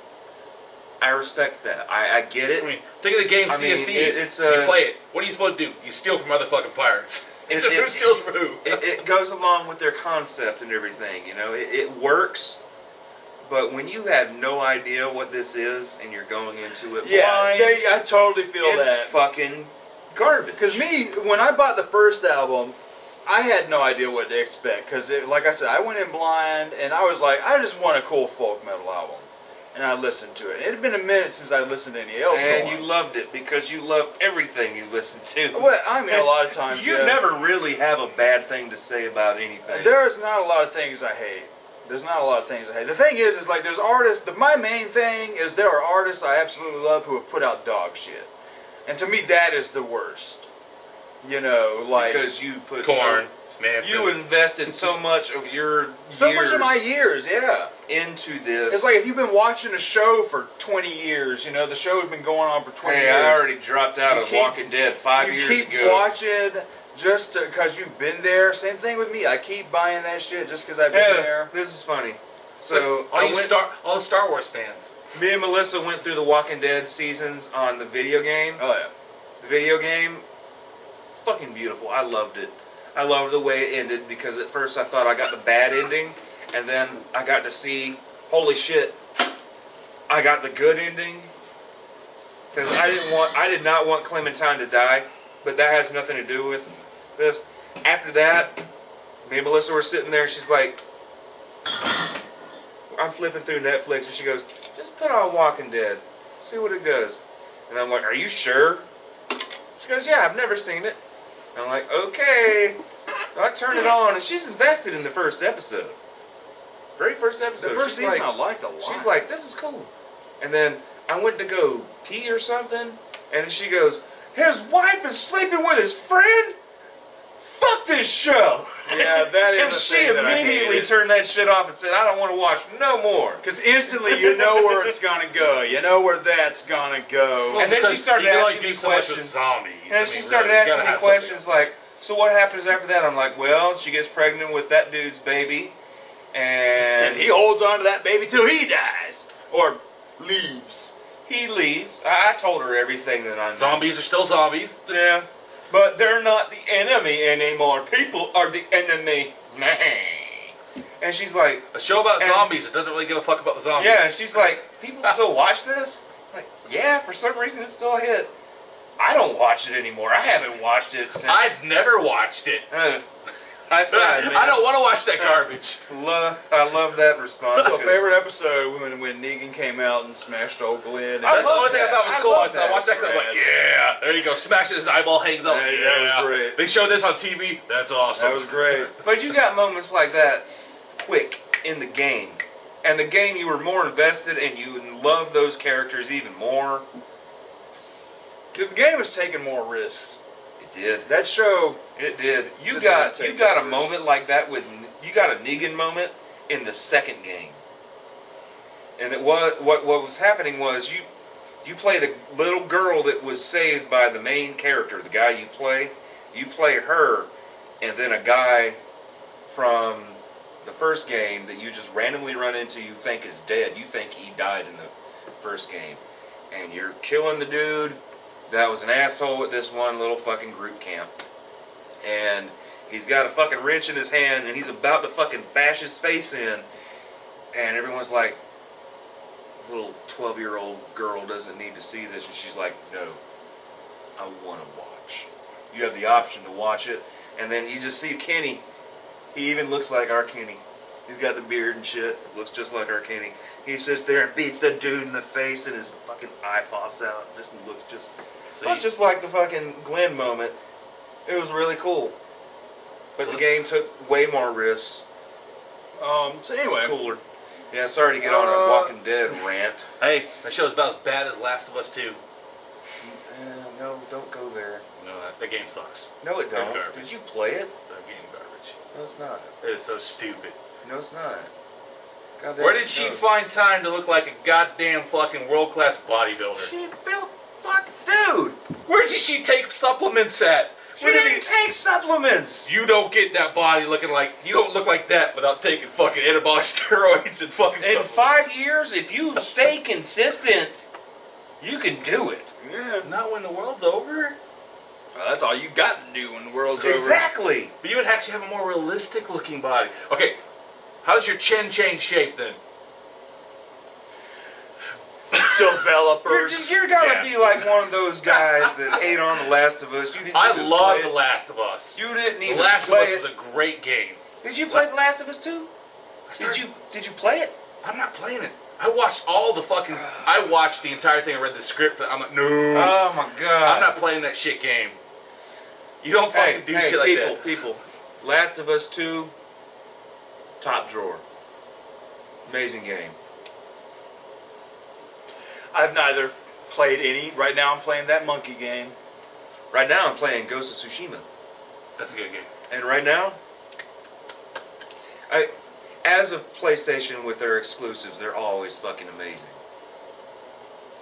I respect that. I, I get it.
I mean, think of the game
I
Sea
mean,
of Thieves.
it- it's, uh,
you play it. What are you supposed to do? You steal from other fucking pirates. <laughs>
It-
It's just
it-
who
<laughs>
steals from who.
it, it goes along with their concept and everything. You know, it, it works. But when you have no idea what this is and you're going into it
Yeah,
blind,
they, I totally feel
it's
that.
fucking garbage.
Because me, when I bought the first album, I had no idea what to expect. Because, like I said, I went in blind and I was like, I just want a cool folk metal album. And I listened to it. It had been a minute since I listened to any else.
and you loved it because you love everything you listen to.
well, I mean, a lot of times.
<laughs> You
yeah.
never really have a bad thing to say about anything.
There's not a lot of things I hate. There's not a lot of things I hate. The thing is, is like there's artists. The, my main thing is there are artists I absolutely love who have put out dog shit, and to me that is the worst. You know, like
because you
<laughs>
put
Corn, man.
So, you invested so much of your
so
years
much of my years, yeah.
into this.
It's like if you've been watching a show for 20 years, you know the show has been going on for 20
hey,
years.
I already dropped out
You
of
keep-
Walking Dead five
you
years
keep
ago.
watching just because you've been there. Same thing with me. I keep buying that shit just because I've been
yeah,
there.
this is funny. So
all
I
you
went,
Star, all the Star Wars fans.
me and Melissa went through the Walking Dead seasons on the video game.
Oh yeah.
The video game, fucking beautiful. I loved it. I loved the way it ended because at first I thought I got the bad ending, and then I got to see, holy shit, I got the good ending. Because I didn't want, I did not want Clementine to die, but that has nothing to do with this. After that, me and Melissa were sitting there, and she's like, I'm flipping through Netflix, and she goes, just put on Walking Dead, see what it does. And I'm like, are you sure? She goes, Yeah, I've never seen it. And I'm like, Okay. So I turn it on, and she's invested in the first episode. Very first
The
episode.
first
she's
season
like,
I liked a lot.
She's like, This is cool. And then I went to go pee or something, and she goes, His wife is sleeping with his friend? Fuck this show!
Yeah, that is
<laughs> and
a
she
thing that I
immediately
hated.
turned that shit off and said, I don't want to watch no more.
Because instantly you know where it's gonna go. You know where that's gonna go.
And then she
Because
started
you can
asking
only do
me
so much with
questions.
zombies. I
And
mean,
she started
really, you gotta
asking me
have something.
questions like, "So what happens after that?" I'm like, "Well, she gets pregnant with that dude's baby,
<laughs>
and
And he holds on to that baby till he dies, or leaves.
He leaves. I, I told her everything that I know.
Zombies are still zombies.
Yeah. But they're not the enemy anymore. People are the enemy. Nah. And she's like,
A show about
And-
zombies that doesn't really give a fuck about the zombies.
yeah, and she's like, people still watch this? Like, yeah, for some reason it's still a hit. I don't watch it anymore. I haven't watched it since.
I've never watched it.
Uh, high five,
<laughs>
man.
I don't want to watch that garbage.
Lo- I love that response.
That's my
'cause-
favorite episode when when Negan came out and smashed old Glenn. And
That's the only thing I
that.
thought was
I
cool.
love
I, thought I watched that.
that.
I'm like, yeah, there you go. Smash it. His eyeball hangs up.
Yeah, that was great.
They showed this on TV. That's awesome.
that was great.
But you got moments like that quick in the game. And the game, you were more invested and you love those characters even more.
Because the game was taking more risks.
It did.
That show,
It did. You
Did
got
not take
you got a
over.
moment like that with you got a Negan moment in the second game. And it was what what was happening was you you play the little girl that was saved by the main character, the guy you play. You play her, and then a guy from the first game that you just randomly run into, you think is dead. You think he died in the first game, and you're killing the dude that was an asshole at this one little fucking group camp and he's got a fucking wrench in his hand and he's about to fucking bash his face in and everyone's like little 12 year old girl doesn't need to see this and she's like no i want to watch you have the option to watch it and then you just see kenny he even looks like our kenny he's got the beard and shit looks just like our kenny he sits there and beats the dude in the face and his fucking eye pops out this looks just it was just like the fucking Glenn moment. It was really cool. But the game took way more risks.
um, so anyway,
It's cooler. Yeah, sorry to get on
Uh,
a Walking Dead rant.
Hey, that show's about as bad as Last of Us 2.
Uh, no, don't go there.
No, that, that game sucks.
No, it don't.
garbage.
Did you play it?
That game garbage.
No, it's not.
It is so stupid.
No, it's not. God damn
Where
it,
did she
no.
find time to look like a goddamn fucking world class bodybuilder?
She built. Fuck, dude.
Where did she take supplements at?
She
Where did
didn't take supplements.
these- you don't get that body looking like you don't look like that without taking fucking anabolic <laughs> steroids and fucking.
In
supplements.
five years, if you stay consistent, you can do it.
yeah,
Not when the world's over.
Well, that's all you got to do when the world's over.
Exactly.
But you would actually have a more realistic looking body. Okay, how does your chin change shape
<coughs>
then?
You're,
Developers.
just, you're gonna
Yeah.
be like one of those guys that hate on The Last of Us. You didn't
I
even
love
play
The
it.
Last of Us.
You didn't
The
even
Last of
play
Us
it.
is a great game.
Did you play The Last of Us too? Did
started-
you Did you play it?
I'm not playing it. I watched all the fucking. I watched the entire thing. I read the script. I'm like, no.
Oh my god!
I'm not playing that shit game. You don't
Hey,
fucking do
hey,
shit like
people,
that.
people. Last of Us two. Top drawer. Amazing game.
I've neither played any. Right now, I'm playing that monkey game.
Right now I'm playing Ghost of Tsushima,
That's a good game.
and right now, I, as of PlayStation with their exclusives, they're always fucking amazing.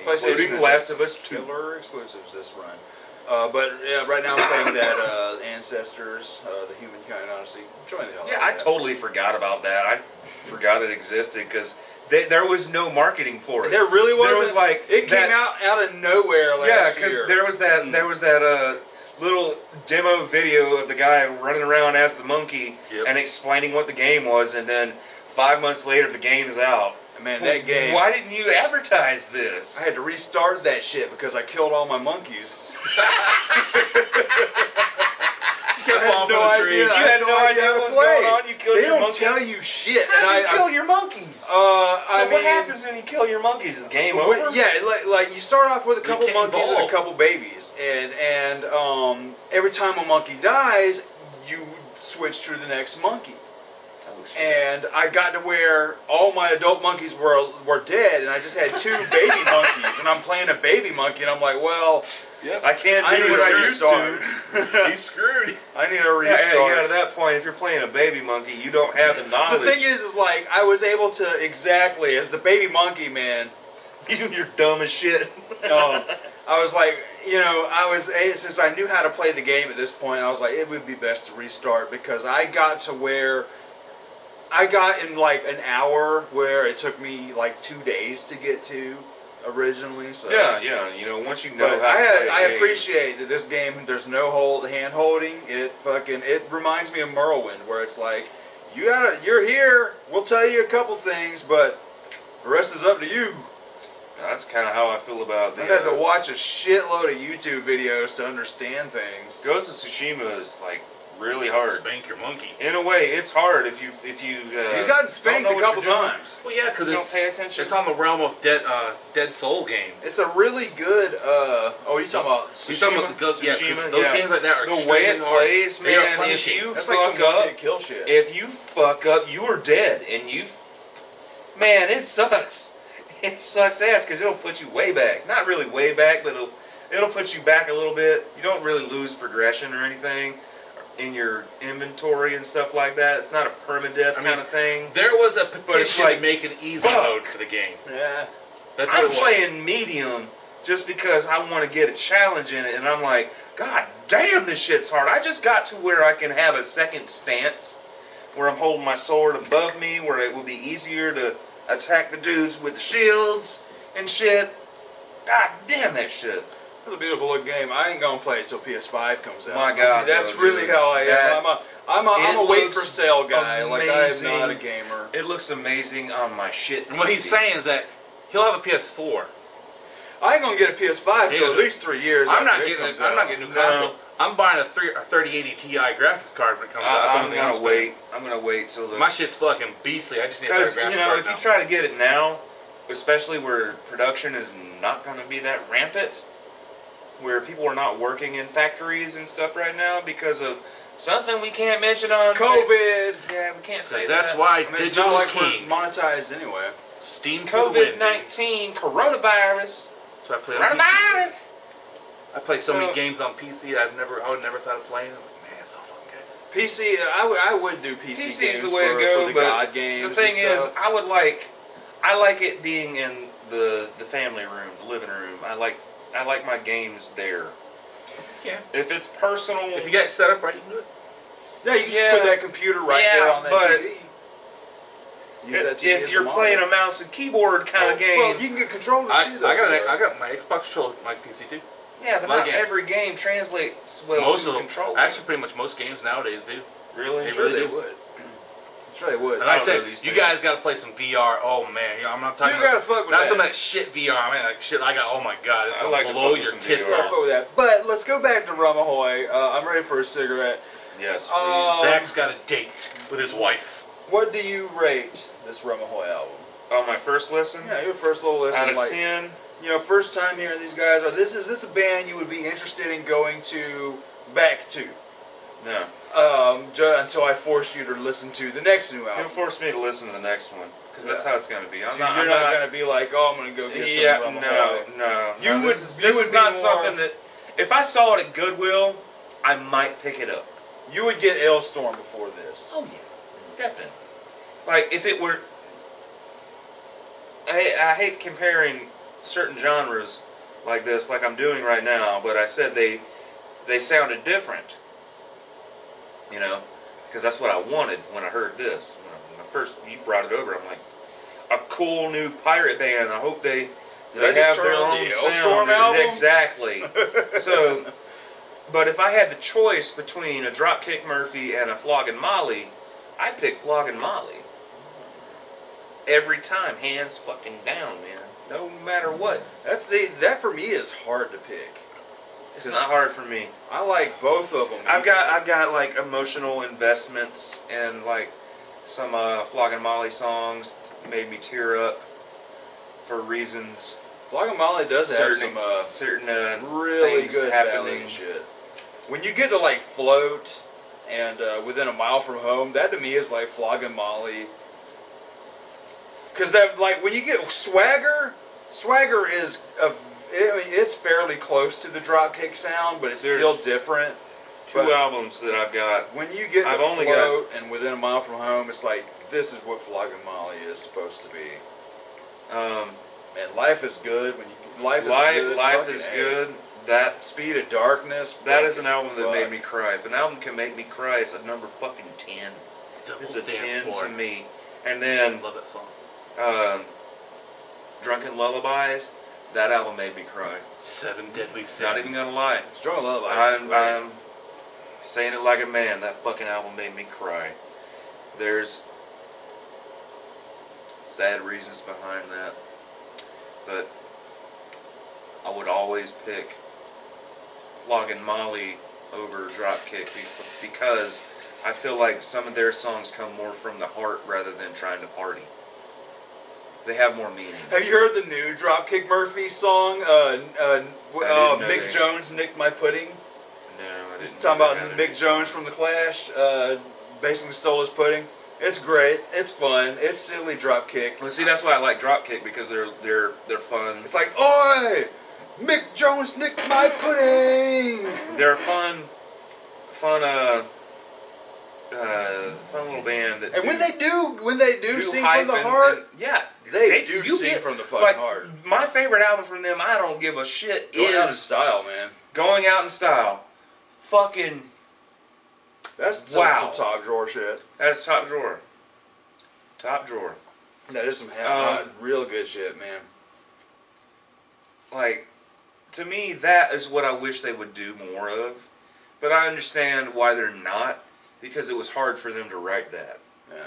PlayStation
Including
is
Last of Us two.
Killer exclusives this run. Uh, but yeah, right now I'm playing that uh, Ancestors, uh, the Humankind Odyssey. Enjoying the hell out
Yeah,
of
I
that.
totally forgot about that. I forgot it existed because there was no marketing for it.
There really was.
There was like
it came
that-
out out of nowhere last
yeah,
year. Hmm.
because there was that there was that uh, little demo video of the guy running around as the monkey
Yep.
and explaining what the game was, and then five months later the game is out.
Man, that game.
Why didn't you advertise this?
I had to restart that shit because I killed all my monkeys. <laughs>
<laughs>
Kept falling from the trees.
I
You had no idea
how
what
to play.
was going on. You killed
they
your
don't
monkeys.
tell you shit.
How
and
do
I,
you
I-
kill your monkeys?
uh, I
so
mean,
what happens when you kill your monkeys? Is the game
Well,
over?
Yeah, like, like you start off with a couple
can
monkeys and
evolve.
a couple babies, and and um, every time a monkey dies, you switch to the next monkey.
Oh, shit.
And I got to where all my adult monkeys were were dead, and I just had
<laughs>
two baby monkeys, and I'm playing a baby monkey, and I'm like, well,
I can't
I
do
need
what
a
I used
restart.
to.
He's screwed.
<laughs> I need a
Yeah,
restart.
you know, at that point, if you're playing a baby monkey, you don't have the
<laughs>
knowledge.
The thing is, is like I was able to exactly as the baby monkey man.
you, you're dumb as <laughs> shit. Oh.
<laughs> Um, I was like, you know, I was eh, since I knew how to play the game at this point. I was like, it would be best to restart because I got to where I got in like an hour where it took me like two days to get to originally. So
Yeah, yeah. You know, once you know
But
how to play
I,
a
I
game-
appreciate that this game. There's no hold hand holding. It fucking it reminds me of Morrowind, where it's like you gotta you're here. We'll tell you a couple things, but the rest is up to you.
That's kind of how I feel about the.
I had to
uh,
watch a shitload of YouTube videos to understand things.
Ghost of Tsushima is like really hard.
Bank your monkey.
In a way, it's hard if you if you. Uh,
He's gotten
don't
spanked
know
a
what
couple
you're doing.
times.
Well, yeah, because
You don't
it's
pay attention.
it's on the realm of dead uh, Dead Soul games.
It's a really good. uh Oh, you talking about?
You're talking about the Ghost of
Tsushima,
Tsushima, Those
yeah.
games like that are
the
extremely
way it
hard.
plays,
They are
man. If
punishing.
you
That's like
fuck
some
up,
Mafia kill shit.
if you fuck up, you are dead, and you, man, it sucks. <laughs> It sucks ass because it'll put you way back. Not really way back, but it'll it'll put you back a little bit. You don't really lose progression or anything in your inventory and stuff like that. It's not a permadeath
I mean,
kind of thing.
There was a
But it's
petition
like,
to make an easy
fuck.
mode for the game.
yeah.
That's what
I'm
it was.
playing medium just because I want to get a challenge in it, and I'm like, God damn, this shit's hard. I just got to where I can have a second stance where I'm holding my sword above me, where it will be easier to attack the dudes with the shields and shit. God damn that shit.
It's a beautiful looking game. I ain't gonna play it till PS5 comes out.
My God,
that's
though,
really
dude.
how I am.
That-
I'm a I'm a I'm
it
a wait for
looks
sale guy. Like I am
amazing.
not a gamer.
It looks amazing on my shit.
And what he's
TV.
saying is that he'll have a PS4.
I ain't gonna get a PS5 till
Dude.
at least three years. after
I'm not
it
getting.
comes
A, I'm
out.
not getting a new
No.
console. I'm buying a, three, a 3080 Ti graphics card when it comes out. That's
I,
the
I'm
only thing
gonna
spending.
wait. I'm gonna wait till the
My shit's fucking beastly. I just need a better
Because
graphics
you know,
card
if
now.
you try to get it now, especially where production is not going to be that rampant, where people are not working in factories and stuff right now because of something we can't mention on
COVID.
Yeah, we can't say
'Cause that's
that.
why
I mean, it's
digital
not like
king.
we're monetized anyway.
Steam
COVID
night.
nineteen coronavirus.
So I play. on PC.
Coronavirus.
I play so, many
So-
games on PC. I've never. I would never thought of playing. I'm like, man, it's so fucking good.
PC. I, w- I would do PC.
PC is
games
the way to
for,
go,
for the
but
God games.
The thing
and
is,
stuff.
I would like, I like it being in the the family room, the living room. I like, I like my games there.
Yeah.
If it's personal,
If you get it set up right, you can do it.
yeah, you can
yeah,
just put that computer right
yeah,
there on that
but
TV. Use that
if,
TV
if
as
you're
monitor. Oh,
playing a mouse and keyboard kind
well,
of game,
well, you can get controllers
I,
too.
I
Though,
got.
so.
An, I got my Xbox controller, my PC too.
Yeah, but
My
not
games.
every game translates well
most
to
of them.
controller.
Actually, pretty much most games nowadays do.
really?
they
I'm sure
really
they
do.
would. I'm sure they would.
And I,
don't
said,
know these
you
things.
guys got to play some VR. Oh man, you know, I'm not talking.
You gotta
about,
fuck with
not
that.
some of that shit VR, man. Like shit, I got. Oh my god, it's
I
gonna
like to
blow
fuck with
your
some
tits
VR.
Sorry
off.
for that. But let's go back to Rum Ahoy. Uh, I'm ready for a cigarette.
Yes. please.
Uh,
Zach's got a date with his wife.
What do you rate this Rum Ahoy album?
on Oh, my first listen,
Yeah, your first little listen,
out of
like
ten,
you know, first time hearing these guys. Or this is this a band you would be interested in going to back to?
no.
Um, ju- until I force you to listen to the next new
You'll
album.
force me to listen to the next one because that's
Yeah.
how it's going to be. I'm
So
not.
you're
I'm
not, gonna be like, oh, I'm gonna go get some
yeah,
Rum Ahoy.
no, no.
You
no,
would-
This is,
you
this
would
is
be
not
more-
something that. If I saw it at Goodwill, I might pick it up.
You would get Ailstorm before this.
Oh yeah, definitely. Like if it were, I I hate comparing certain genres like this, like I'm doing right now. But I said they they sounded different, you know, because that's what I wanted when I heard this. When I- when I first you brought it over, I'm like, a cool new pirate band. I hope they
Did I
they
just
have
turn
their
on
own
the
sound.
Hellstorm album?
Exactly.
<laughs>
So, but if I had the choice between a Dropkick Murphy and a Flogging Molly, I pick Flogging Molly. Every time, hands fucking down, man. No matter what.
That's the, that for me is hard to pick.
It's not hard for me.
I like both of them.
I've got I've got like emotional investments and like some uh, Flogging Molly songs made me tear up for reasons
Flogging Molly does have
Certain-
some uh,
certain uh,
really
things
good
happening.
happening shit. When you get to like float and uh, within a mile from home, that to me is like flogging Molly. Cause that like when you get swagger, swagger is a, I mean, it's fairly close to the dropkick sound, but it's
There's-
still different.
two albums that I've got.
When you get
I've
to
only got-
float and within a mile from home, it's like this is what flogging Molly is supposed to be.
Um,
And life is good when you life is
life
good.
life
fucking
is
A.
good. That
Speed of Darkness.
That
fucking
is an album that
fuck.
made me cry. If an album can make me cry, it's a number fucking ten.
Double
It's a
stand
ten
for
to
it.
me. And then
Love that song.
um, Drunken Lullabies. That album made me cry.
Seven Deadly Sins.
Not even gonna lie.
Strong lullaby.
I'm, I'm saying it like a man. That fucking album made me cry. There's sad reasons behind that, but I would always pick Logging Molly over Dropkick be- because I feel like some of their songs come more from the heart rather than trying to party. They have more meaning.
Have you heard the new Dropkick Murphy song? Uh, uh, w-
I
uh,
didn't know
Mick
that.
Jones nicked my pudding.
No, I
This
didn't
is
know
talking about
they had
Mick
it.
Jones from The Clash. Uh, basically stole his pudding. It's great. It's fun. It's silly Dropkick.
Well, see, that's why I like Dropkick because they're they're they're fun.
It's like, oi, Mick Jones nicked my pudding.
They're a fun, fun, uh, uh, fun little band that.
And when
do-
they do, when they do,
do
sing
hype
from the
and-
heart,
and- yeah,
they,
they-
do
you
sing
get-
from the fucking
like
heart.
my favorite album from them, I don't give a shit,
Going
is
out of style, man.
Going Out in Style. Fucking,
That's some,
Wow.
some top drawer shit.
that's top drawer. Top drawer.
That is some half
Um,
real good shit, man.
like to me that is what I wish they would do more of. But I understand why they're not because it was hard for them to write that.
Yeah.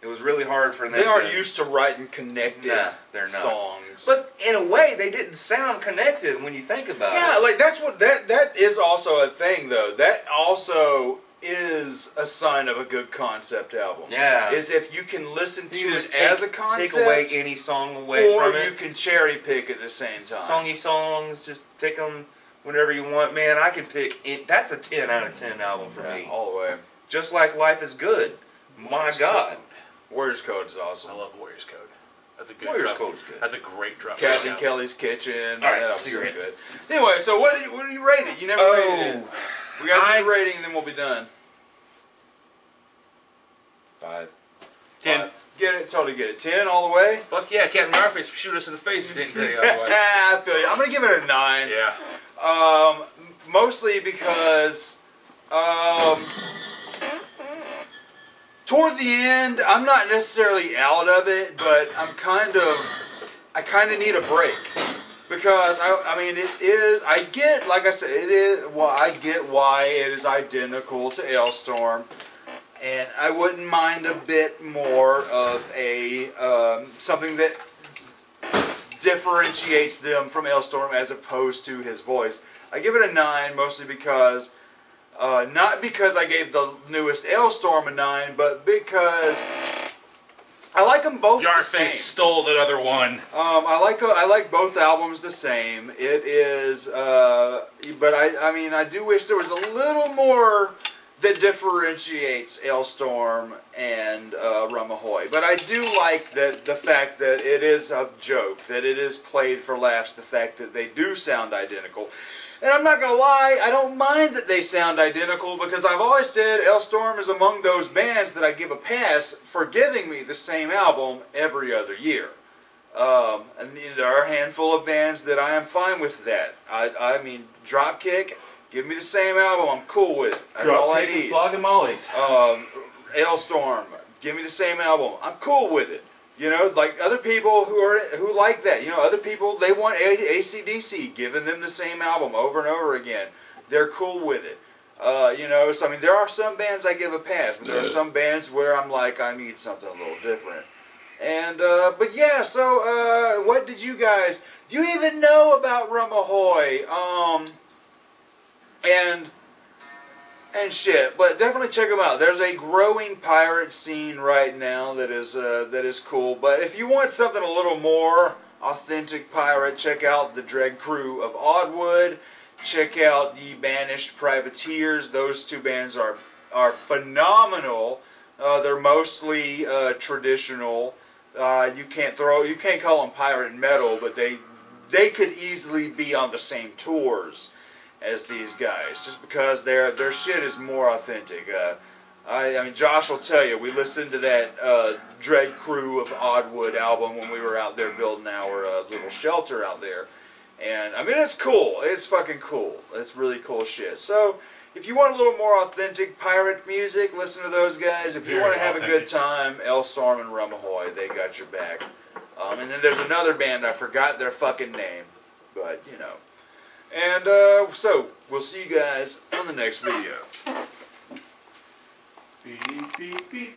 It was really hard for them.
They aren't
to,
used to writing connected
Nah, they're not.
songs.
But in a way, they didn't sound connected when you think about
yeah,
it.
like that's what that that is also a thing though. That also is a sign of a good concept album.
Yeah.
Is if you can listen to
You
it
just
as a
take-
concept
Take away any song away
or
from it.
you can cherry pick at the same time.
Songy songs, just pick them whenever you want. Man, I can pick. It. That's a ten out of ten album for
yeah,
me.
all the way.
Just like Life is Good. My God,
Warriors Code is awesome.
I love Warriors Code. That's a good
Warriors
drop.
Code is good.
That's a great drop.
Captain
Yeah.
Kelly's Kitchen.
All right,
that was
cigarette.
good. Anyway, so what did you, what did you rate it? You never
Oh.
rated it. We got to do the rating, and then we'll be done.
Five.
Ten.
Get it, totally get it. Ten all the way.
Fuck yeah, Captain Garface shoot us in the face if you didn't
<laughs>
take it otherwise.
I feel you. I'm gonna give it a nine.
yeah.
Um, mostly because um, toward the end, I'm not necessarily out of it, but I'm kind of, I kind of need a break because I, I mean, it is. I get, like I said, it is. Well, I get why it is identical to Ailstorm. And I wouldn't mind a bit more of a um, something that differentiates them from Ailstorm as opposed to his voice. I give it a nine mostly because, uh, not because I gave the newest Ailstorm a nine, but because I like them both. the
Garface
same.
stole that other one.
Um, I like I like both albums the same. It is, uh, but I I mean I do wish there was a little more that differentiates Ailstorm and uh, Rumahoy. But I do like that the fact that it is a joke, that it is played for laughs, the fact that they do sound identical. And I'm not gonna lie, I don't mind that they sound identical because I've always said Elstorm is among those bands that I give a pass for giving me the same album every other year. Um, and there are a handful of bands that I am fine with that. I, I mean, Dropkick, give me the same album, I'm cool with it. That's all I need.
Flogging Mollies.
Um, Ailstorm, give me the same album, I'm cool with it. You know, like other people who are who like that. You know, other people they want a- ACDC, giving them the same album over and over again. They're cool with it. Uh, you know, so I mean, there are some bands I give a pass, but there are some bands where I'm like, I need something a little different. And uh, but yeah, so uh, what did you guys? Do you even know about Rumahoy? Um, and and shit, but definitely check them out. There's a growing pirate scene right now that is uh, that is cool. But if you want something a little more authentic pirate, check out the Dread Crew of Oddwood. Check out the Banished Privateers. Those two bands are are phenomenal. Uh, they're mostly uh, traditional. Uh, you can't throw you can't call them pirate metal, but they they could easily be on the same tours as these guys, just because their their shit is more authentic. Uh, I, I mean, Josh will tell you, we listened to that uh, Dread Crew of Oddwood album when we were out there building our uh, little shelter out there, And I mean, it's cool. It's fucking cool. It's really cool shit. So if you want a little more authentic pirate music, listen to those guys. If you
Very
want to have a good
authentic.
time, Elstorm and Rumahoy, they got your back. Um, and then there's another band. I forgot their fucking name, but you know. And uh, so we'll see you guys on the next video. Beep, beep, beep.